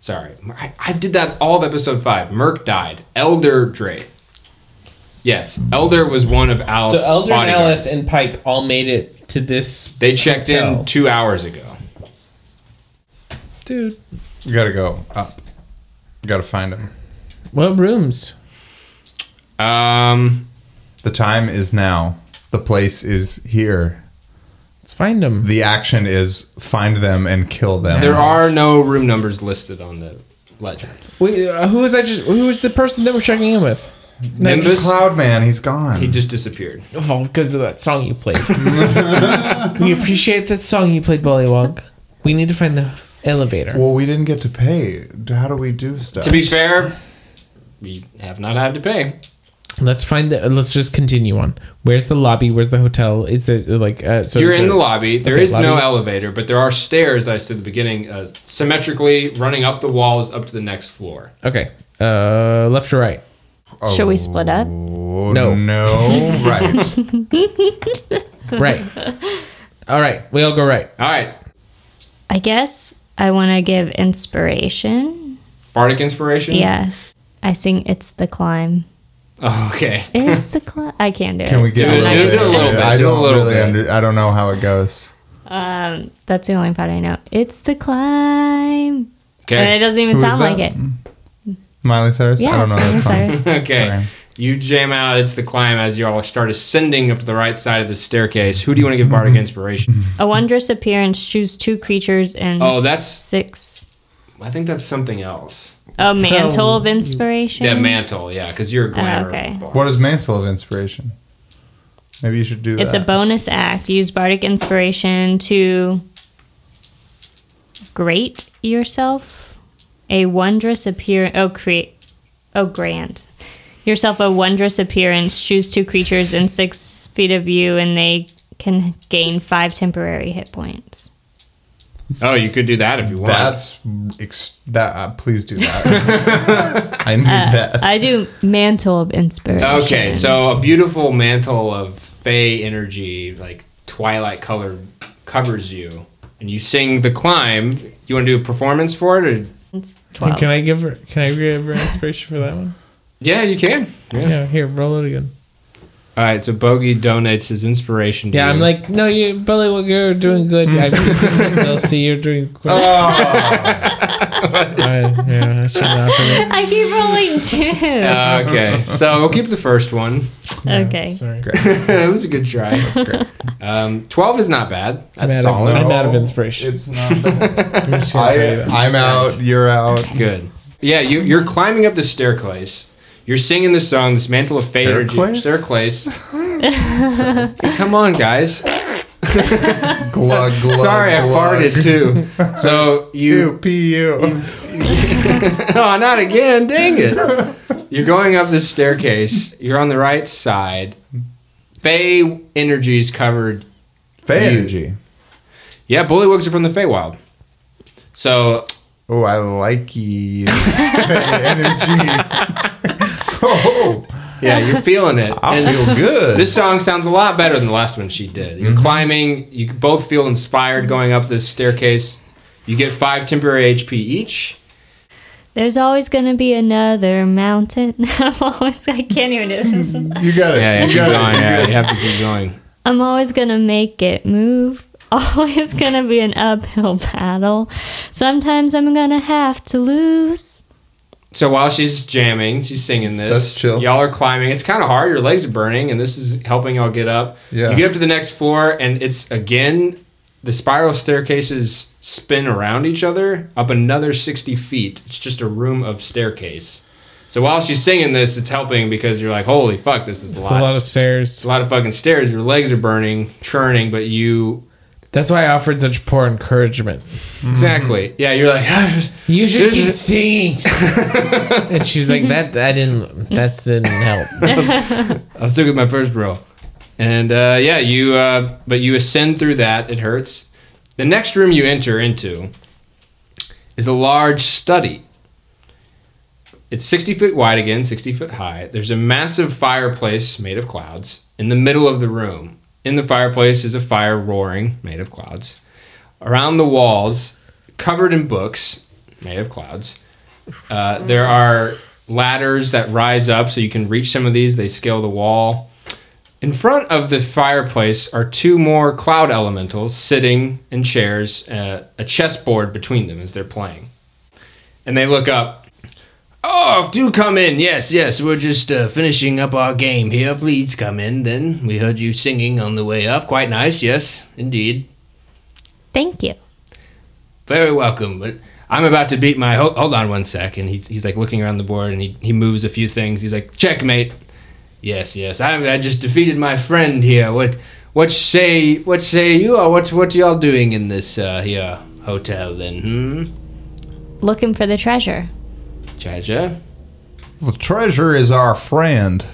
S1: Sorry, I, I did that all of episode five. Merc died. Elder Draith. Yes, Elder was one of Alice's
S2: So Elder and
S1: bodyguards.
S2: Aleth and Pike all made it to this.
S1: they checked in
S2: Hotel.
S1: two hours ago.
S2: Dude,
S3: You gotta go up. You gotta find him.
S2: what rooms?
S1: Um,
S3: The time is now. The place is here.
S2: Let's find them.
S3: The action is find them and kill them.
S1: there are no room numbers listed on the ledger.
S2: Wait, uh, who was I just? Who was the person that we're checking in with?
S1: Nimbus,
S3: Cloud man, he's gone.
S1: he just disappeared.
S2: Oh, because of that song you played. we appreciate that song you played, Bullywog. We need to find the elevator.
S3: well, we didn't get to pay. How do we do stuff?
S1: To be fair, we have not had to pay.
S2: Let's find the. Let's just continue on. Where's the lobby? Where's the hotel? Is it like? Uh, so
S1: You're
S2: is
S1: in
S2: there-
S1: the lobby. There
S2: Okay,
S1: is no
S2: lobby.
S1: elevator, but there are stairs, I said at the beginning, uh, symmetrically running up the walls up to the next floor.
S2: Okay. Uh, left or right?
S4: Should we split up?
S3: Oh,
S2: No.
S3: No. right.
S2: Right. all right. We all go right.
S1: All right.
S4: I guess I want to give inspiration.
S1: Bardic inspiration?
S4: Yes. I sing It's the Climb.
S1: Oh, okay.
S4: It's the Climb. I can't do it.
S3: Can we get
S1: Do
S3: a
S1: it-
S3: little,
S1: do it
S3: bit?
S1: a little bit,
S3: I
S1: do a
S3: don't
S1: little
S3: really
S1: bit.
S3: under. I don't know how it goes.
S4: Um, that's the only part I know. It's the Climb. And it
S1: Okay.
S4: doesn't even
S3: Who is
S4: sound like
S3: that?
S4: it.
S3: Miley Cyrus.
S4: Yeah,
S3: I don't know that
S4: it's Miley
S3: song.
S4: Cyrus.
S1: Okay.
S3: Sorry.
S1: You jam out. It's the climb as you all start ascending up to the right side of the staircase. Who do you want to give Bardic inspiration?
S4: A wondrous appearance. Choose two creatures and
S1: Oh, that's-
S4: six.
S1: I think that's something else.
S4: A mantle
S2: Oh.
S4: of inspiration.
S1: Yeah, mantle. Yeah, because you're a glamour.
S4: Oh, okay.
S1: bard.
S3: What is mantle of inspiration? Maybe you should do
S4: It's a
S3: that.
S4: bonus act. Use bardic inspiration to grate yourself a wondrous appearance. Oh, create. Oh, grant yourself a wondrous appearance. Choose two creatures in six feet of you, and they can gain five temporary hit points.
S1: Oh, you could do that if you want.
S3: That's ex- that. Uh, please do that. I need
S4: Uh,
S3: that.
S4: I do mantle of inspiration.
S1: Okay, so a beautiful mantle of fey energy, like twilight color, covers you, and you sing the climb. You want to do a performance for it, or
S4: It's twelve.
S2: Can I give her? Can I give her inspiration for that one?
S1: yeah, you can.
S2: Yeah. Here, roll it again.
S1: All right, so Bogey donates his inspiration. To
S2: Yeah, I'm
S1: you.
S2: like, no, you, Billy, well, you're doing good. I will see you're doing
S1: Oh.
S2: good. I, yeah, that's enough of it.
S4: I keep rolling two.
S1: Uh, okay, so we'll keep the first one.
S4: okay.
S2: Sorry.
S1: it was a good try. That's great. Um, Twelve is not bad.
S2: I'm
S1: That's
S2: out
S1: solid.
S2: of, I'm out of inspiration.
S3: It's not.
S2: I'm just gonna tell you that.
S3: I, am out. You're out.
S1: Good. Yeah, you, you're climbing up the staircase. You're singing the song, this mantle of fate or
S3: Staircase?
S1: staircase. So, come on, guys.
S3: Glug glug.
S1: Sorry, I
S3: glug.
S1: farted too. So
S3: Ew,
S1: you,
S3: pu.
S1: no, not again. Dang it! You're going up this staircase. You're on the right side. Fey energies covered
S3: Fey
S1: You.
S3: energy.
S1: Yeah, bullywugs are from the Feywild. So
S3: Oh, I like you. energy. oh,
S1: yeah, you're feeling it.
S3: I
S1: And
S3: feel good. Mm-hmm.
S1: this song sounds a lot better than the last one she did. You're climbing. You both feel inspired going up this staircase. You get five temporary HP each.
S4: There's always gonna be another mountain. I'm always I can't even do this.
S3: you got it.
S1: Yeah, yeah,
S3: you
S1: keep
S3: got it.
S1: going.
S3: You
S1: Yeah,
S3: got
S1: you have to keep going.
S4: I'm always gonna make it move. Always gonna be an uphill battle. Sometimes I'm gonna have to lose.
S1: So while she's jamming, she's singing this.
S3: That's chill.
S1: Y'all are climbing. It's kind of hard. Your legs are burning, and this is helping y'all get up.
S3: Yeah.
S1: You get up to the next floor, and it's again the spiral staircases spin around each other up another 60 feet. It's just a room of staircase. So while she's singing this, it's helping because you're like, holy fuck, this is a
S2: It's
S1: lot.
S2: a lot of
S1: it's
S2: stairs.
S1: a lot of fucking stairs. Your legs are burning, churning, but you.
S2: That's why I offered such poor encouragement.
S3: Mm-hmm.
S1: Exactly. Yeah, you're like,
S2: You should
S1: This
S2: keep
S1: is-
S2: singing. and she's like, that I didn't. That didn't help.
S1: I'll stick with my first row. And uh, yeah, you uh, but you ascend through that. It hurts. The next room you enter into is a large study. It's 60 foot wide again, 60 foot high. There's a massive fireplace made of clouds in the middle of the room. In the fireplace is a fire roaring made of clouds. Around the walls, covered in books made of clouds, uh, there are ladders that rise up so you can reach some of these. They scale the wall. In front of the fireplace are two more cloud elementals sitting in chairs, uh, a chessboard between them as they're playing. And they look up. Oh, do come in. Yes, yes. We're just uh, finishing up our game here. Please come in then. We heard you singing on the way up. Quite nice. Yes, indeed.
S4: Thank you.
S1: Very welcome. But I'm about to beat my. Hold, hold on one sec. And he's, he's like looking around the board and he, he moves a few things. He's like, checkmate. Yes, yes. I, I just defeated my friend here. What what say what say you or what what y'all doing in this uh, here hotel then? Hmm?
S4: Looking for the treasure.
S1: Treasure.
S3: The treasure is our friend.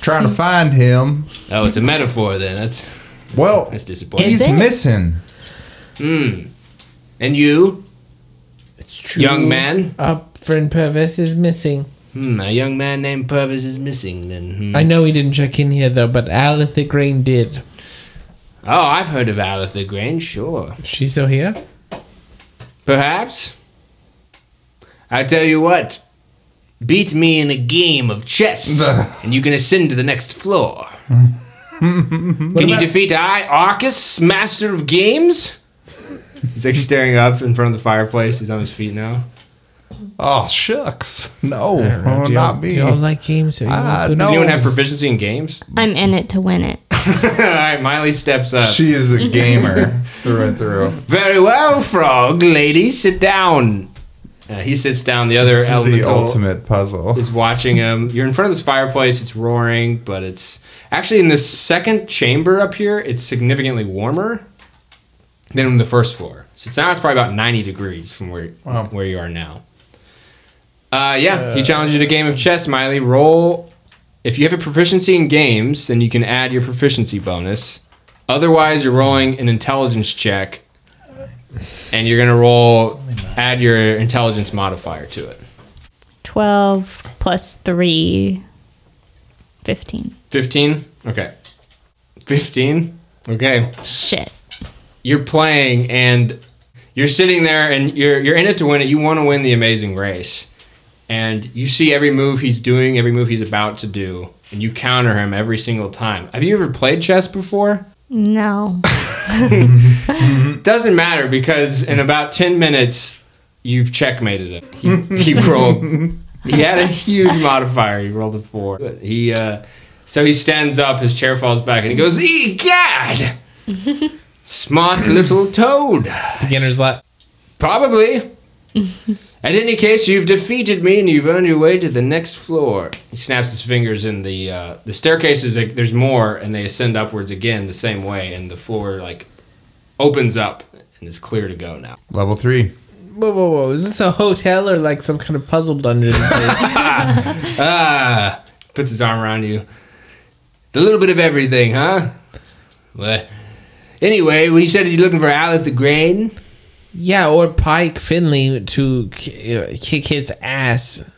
S3: trying to find him.
S1: Oh, it's a metaphor then. That's
S3: Well,
S1: that's disappointing.
S3: he's
S4: it?
S3: missing.
S1: And you,
S2: It's true.
S1: young man.
S2: Our friend Purvis is missing.
S1: Hmm, a young man named Purvis is missing then. Hmm.
S2: I know he didn't check in here though, but Alith the Green did.
S1: Oh, I've heard of Alice the Grange, sure.
S2: She's still here.
S1: Perhaps. I tell you what, beat me in a game of chess, and you can ascend to the next floor. can you defeat I, Arcus, master of games? He's like staring up in front of the fireplace. He's on his feet now.
S3: Oh shucks. No, oh,
S2: do you,
S3: not
S2: Do
S3: me.
S2: you like games? Are you
S3: Ah,
S2: good
S3: no.
S1: Does anyone have proficiency in games?
S4: I'm in it to win it.
S1: All right, Miley steps up.
S3: She is a gamer through and through.
S1: Very well, frog lady, sit down. Uh, he sits down. The other
S3: This is the
S1: elemental
S3: ultimate puzzle.
S1: is watching him. You're in front of this fireplace. It's roaring, but it's actually in this second chamber up here. It's significantly warmer than on the first floor. So it's now it's probably about 90 degrees from where
S3: Wow.
S1: where you are now. Uh, yeah, he challenges you to a game of chess, Miley. Roll. If you have a proficiency in games, then you can add your proficiency bonus. Otherwise, you're rolling an intelligence check, and you're gonna roll add your intelligence modifier to it.
S4: 12 plus 3. 15.
S1: 15 okay 15 okay
S4: Shit.
S1: you're playing and you're sitting there and you're you're in it to win it you want to win the amazing race and you see every move he's doing every move he's about to do and you counter him every single time. Have you ever played chess before?
S4: No.
S1: Doesn't matter because in about 10 minutes, you've checkmated him. He, he rolled, he had a huge modifier. He rolled a four. But He, uh, so he stands up, his chair falls back, and he goes, Egad! Smart little toad.
S2: Beginner's lap.
S1: Probably. At any case, you've defeated me and you've earned your way to the next floor. He snaps his fingers, and the uh, the staircase is like there's more, and they ascend upwards again the same way, and the floor like opens up and is clear to go now.
S3: Level three.
S2: Whoa, whoa, whoa! Is this a hotel or like some kind of puzzle dungeon? place?
S1: Ah, puts his arm around you. It's a little bit of everything, huh? Well, anyway, we said you're looking for Alice the Grain.
S2: yeah, or Pike Finley to k- uh, kick his ass.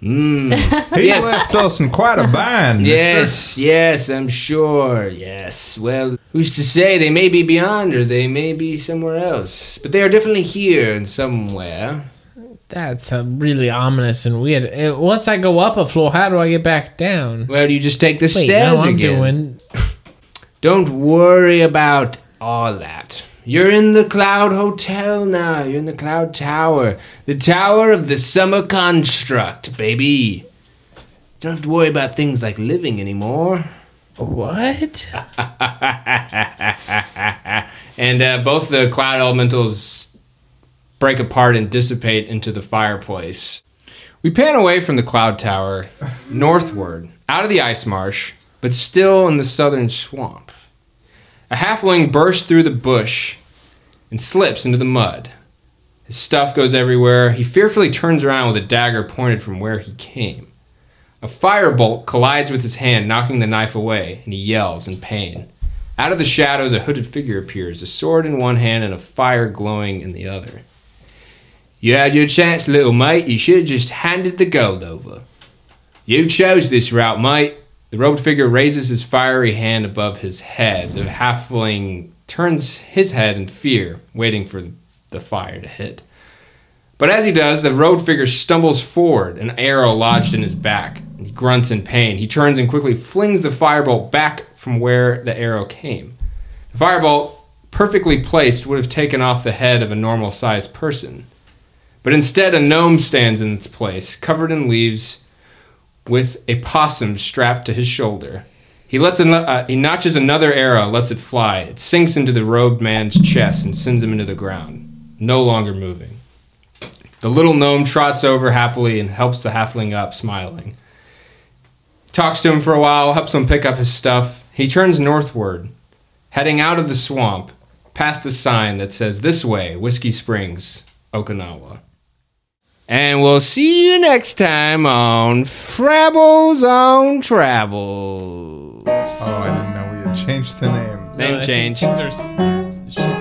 S1: Hmm.
S3: He
S1: Yes.
S3: left us in quite a bind. mister.
S1: Yes, yes, I'm sure. Yes. Well, who's to say they may be beyond or they may be somewhere else? But they are definitely here and somewhere.
S2: That's uh, really ominous and weird. Uh, Once I go up a floor, how do I get back down?
S1: Well, you just take the
S2: Wait, now
S1: stairs
S2: I'm
S1: again.
S2: doing.
S1: Don't worry about all that. You're in the Cloud Hotel now. You're in the Cloud Tower. The Tower of the Summer Construct, baby. Don't have to worry about things like living anymore.
S2: What?
S1: And uh, both the cloud elementals break apart and dissipate into the fireplace. We pan away from the cloud tower northward, out of the ice marsh, but still in the southern swamp. A halfling bursts through the bush and slips into the mud. His stuff goes everywhere. He fearfully turns around with a dagger pointed from where he came. A firebolt collides with his hand, knocking the knife away, and he yells in pain. Out of the shadows, a hooded figure appears, a sword in one hand and a fire glowing in the other. You had your chance, little mate. You should have just handed the gold over. You chose this route, mate. The robed figure raises his fiery hand above his head. The halfling turns his head in fear, waiting for the fire to hit. But as he does, the road figure stumbles forward, an arrow lodged in his back. He grunts in pain. He turns and quickly flings the firebolt back from where the arrow came. The firebolt, perfectly placed, would have taken off the head of a normal sized person. But instead, a gnome stands in its place, covered in leaves, with a possum strapped to his shoulder. He lets an- uh, he notches another arrow, lets it fly. It sinks into the robed man's chest and sends him into the ground, no longer moving. The little gnome trots over happily and helps the halfling up, smiling. Talks to him for a while, helps him pick up his stuff. He turns northward, heading out of the swamp, past a sign that says, This way, Whiskey Springs, Okinawa. And we'll see you next time on Frabbles on Travels.
S3: Oh, I didn't know we had changed the name.
S1: Name
S2: Uh, I think
S1: change.
S2: Things are s- shifting.